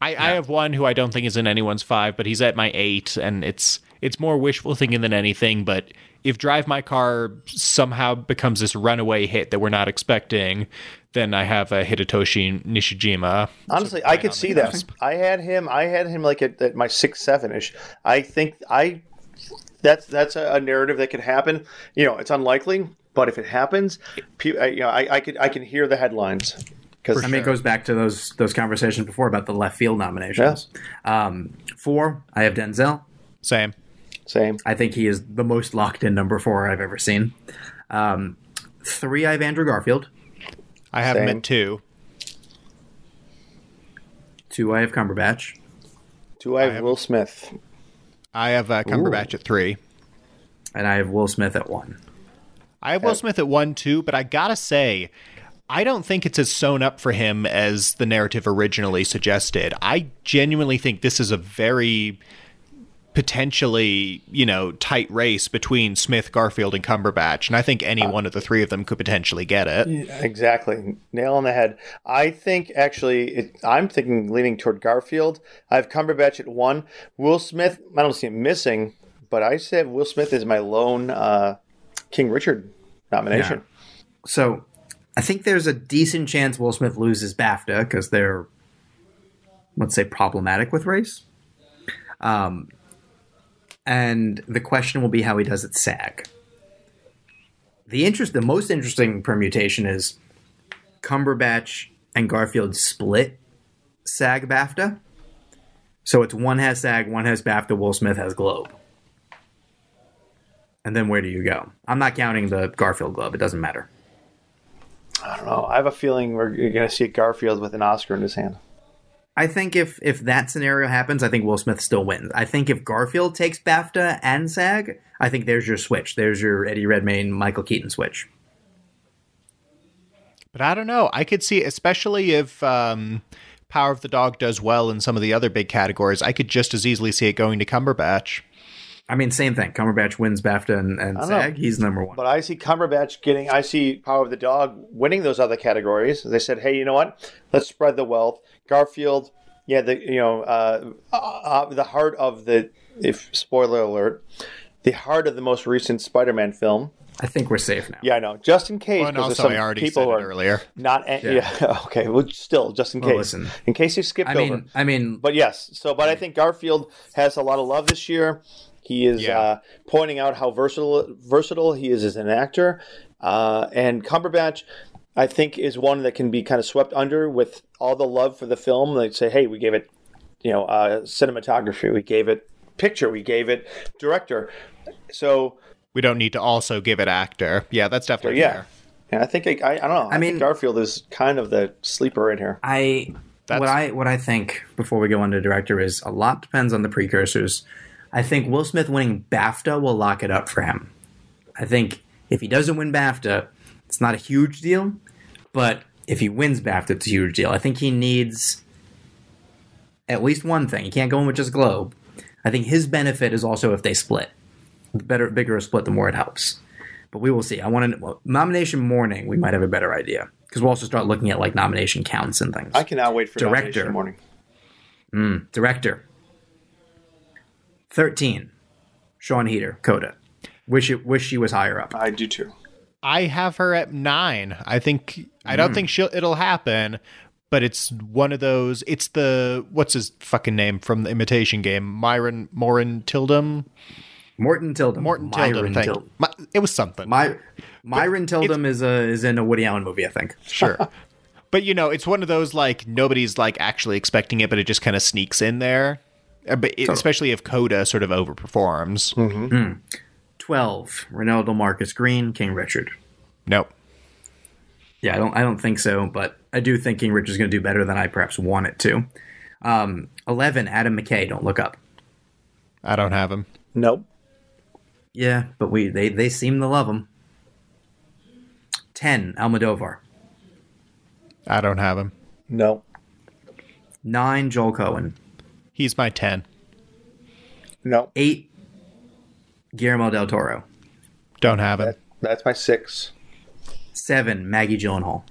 Speaker 3: I, I have one who I don't think is in anyone's five, but he's at my eight, and it's it's more wishful thinking than anything. But if Drive My Car somehow becomes this runaway hit that we're not expecting, then I have a Hidetoshi Nishijima.
Speaker 4: Honestly, I could see that. I had him. I had him like at, at my six seven ish. I think I that's that's a, a narrative that could happen. You know, it's unlikely, but if it happens, pe- I, you know, I, I could I can hear the headlines because
Speaker 2: I mean, it goes back to those those conversations before about the left field nominations. Um, four, I have Denzel.
Speaker 3: Same.
Speaker 4: same.
Speaker 2: I think he is the most locked in number four I've ever seen. Um, three, I have Andrew Garfield.
Speaker 3: I have him
Speaker 4: Same.
Speaker 3: at two.
Speaker 2: Two, I have Cumberbatch.
Speaker 4: Do I have Will Smith?
Speaker 3: I have uh, Cumberbatch at three.
Speaker 2: And I have Will Smith at one.
Speaker 3: I have Will Smith at one too, but I gotta say, I don't think it's as sewn up for him as the narrative originally suggested. I genuinely think this is a very potentially, you know, tight race between Smith, Garfield, and Cumberbatch, and I think
Speaker 4: Uh,
Speaker 3: any one of the three of them could potentially get it.
Speaker 4: Exactly. Nail on the head. I think actually, it, I'm thinking leaning toward Garfield. I have Cumberbatch at one. Will Smith, I don't see him missing, but I said Will Smith is my lone uh, King Richard nomination.
Speaker 2: So I think there's a decent chance Will Smith loses BAFTA because they're, let's say, problematic with race. Um, and the question will be how he does at SAG. The interest, the most interesting permutation is Cumberbatch and Garfield split SAG BAFTA. So it's one has SAG, one has BAFTA, Will Smith has Globe. And then where do you go? I'm not counting the Garfield Globe. It doesn't matter.
Speaker 4: I don't know. Oh, I have a feeling we're going to see Garfield with an Oscar in his hand.
Speaker 2: I think if if that scenario happens, I think Will Smith still wins. I think if Garfield takes BAFTA and SAG, I think there's your switch. There's your Eddie Redmayne, Michael Keaton switch.
Speaker 3: But I don't know. I could see, especially if um, Power of the Dog does well in some of the other big categories, I could just as easily see it going to Cumberbatch.
Speaker 2: I mean, same thing. Cumberbatch wins BAFTA and, and
Speaker 4: don't know.
Speaker 2: SAG. He's number one.
Speaker 4: But I see Cumberbatch getting, I see Power of the Dog winning those other categories. They said, hey, you know what? Let's spread the wealth. Garfield, yeah, the you know, uh, uh, uh, the heart of the, if spoiler alert, the heart of the most recent Spider-Man film.
Speaker 2: I think we're safe now.
Speaker 4: Yeah, I know. Just in case,
Speaker 3: Well, Oh, and
Speaker 4: 'cause
Speaker 3: also,
Speaker 4: there's some
Speaker 3: I already
Speaker 4: people
Speaker 3: said
Speaker 4: who
Speaker 3: it
Speaker 4: are
Speaker 3: earlier.
Speaker 4: not. an- [LAUGHS] yeah. okay. Well, still, just in
Speaker 2: Well,
Speaker 4: case.
Speaker 2: listen.
Speaker 4: In case you skipped
Speaker 2: I
Speaker 4: over.
Speaker 2: mean, I mean,
Speaker 4: But yes, so but I think Garfield has a lot of love this year. He is
Speaker 3: Yeah.
Speaker 4: uh, pointing out how versatile versatile he is as an actor, uh, and Cumberbatch, I think, is one that can be kind of swept under with all the love for the film. They say, hey, we gave it, you know, uh, cinematography, we gave it picture, we gave it director. So
Speaker 3: We don't need to also give it actor. Yeah, that's definitely
Speaker 4: yeah,
Speaker 3: fair.
Speaker 4: yeah I think I, I, I don't know. I,
Speaker 2: mean-
Speaker 4: think Garfield is kind of the sleeper in here.
Speaker 2: I
Speaker 3: That's-
Speaker 2: what I what I think before we go on to director is a lot depends on the precursors. I think Will Smith winning BAFTA will lock it up for him. I think if he doesn't win BAFTA, it's not a huge deal, but if he wins BAFTA, it's a huge deal. I think he needs at least one thing. He can't go in with just Globe. I think his benefit is also if they split. The better, bigger a split, the more it helps. But we will see. I want to well, nomination morning. We might have a better idea because we'll also start looking at like nomination counts and things
Speaker 4: I cannot wait for
Speaker 2: Director.
Speaker 4: nomination morning.
Speaker 2: director. 13. Sean Heater, Coda. Wish it wish she was higher up.
Speaker 4: I do too.
Speaker 3: I have her at nine. I think I don't
Speaker 2: Hmm.
Speaker 3: think she'll it'll happen, but it's one of those. It's the what's his fucking name from the Imitation Game, Myron Morin Tildum,
Speaker 2: Morton Tildum.
Speaker 3: Morton Tildum.
Speaker 2: Myron
Speaker 3: Thank
Speaker 2: Tildum.
Speaker 3: you. My, it was something.
Speaker 2: My, Myron Tildum is a, is in a Woody Allen movie, I think.
Speaker 3: sure.
Speaker 2: [LAUGHS]
Speaker 3: But you know, it's one of those like nobody's like actually expecting it, but it just kind of sneaks in there. Uh, But it, especially if Coda sort of overperforms.
Speaker 2: Hmm. 12. Ronaldo Marcus Green, King Richard.
Speaker 3: Nope.
Speaker 2: Yeah, I don't I don't think so, but I do think King Richard's going to do better than I perhaps want it to. Um, 11. Adam McKay, Don't Look Up.
Speaker 3: I don't have him.
Speaker 4: Nope.
Speaker 2: Yeah, but we they they seem to love him. 10. Almodovar.
Speaker 3: I don't have him.
Speaker 4: No.
Speaker 2: 9. Joel Cohen.
Speaker 3: He's my ten.
Speaker 4: No.
Speaker 2: eight Guillermo del Toro,
Speaker 3: Don't have him.
Speaker 4: That, that's my six.
Speaker 2: seven Maggie Gyllenhaal.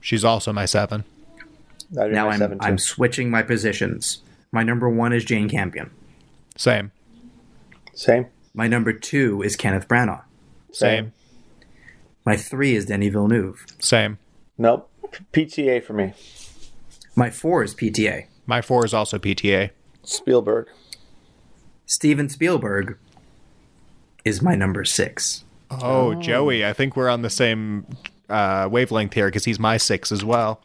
Speaker 3: She's also my seven.
Speaker 4: That is
Speaker 2: Now
Speaker 4: my
Speaker 2: I'm
Speaker 4: seven, too.
Speaker 2: I'm switching my positions. My number one is Jane Campion.
Speaker 3: Same.
Speaker 4: Same.
Speaker 2: My number two is Kenneth Branagh.
Speaker 3: Same.
Speaker 2: My three is Denis Villeneuve.
Speaker 3: Same.
Speaker 4: Nope. PTA for me.
Speaker 2: My four is PTA.
Speaker 3: My four is also PTA.
Speaker 4: Spielberg.
Speaker 2: Steven Spielberg is my number six.
Speaker 3: Oh, Joey, I think we're on the same uh, wavelength here because he's my six as well.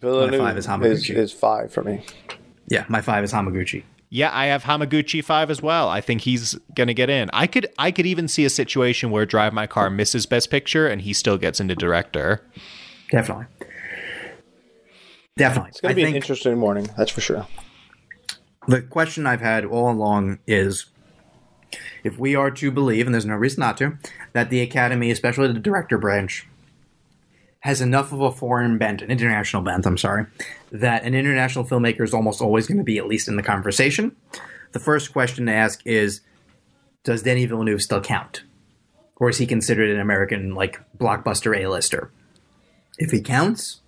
Speaker 4: Villeneuve
Speaker 2: five is
Speaker 4: is, is,
Speaker 2: Hamaguchi.
Speaker 4: five for me.
Speaker 2: Yeah, my five is Hamaguchi.
Speaker 3: Yeah, I have Hamaguchi five as well. I think he's gonna get in. I could, I could even see a situation where Drive My Car misses Best Picture and he still gets into director.
Speaker 2: Definitely. Definitely.
Speaker 4: It's going
Speaker 2: I
Speaker 4: to be an
Speaker 2: think-
Speaker 4: interesting morning. That's for sure.
Speaker 2: the question I've had all along is if we are to believe, and there's no reason not to, that the Academy, especially the director branch, has enough of a foreign bent, an international bent, I'm sorry, that an international filmmaker is almost always going to be at least in the conversation. The first question to ask is Does Denny Villeneuve still count? Or is he considered an American, like, blockbuster A lister? If he counts,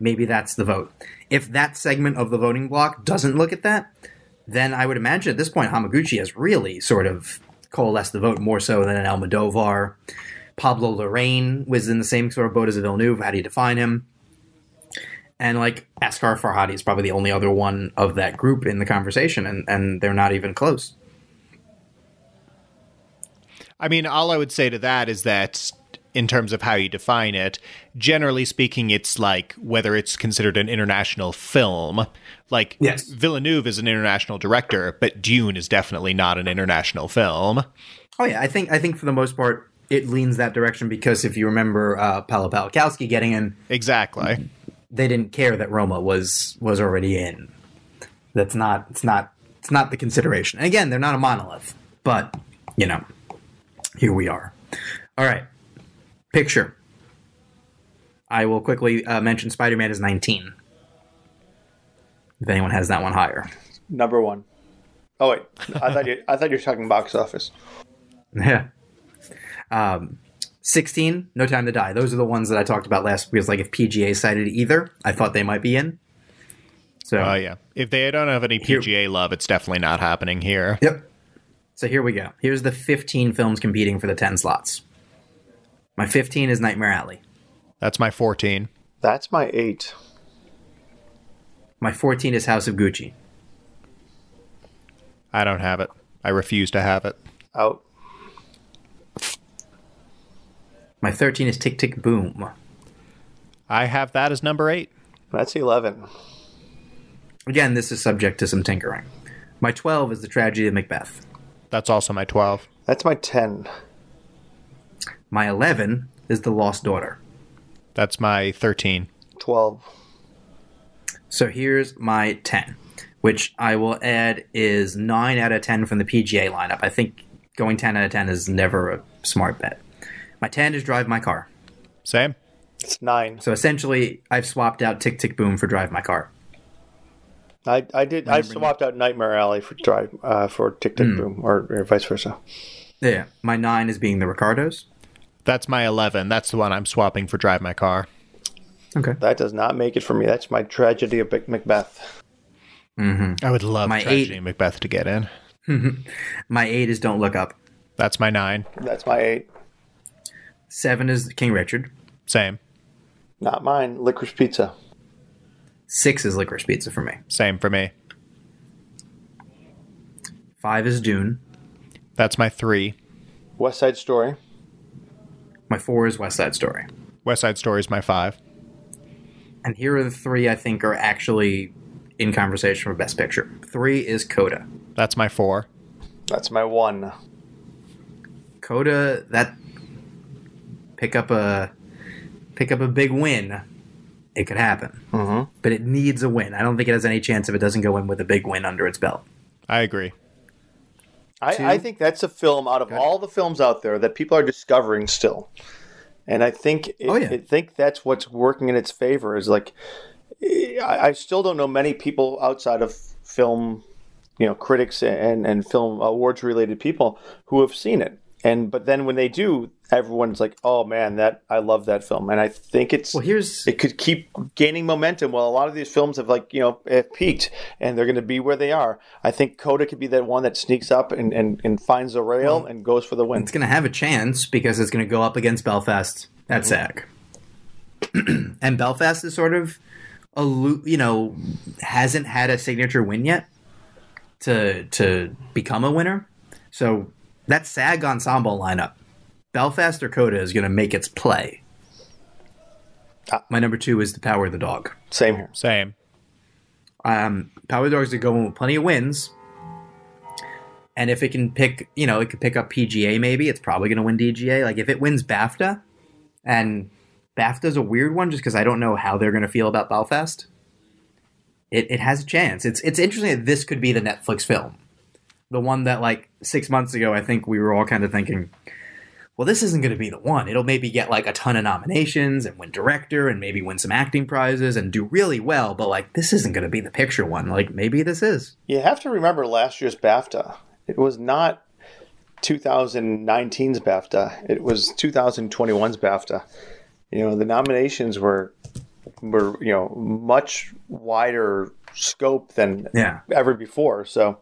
Speaker 2: maybe that's the vote. If that segment of the voting block doesn't look at that, then I would imagine at this point Hamaguchi has really sort of coalesced the vote more so than an Almodovar. Pablo Lorraine was in the same sort of boat as Villeneuve. How do you define him? And like Askar Farhadi is probably the only other one of that group in the conversation, and, and they're not even close.
Speaker 3: I mean, all I would say to that is that in terms of how you define it, generally speaking, it's like whether it's considered an international film. Like
Speaker 2: Yes.
Speaker 3: Villeneuve is an international director, but Dune is definitely not an international film.
Speaker 2: Oh yeah, I think I think for the most part it leans that direction because if you remember uh, Paolo Palakowski getting in, Mm-hmm.
Speaker 3: Exactly.
Speaker 2: they didn't care that Roma was was already in. That's not it's not it's not the consideration. And again, they're not a monolith, but you know, here we are. All right, picture. I will quickly uh, mention Spider Man is nineteen. If anyone has that one higher, [LAUGHS]
Speaker 4: Number one. Oh wait, I thought you I thought you were talking box office.
Speaker 2: yeah. Um, sixteen, No Time to Die. Those are the ones that I talked about last. Because like if PGA cited either, I thought they might be in. So
Speaker 3: Oh, yeah. If they don't have any
Speaker 2: Here-
Speaker 3: PGA love, it's definitely not happening here.
Speaker 2: Yep. So here we go. Here's the 15 films competing for the 10 slots. My 15 is Nightmare Alley.
Speaker 3: That's my 14.
Speaker 4: That's my eight.
Speaker 2: My 14 is House of Gucci.
Speaker 3: I don't have it. I refuse to have it.
Speaker 4: Out.
Speaker 2: My 13 is Tick Tick Boom.
Speaker 3: I have that as number eight.
Speaker 4: That's eleven.
Speaker 2: Again, this is subject to some tinkering. My 12 is The Tragedy of Macbeth.
Speaker 3: That's also my 12.
Speaker 4: That's my ten.
Speaker 2: My 11 is The Lost Daughter.
Speaker 3: That's my 13.
Speaker 4: Twelve.
Speaker 2: So here's my 10, which I will add is 9 out of 10 from the PGA lineup. I think going 10 out of 10 is never a smart bet. My 10 is Drive My Car.
Speaker 3: Same.
Speaker 4: It's nine.
Speaker 2: So essentially, I've swapped out Tick Tick Boom for Drive My Car.
Speaker 4: I, I did I swapped out Nightmare Alley for Drive uh, for Tick
Speaker 2: Hmm.
Speaker 4: Tick Boom or, or vice versa.
Speaker 2: Yeah. My nine is being the Ricardos.
Speaker 3: That's my 11. That's the one I'm swapping for Drive My Car.
Speaker 2: Okay.
Speaker 4: That does not make it for me. That's my tragedy of Mac- Macbeth.
Speaker 3: I would love
Speaker 2: My
Speaker 3: Tragedy
Speaker 2: eight-
Speaker 3: and Macbeth to get in.
Speaker 2: My eight is Don't Look Up.
Speaker 3: That's my 9.
Speaker 4: That's my eight.
Speaker 2: Seven is King Richard.
Speaker 3: Same.
Speaker 4: Not mine. Licorice Pizza.
Speaker 2: Six is Licorice Pizza for me.
Speaker 3: Same for me.
Speaker 2: Five is Dune.
Speaker 3: That's my 3.
Speaker 4: West Side Story.
Speaker 2: My four is West Side Story.
Speaker 3: West Side Story is my 5.
Speaker 2: And here are the three I think are actually in conversation for Best Picture. Three is Coda.
Speaker 3: That's my 4.
Speaker 4: That's my one.
Speaker 2: Coda that pick up a pick up a big win. It could happen, but it needs a win. I don't think it has any chance if it doesn't go in with a big win under its belt.
Speaker 3: I agree.
Speaker 2: Two.
Speaker 4: I, I think that's a film out of all the films out there that people are discovering still, and I think it,
Speaker 2: Oh, yeah.
Speaker 4: I think that's what's working in its favor is like I, I still don't know many people outside of film, you know, critics and and film awards related people who have seen it, and but then when they do, everyone's like, oh man, that I love that film, and I think it's
Speaker 2: Well, here's
Speaker 4: it could keep gaining momentum while a lot of these films have like you know have peaked and they're going to be where they are i think coda could be that one that sneaks up and, and, and finds the rail and goes for the win
Speaker 2: it's going to have a chance because it's going to go up against Belfast at
Speaker 4: Mm-hmm.
Speaker 2: SAG. [CLEARS THROAT] and Belfast is sort of, a, lo- you know, hasn't had a signature win yet to to become a winner. So that SAG ensemble lineup, Belfast or Coda, is going to make its play.
Speaker 4: Ah.
Speaker 2: My number two is The Power of the Dog.
Speaker 4: same here
Speaker 3: Same.
Speaker 2: Um, Power of the Dog's going to go in with plenty of wins. And if it can pick, you know, it could pick up PGA maybe, it's probably going to win DGA. Like if it wins BAFTA, and BAFTA's a weird one just because I don't know how they're going to feel about Belfast. It, it has a chance. It's it's interesting that this could be the Netflix film, the one that like six months ago I think we were all kind of thinking, well, this isn't going to be the one. It'll maybe get like a ton of nominations and win director and maybe win some acting prizes and do really well, but like this isn't going to be the picture one. Like maybe this is.
Speaker 4: You have to remember last year's BAFTA. It was not 2019's BAFTA. It was 2021's BAFTA. You know, the nominations were were you know much wider scope than
Speaker 2: Yeah.
Speaker 4: ever before. So,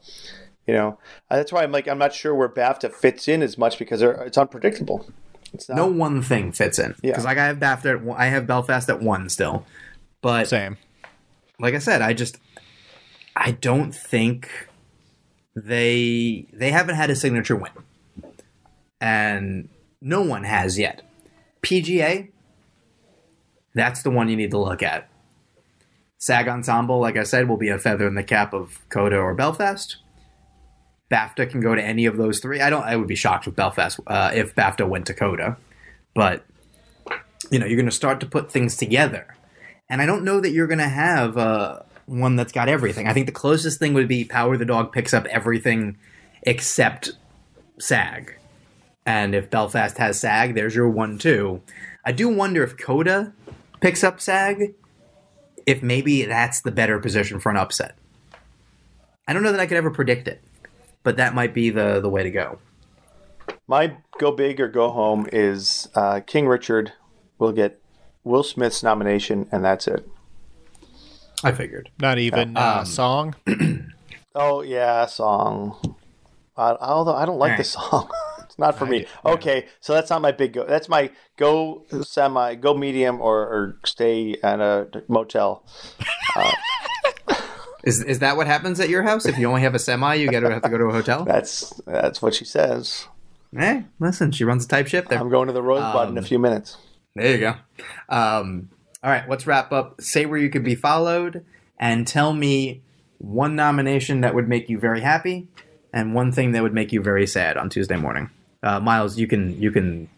Speaker 4: you know, uh, that's why I'm like I'm not sure where BAFTA fits in as much because they're- it's unpredictable. It's not,
Speaker 2: No one thing fits in.
Speaker 4: Yeah.
Speaker 2: Because like I have BAFTA, at one- I have Belfast at one still, but
Speaker 3: Same.
Speaker 2: like I said, I just I don't think they they haven't had a signature win, and no one has yet. PGA, that's the one you need to look at. SAG Ensemble, like I said, will be a feather in the cap of Coda or Belfast. BAFTA can go to any of those three. I don't. I would be shocked if Belfast uh, if BAFTA went to Coda, but you know you're going to start to put things together and I don't know that you're going to have uh, one that's got everything. I think the closest thing would be Power the Dog picks up everything except SAG. And if Belfast has SAG, there's your one, two. I do wonder if Coda picks up SAG, if maybe that's the better position for an upset. I don't know that I could ever predict it, but that might be the, the way to go.
Speaker 4: My go big or go home is uh, King Richard will get Will Smith's nomination, and that's it.
Speaker 2: I figured.
Speaker 3: Not even
Speaker 2: um,
Speaker 3: uh, song.
Speaker 4: Oh yeah, song. Uh, although I don't like the song, [LAUGHS] it's not for me. Okay, so that's not my big go. That's my go semi, go medium, or, or stay at a motel.
Speaker 2: Is, is that what happens at your house? If you only have a semi, you got to have to go to a [LAUGHS] hotel?
Speaker 4: That's that's what she says.
Speaker 2: Hey, listen, she runs a type ship. There.
Speaker 4: I'm going to the Rosebud in a few minutes.
Speaker 2: There you go. Um, all right, let's wrap up. Say where you could be followed and tell me one nomination that would make you very happy and one thing that would make you very sad on Tuesday morning. Uh, Miles, you can you can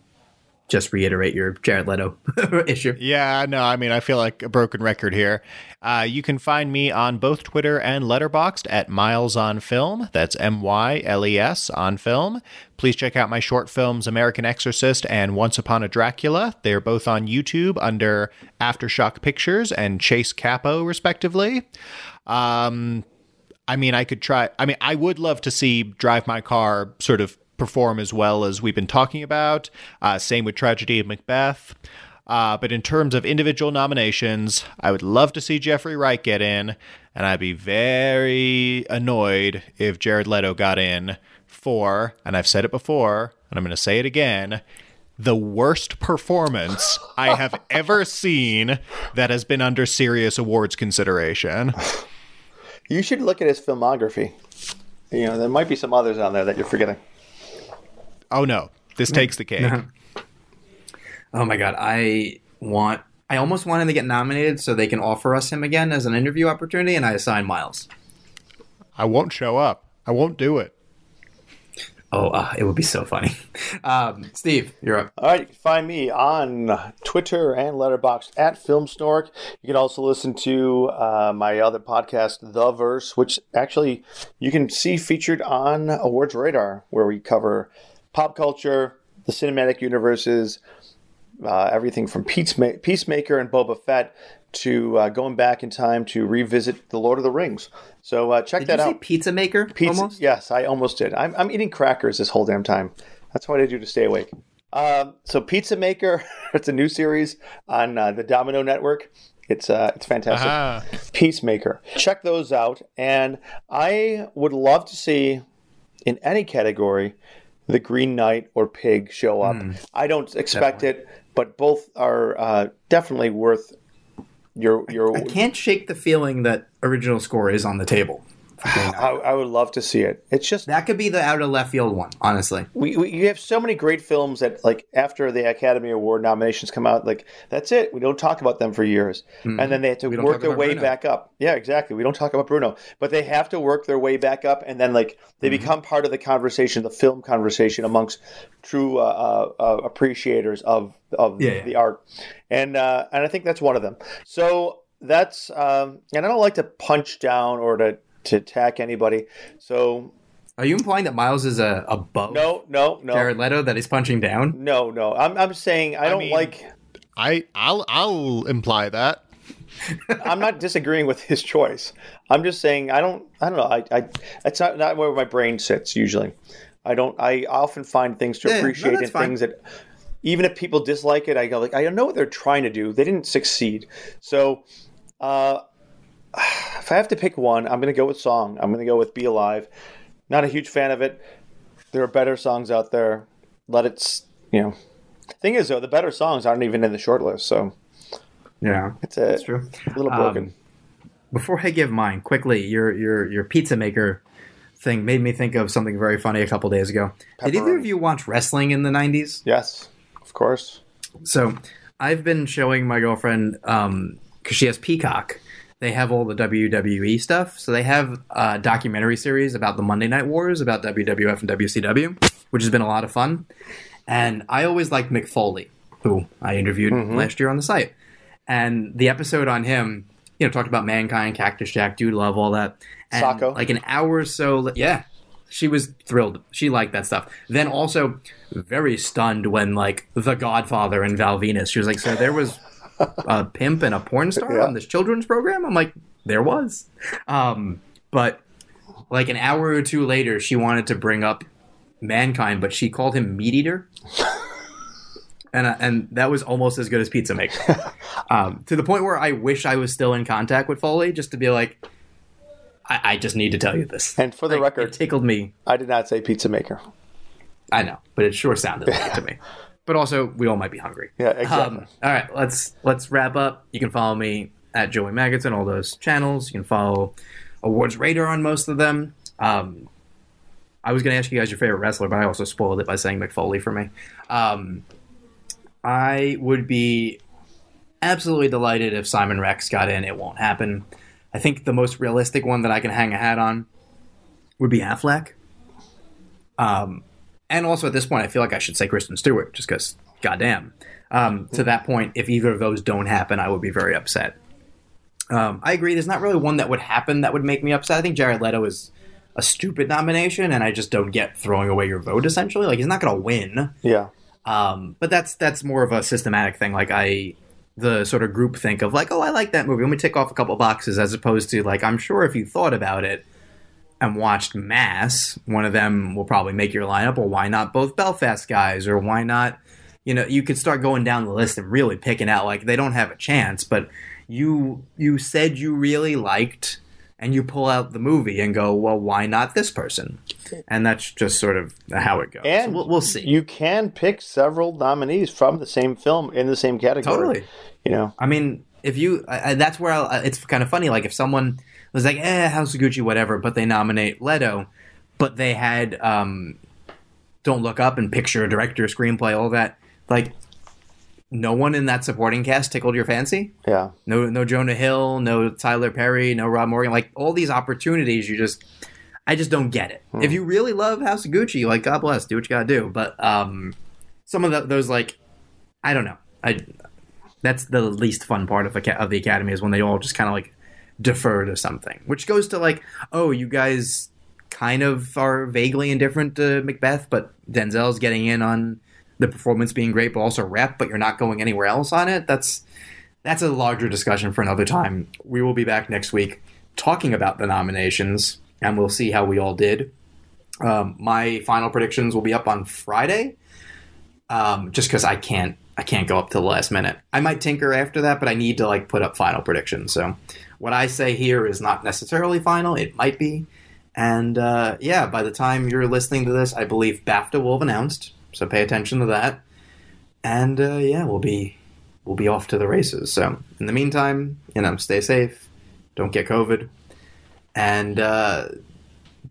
Speaker 2: just reiterate your Jared Leto [LAUGHS] issue.
Speaker 3: Yeah, no, I mean, I feel like a broken record here. Uh, you can find me on both Twitter and Letterboxd at Miles on Film. That's M Y L E S on Film. Please check out my short films American Exorcist and Once Upon a Dracula. They're both on YouTube under Aftershock Pictures and Chase Capo, respectively. Um, I mean, I could try. I mean, I would love to see Drive My Car sort of perform as well as we've been talking about. Uh, same with Tragedy of Macbeth. Uh, but in terms of individual nominations, I would love to see Jeffrey Wright get in, and I'd be very annoyed if Jared Leto got in for, and I've said it before, and I'm going to say it again, the worst performance I have ever seen that has been under serious awards consideration.
Speaker 4: You should look at his filmography. You know, there might be some others on there that you're forgetting.
Speaker 3: Oh no, this takes the cake.
Speaker 2: Oh my god, I want I almost want him to get nominated so they can offer us him again as an interview opportunity and I assign Miles.
Speaker 3: I won't show up. I won't do it.
Speaker 2: Oh, uh, it would be so funny. [LAUGHS] Um, Steve, you're up.
Speaker 4: All right, you can find me on Twitter and Letterboxd at Film Snork. You can also listen to uh, my other podcast, The Verse, which actually you can see featured on Awards Radar, where we cover pop culture, the cinematic universes, uh, everything from Peacema- Peacemaker and Boba Fett to uh, going back in time to revisit The Lord of the Rings. So uh, check
Speaker 2: Did
Speaker 4: that
Speaker 2: you say
Speaker 4: out.
Speaker 2: pizza maker?
Speaker 4: Pizza.
Speaker 2: Almost?
Speaker 4: Yes, I almost did. I'm, I'm eating crackers this whole damn time. That's what I do to stay awake. Um, so Pizza Maker, [LAUGHS] it's a new series on uh, the Domino Network. It's uh, it's fantastic.
Speaker 3: Ah,
Speaker 4: Peacemaker. Check those out. And I would love to see in any category the Green Knight or Pig show up. I don't expect it, but both are uh, definitely worth your your
Speaker 2: I can't shake the feeling that original score is on the table.
Speaker 4: I, I would love to see it. It's just
Speaker 2: That could be the out of left field one, honestly.
Speaker 4: we, we you have so many great films that like after the Academy Award nominations come out, like that's it. We don't talk about them for years, and then they have to
Speaker 2: Mm-hmm. don't
Speaker 4: work
Speaker 2: talk
Speaker 4: their
Speaker 2: about
Speaker 4: way
Speaker 2: Bruno.
Speaker 4: back up. Yeah, exactly. We don't talk about Bruno, but they have to work their way back up, and then like they
Speaker 2: Mm-hmm.
Speaker 4: become part of the conversation, the film conversation amongst true uh, uh, uh, appreciators of of
Speaker 2: Yeah, yeah.
Speaker 4: the art, and uh, and I think that's one of them. So that's um, and I don't like to punch down or to to attack anybody. So
Speaker 2: Are you implying that Miles is a above
Speaker 4: No, no, no,
Speaker 2: Jared Leto that he's punching down?
Speaker 4: no, no. I'm I'm saying I don't
Speaker 3: mean-
Speaker 4: like.
Speaker 3: I I'll I'll imply that.
Speaker 4: I'm not disagreeing with his choice. I'm just saying I don't. I don't know. I. I it's not not where my brain sits usually. I don't. I often find things to
Speaker 2: Yeah, no,
Speaker 4: appreciate
Speaker 2: that's
Speaker 4: and
Speaker 2: fine.
Speaker 4: things that, even if people dislike it, I go like I know what they're trying to do. They didn't succeed. So, uh, if I have to pick one, I'm going to go with song. I'm going to go with "Be Alive." Not a huge fan of it. There are better songs out there. Let it. s- You know. Thing is though, the better songs aren't even in the short list. So
Speaker 2: Yeah,
Speaker 4: it's a,
Speaker 2: that's true. Um,
Speaker 4: a little broken.
Speaker 2: Before I give mine, quickly, your your your pizza maker thing made me think of something very funny a couple days ago. Did either of
Speaker 4: Pepperoni.
Speaker 2: you watch wrestling in the nineties?
Speaker 4: Yes, of course.
Speaker 2: So I've been showing my girlfriend because she has Peacock. They have all the WWE stuff. So they have a documentary series about the Monday Night Wars, about WWF and WCW, which has been a lot of fun. And I always liked Mick Foley, who I interviewed last year on the site. And the episode on him, you know, talked about Mankind, Cactus Jack, Dude Love, all that. And
Speaker 4: Sacco.
Speaker 2: Like an hour or so. Yeah. She was thrilled. She liked that stuff. Then also very stunned when like The Godfather and Val Venus. She was like, so there was a pimp and a porn star
Speaker 4: Yeah.
Speaker 2: on this children's program? I'm like, there was. Um, but like an hour or two later, she wanted to bring up mankind, but she called him meat eater. And, uh, and that was almost as good as pizza
Speaker 4: [LAUGHS]
Speaker 2: maker, um, to the point where I wish I was still in contact with Foley just to be like, I, I just need to tell you this.
Speaker 4: And for the
Speaker 2: Like,
Speaker 4: record,
Speaker 2: it tickled me.
Speaker 4: I did not say pizza maker.
Speaker 2: I know, but it sure sounded like it
Speaker 4: [LAUGHS]
Speaker 2: to me. But also, we all might be hungry.
Speaker 4: Yeah, exactly.
Speaker 2: Um, all right, let's let's wrap up. You can follow me at Joey Maggots on all those channels. You can follow Awards Radar on most of them. Um, I was going to ask you guys your favorite wrestler, but I also spoiled it by saying McFoley for me. Um, I would be absolutely delighted if Simon Rex got in. It won't happen. I think the most realistic one that I can hang a hat on would be Affleck. Um, and also at this point, I feel like I should say Kristen Stewart just because, goddamn. Um, to that point, if either of those don't happen, I would be very upset. Um, I agree. There's not really one that would happen that would make me upset. I think Jared Leto is a stupid nomination, and I just don't get throwing away your vote. Essentially, like he's not going to win.
Speaker 4: Yeah,
Speaker 2: Um, but that's that's more of a systematic thing. Like I, the sort of group think of like, oh, I like that movie. Let me tick off a couple boxes, as opposed to like, I'm sure if you thought about it and watched Mass, one of them will probably make your lineup. Or why not both Belfast guys? Or why not? You know, you could start going down the list and really picking out like they don't have a chance, but you you said you really liked and you pull out the movie and go well why not this person and that's just sort of how it goes
Speaker 4: and
Speaker 2: we'll, we'll see
Speaker 4: You can pick several nominees from the same film in the same category.
Speaker 2: Totally.
Speaker 4: You know,
Speaker 2: I mean, if you, I, I- that's where I'll, I- it's kind of funny. Like if someone was like, eh, House of Gucci, whatever, but they nominate Leto, but they had um, Don't Look Up and picture, director, screenplay, all that. Like, no one in that supporting cast tickled your fancy.
Speaker 4: yeah.
Speaker 2: No, no Jonah Hill, no Tyler Perry, no Rob Morgan. Like all these opportunities, you just, I just don't get it. If you really love House of Gucci, like God bless, do what you gotta do. But um, some of the, those, like, I don't know. I that's the least fun part of, aca- of the academy is when they all just kind of like defer to something, which goes to like, oh, you guys kind of are vaguely indifferent to Macbeth, but Denzel's getting in on the performance being great, but also rep, but you're not going anywhere else on it. That's that's a larger discussion for another time. We will be back next week talking about the nominations, and we'll see how we all did. Um, my final predictions will be up on Friday, um, just because I can't I can't go up to the last minute. I might tinker after that, but I need to like put up final predictions. So what I say here is not necessarily final. It might be, and uh, yeah, by the time you're listening to this, I believe BAFTA will have announced. So pay attention to that, and uh, yeah, we'll be we'll be off to the races. So in the meantime, you know, stay safe, don't get COVID, and uh,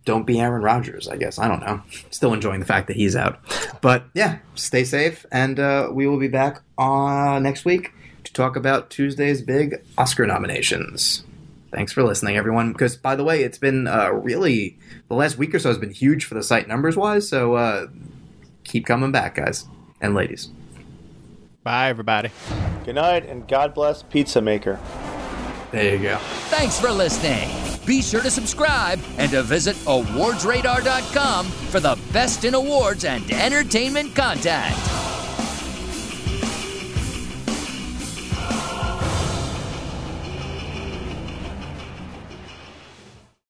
Speaker 2: don't be Aaron Rodgers. I guess I don't know. Still enjoying the fact that he's out, but yeah, stay safe, and uh, we will be back uh, next week to talk about Tuesday's big Oscar nominations. Thanks for listening, everyone. Because by the way, it's been uh, really the last week or so has been huge for the site numbers wise. So uh, keep coming back, guys and ladies.
Speaker 3: Bye everybody.
Speaker 4: Good night, and God bless Pizza Maker.
Speaker 2: There you go.
Speaker 1: Thanks for listening. Be sure to subscribe and to visit awardsradar.com for the best in awards and entertainment content.